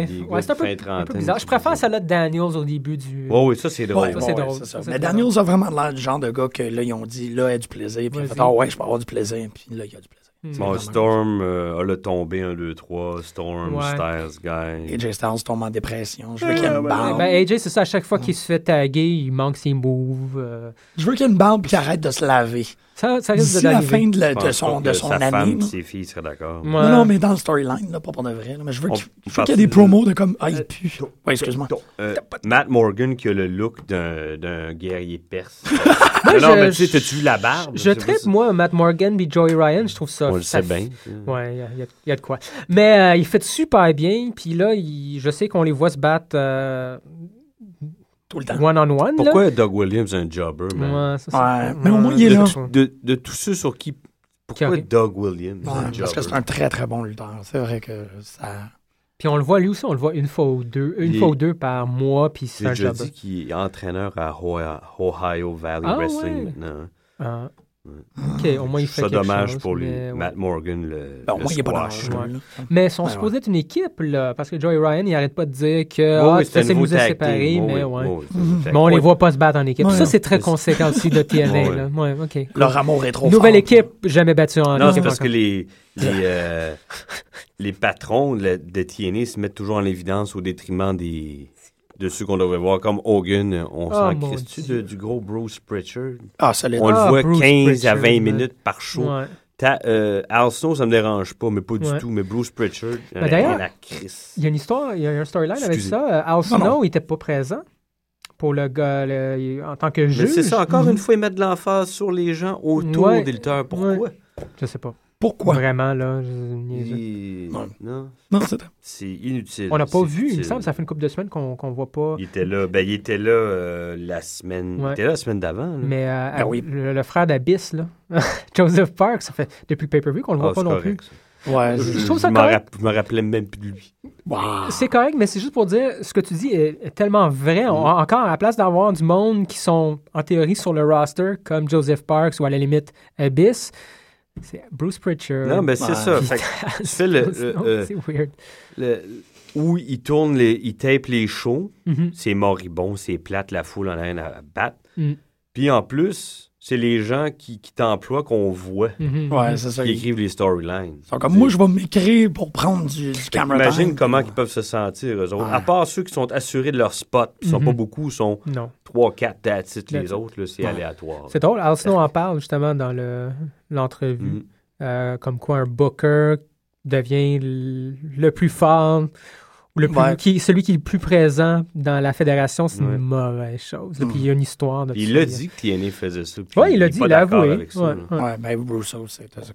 Speaker 4: Ouais,
Speaker 5: des- des gars
Speaker 4: ouais c'est un
Speaker 5: de
Speaker 4: peu,
Speaker 5: fin
Speaker 4: un peu
Speaker 5: trentaine. Oh,
Speaker 4: bizarre. Je préfère celle-là de Daniels au début du.
Speaker 5: Oui, oui, ça, c'est drôle.
Speaker 3: Ouais,
Speaker 4: Ça,
Speaker 3: ouais,
Speaker 4: c'est
Speaker 3: ouais,
Speaker 4: drôle.
Speaker 3: c'est
Speaker 4: Ça,
Speaker 3: ça.
Speaker 4: c'est
Speaker 3: Mais
Speaker 4: très
Speaker 3: Daniels a vraiment l'air du genre de gars que là, ils ont dit, là, il y a du plaisir. Puis il a fait,
Speaker 4: Vas-y.
Speaker 3: ah ouais, je peux avoir du plaisir. Puis là, il y a du plaisir.
Speaker 4: Hmm.
Speaker 3: C'est
Speaker 5: Bon,
Speaker 3: vraiment-
Speaker 5: Storm euh, a le tombé 1, 2, 3. Storm,
Speaker 4: Ouais.
Speaker 5: Styles, Guy.
Speaker 3: AJ Styles tombe en dépression. Je veux qu'il y ait une
Speaker 4: Ben,
Speaker 3: barbe.
Speaker 4: AJ, c'est ça, à chaque fois qu'il se fait taguer, il manque ses moves. euh,
Speaker 3: Je veux qu'il y ait une barbe puis qu'il arrête de se laver.
Speaker 4: Ça, ça risque
Speaker 3: D'ici
Speaker 4: de
Speaker 3: la
Speaker 4: l'arriver.
Speaker 3: fin de, la-
Speaker 5: Je
Speaker 3: de
Speaker 5: pense
Speaker 3: son,
Speaker 5: pas
Speaker 3: de
Speaker 5: que
Speaker 3: son
Speaker 5: sa
Speaker 3: année.
Speaker 5: femme
Speaker 3: là.
Speaker 5: et ses filles seraient d'accord.
Speaker 4: Ouais.
Speaker 3: Non, non, mais dans le storyline, là, pas pour de vrai. là. Mais je veux
Speaker 5: On- Euh,
Speaker 3: qu'il je veux
Speaker 5: on
Speaker 3: qu'il y
Speaker 5: partit
Speaker 3: ait des
Speaker 5: de-
Speaker 3: promos de comme, ah, il pue. Ouais, excuse-moi.
Speaker 5: Euh, Matt Morgan qui a le look d'un d'un guerrier perse.
Speaker 4: Moi,
Speaker 5: non, non,
Speaker 4: je-
Speaker 5: mais tu sais, t'as-tu vu la barbe?
Speaker 4: Je
Speaker 5: sais pas
Speaker 4: tripe,
Speaker 5: si-
Speaker 4: moi, Matt Morgan puis Joey Ryan, je trouve ça.
Speaker 5: On le
Speaker 4: ça
Speaker 5: sait bien.
Speaker 4: Ouais, il y, a- y a de quoi. Mais euh, il fait super bien, puis là, il- je sais qu'on les voit se battre euh,
Speaker 3: Tout le temps.
Speaker 4: one-on-one. là.
Speaker 5: Pourquoi Doug Williams est un jobber, man?
Speaker 4: Ouais, ça, ça-
Speaker 3: Ouais, mais au moins, il est
Speaker 5: De,
Speaker 3: là.
Speaker 5: tout- de, de tous ceux sur qui. Pourquoi
Speaker 4: Carré.
Speaker 5: Doug Williams est
Speaker 3: Ouais,
Speaker 5: un jobber?
Speaker 3: parce que c'est un très, très bon lutteur. C'est vrai que ça.
Speaker 4: Puis on le voit, lui aussi, on le voit une fois ou deux, une
Speaker 5: Il-
Speaker 4: fois ou deux par mois, puis c'est
Speaker 5: J'ai
Speaker 4: un
Speaker 5: déjà
Speaker 4: job.
Speaker 5: dit qu'il est entraîneur à Ohio, Ohio Valley
Speaker 4: Ah,
Speaker 5: Wrestling
Speaker 4: ouais.
Speaker 5: maintenant.
Speaker 4: Ah. Ok, au moins, il
Speaker 5: Je trouve
Speaker 4: fait
Speaker 5: ça
Speaker 4: quelque
Speaker 5: dommage
Speaker 4: chose,
Speaker 5: pour lui.
Speaker 4: mais ouais.
Speaker 5: Matt Morgan, le,
Speaker 3: Ben, au
Speaker 5: le
Speaker 3: moins, il est pas dans le
Speaker 5: squash.
Speaker 3: jeu,
Speaker 4: ouais.
Speaker 3: là.
Speaker 4: Mais ils sont
Speaker 3: Ouais,
Speaker 4: supposés être une équipe, là, parce que Joey Ryan, il n'arrête pas de dire que
Speaker 5: Ouais,
Speaker 4: ah,
Speaker 5: ouais,
Speaker 4: ça,
Speaker 5: c'est
Speaker 4: ça
Speaker 5: un nouveau
Speaker 4: nous a
Speaker 5: tag
Speaker 4: séparés,
Speaker 5: team.
Speaker 4: mais
Speaker 5: Ouais,
Speaker 4: ouais. Mhm.
Speaker 5: ouais, ouais, c'est un nouveau tag
Speaker 4: Mais on les
Speaker 5: team.
Speaker 4: voit pas se battre en équipe.
Speaker 3: Ouais.
Speaker 4: ça, c'est très
Speaker 5: C'est-
Speaker 4: conséquent aussi de TNA.
Speaker 5: Ouais.
Speaker 4: Là. Ouais, ok.
Speaker 3: Leur amour est trop
Speaker 4: Nouvelle
Speaker 3: fort.
Speaker 4: équipe, jamais battue en
Speaker 5: Non, c'est
Speaker 4: équipe
Speaker 5: parce que
Speaker 4: encore.
Speaker 5: les, les, euh, les patrons de, de TNA se mettent toujours en évidence au détriment des, de ceux qu'on devrait voir, comme Hogan. euh, On
Speaker 4: Oh,
Speaker 5: s'en
Speaker 4: mon
Speaker 5: crisse-tu
Speaker 4: Dieu.
Speaker 5: de- du gros Bruce Pritchard?
Speaker 3: Ah, ça l'est.
Speaker 5: On
Speaker 4: Ah,
Speaker 5: le voit
Speaker 4: Bruce
Speaker 5: 15 à
Speaker 4: Pritchard,
Speaker 5: 20
Speaker 4: ouais.
Speaker 5: minutes par show.
Speaker 4: Ouais.
Speaker 5: Ta- euh, Al Snow, ça me dérange pas, mais pas du
Speaker 4: Ouais.
Speaker 5: tout. Mais Bruce Pritchard, euh,
Speaker 4: Mais d'ailleurs,
Speaker 5: rien à crisse.
Speaker 4: Il y a une histoire, il y a un storyline avec
Speaker 5: Excusez.
Speaker 4: ça. Euh, Al Snow,
Speaker 3: non.
Speaker 4: il était pas présent pour le gars le- en tant que
Speaker 5: Mais
Speaker 4: juge. Mhm.
Speaker 5: c'est ça, encore une fois, ils mettent de l'emphase sur les gens autour
Speaker 4: Ouais.
Speaker 5: des lutteurs. Pourquoi?
Speaker 4: Je sais pas.
Speaker 3: Pourquoi?
Speaker 4: Vraiment, là. je- niaiseux.
Speaker 5: Il-
Speaker 3: Ouais.
Speaker 5: Non,
Speaker 3: Non, c'est vrai.
Speaker 5: c'est inutile.
Speaker 4: On n'a pas
Speaker 5: C'est
Speaker 4: vu, il me
Speaker 5: futile.
Speaker 4: semble. Ça fait une couple de semaines qu'on qu'on voit pas.
Speaker 5: Il était là, ben, il était là euh, la semaine.
Speaker 4: Ouais.
Speaker 5: Il était là la semaine d'avant. là.
Speaker 4: Mais euh,
Speaker 3: Ben oui.
Speaker 4: le, le frère d'Abyss, là, Joseph Park, ça fait depuis le pay-per-view qu'on le voit
Speaker 5: Ah,
Speaker 4: pas
Speaker 5: c'est
Speaker 4: non
Speaker 5: correct,
Speaker 4: plus.
Speaker 5: ça.
Speaker 3: Ouais.
Speaker 5: Je,
Speaker 3: je-
Speaker 4: trouve ça
Speaker 5: je m'en
Speaker 4: correct.
Speaker 5: rapp- je me rappelais même plus de lui.
Speaker 3: Wow.
Speaker 4: C'est correct, mais c'est juste pour dire ce que tu dis est, est tellement vrai. On-
Speaker 5: Mm.
Speaker 4: encore, à la place d'avoir du monde qui sont en théorie sur le roster, comme Joseph Parks ou à la limite Abyss, c'est Bruce Pritchard.
Speaker 5: Non, mais Ben, c'est
Speaker 3: Ouais.
Speaker 5: ça.
Speaker 4: Puis
Speaker 5: Fait que
Speaker 4: t'as-
Speaker 5: tu fais le- euh,
Speaker 4: c'est-
Speaker 5: le- le-
Speaker 4: c'est weird.
Speaker 5: le- où il tourne, les, il tape les shows. C'est moribond, c'est plate, la foule en a rien à battre.
Speaker 4: Mhm.
Speaker 5: Puis en plus, c'est les gens qui, qui t'emploient qu'on voit,
Speaker 4: Mhm.
Speaker 3: Ouais, c'est ça.
Speaker 5: qui
Speaker 3: Ils
Speaker 5: écrivent les storylines.
Speaker 3: sont comme moi, je vais m'écrire pour prendre du, du camera
Speaker 5: Imagine
Speaker 3: time.
Speaker 5: comment ils peuvent se sentir, eux autres.
Speaker 3: Ouais.
Speaker 5: À part ceux qui sont assurés de leur spot, puis ils sont
Speaker 4: Mhm.
Speaker 5: pas beaucoup, ils sont
Speaker 4: Non.
Speaker 5: 3, 4 that's it.
Speaker 4: That's
Speaker 5: Les
Speaker 4: it.
Speaker 5: autres, là, c'est aléatoire.
Speaker 4: C'est drôle. Al Snow en parle justement dans le- l'entrevue.
Speaker 5: Mhm.
Speaker 4: Euh, comme quoi un booker devient l- le plus fort, ou le plus,
Speaker 3: Ouais.
Speaker 4: qui, celui qui est le plus présent dans la fédération, c'est
Speaker 5: Ouais.
Speaker 4: une mauvaise chose. Là,
Speaker 3: Mm.
Speaker 4: Puis il y a une histoire de
Speaker 5: Puis Il
Speaker 4: ça.
Speaker 5: l'a dit que TNA faisait ça. puis
Speaker 4: Oui, il l'a
Speaker 5: est
Speaker 4: dit,
Speaker 5: pas
Speaker 4: il l'a
Speaker 5: d'accord
Speaker 4: avoué.
Speaker 5: avec ça,
Speaker 4: Ouais,
Speaker 5: là.
Speaker 4: ouais.
Speaker 3: Ouais, ben Bruce aussi, c'est ça.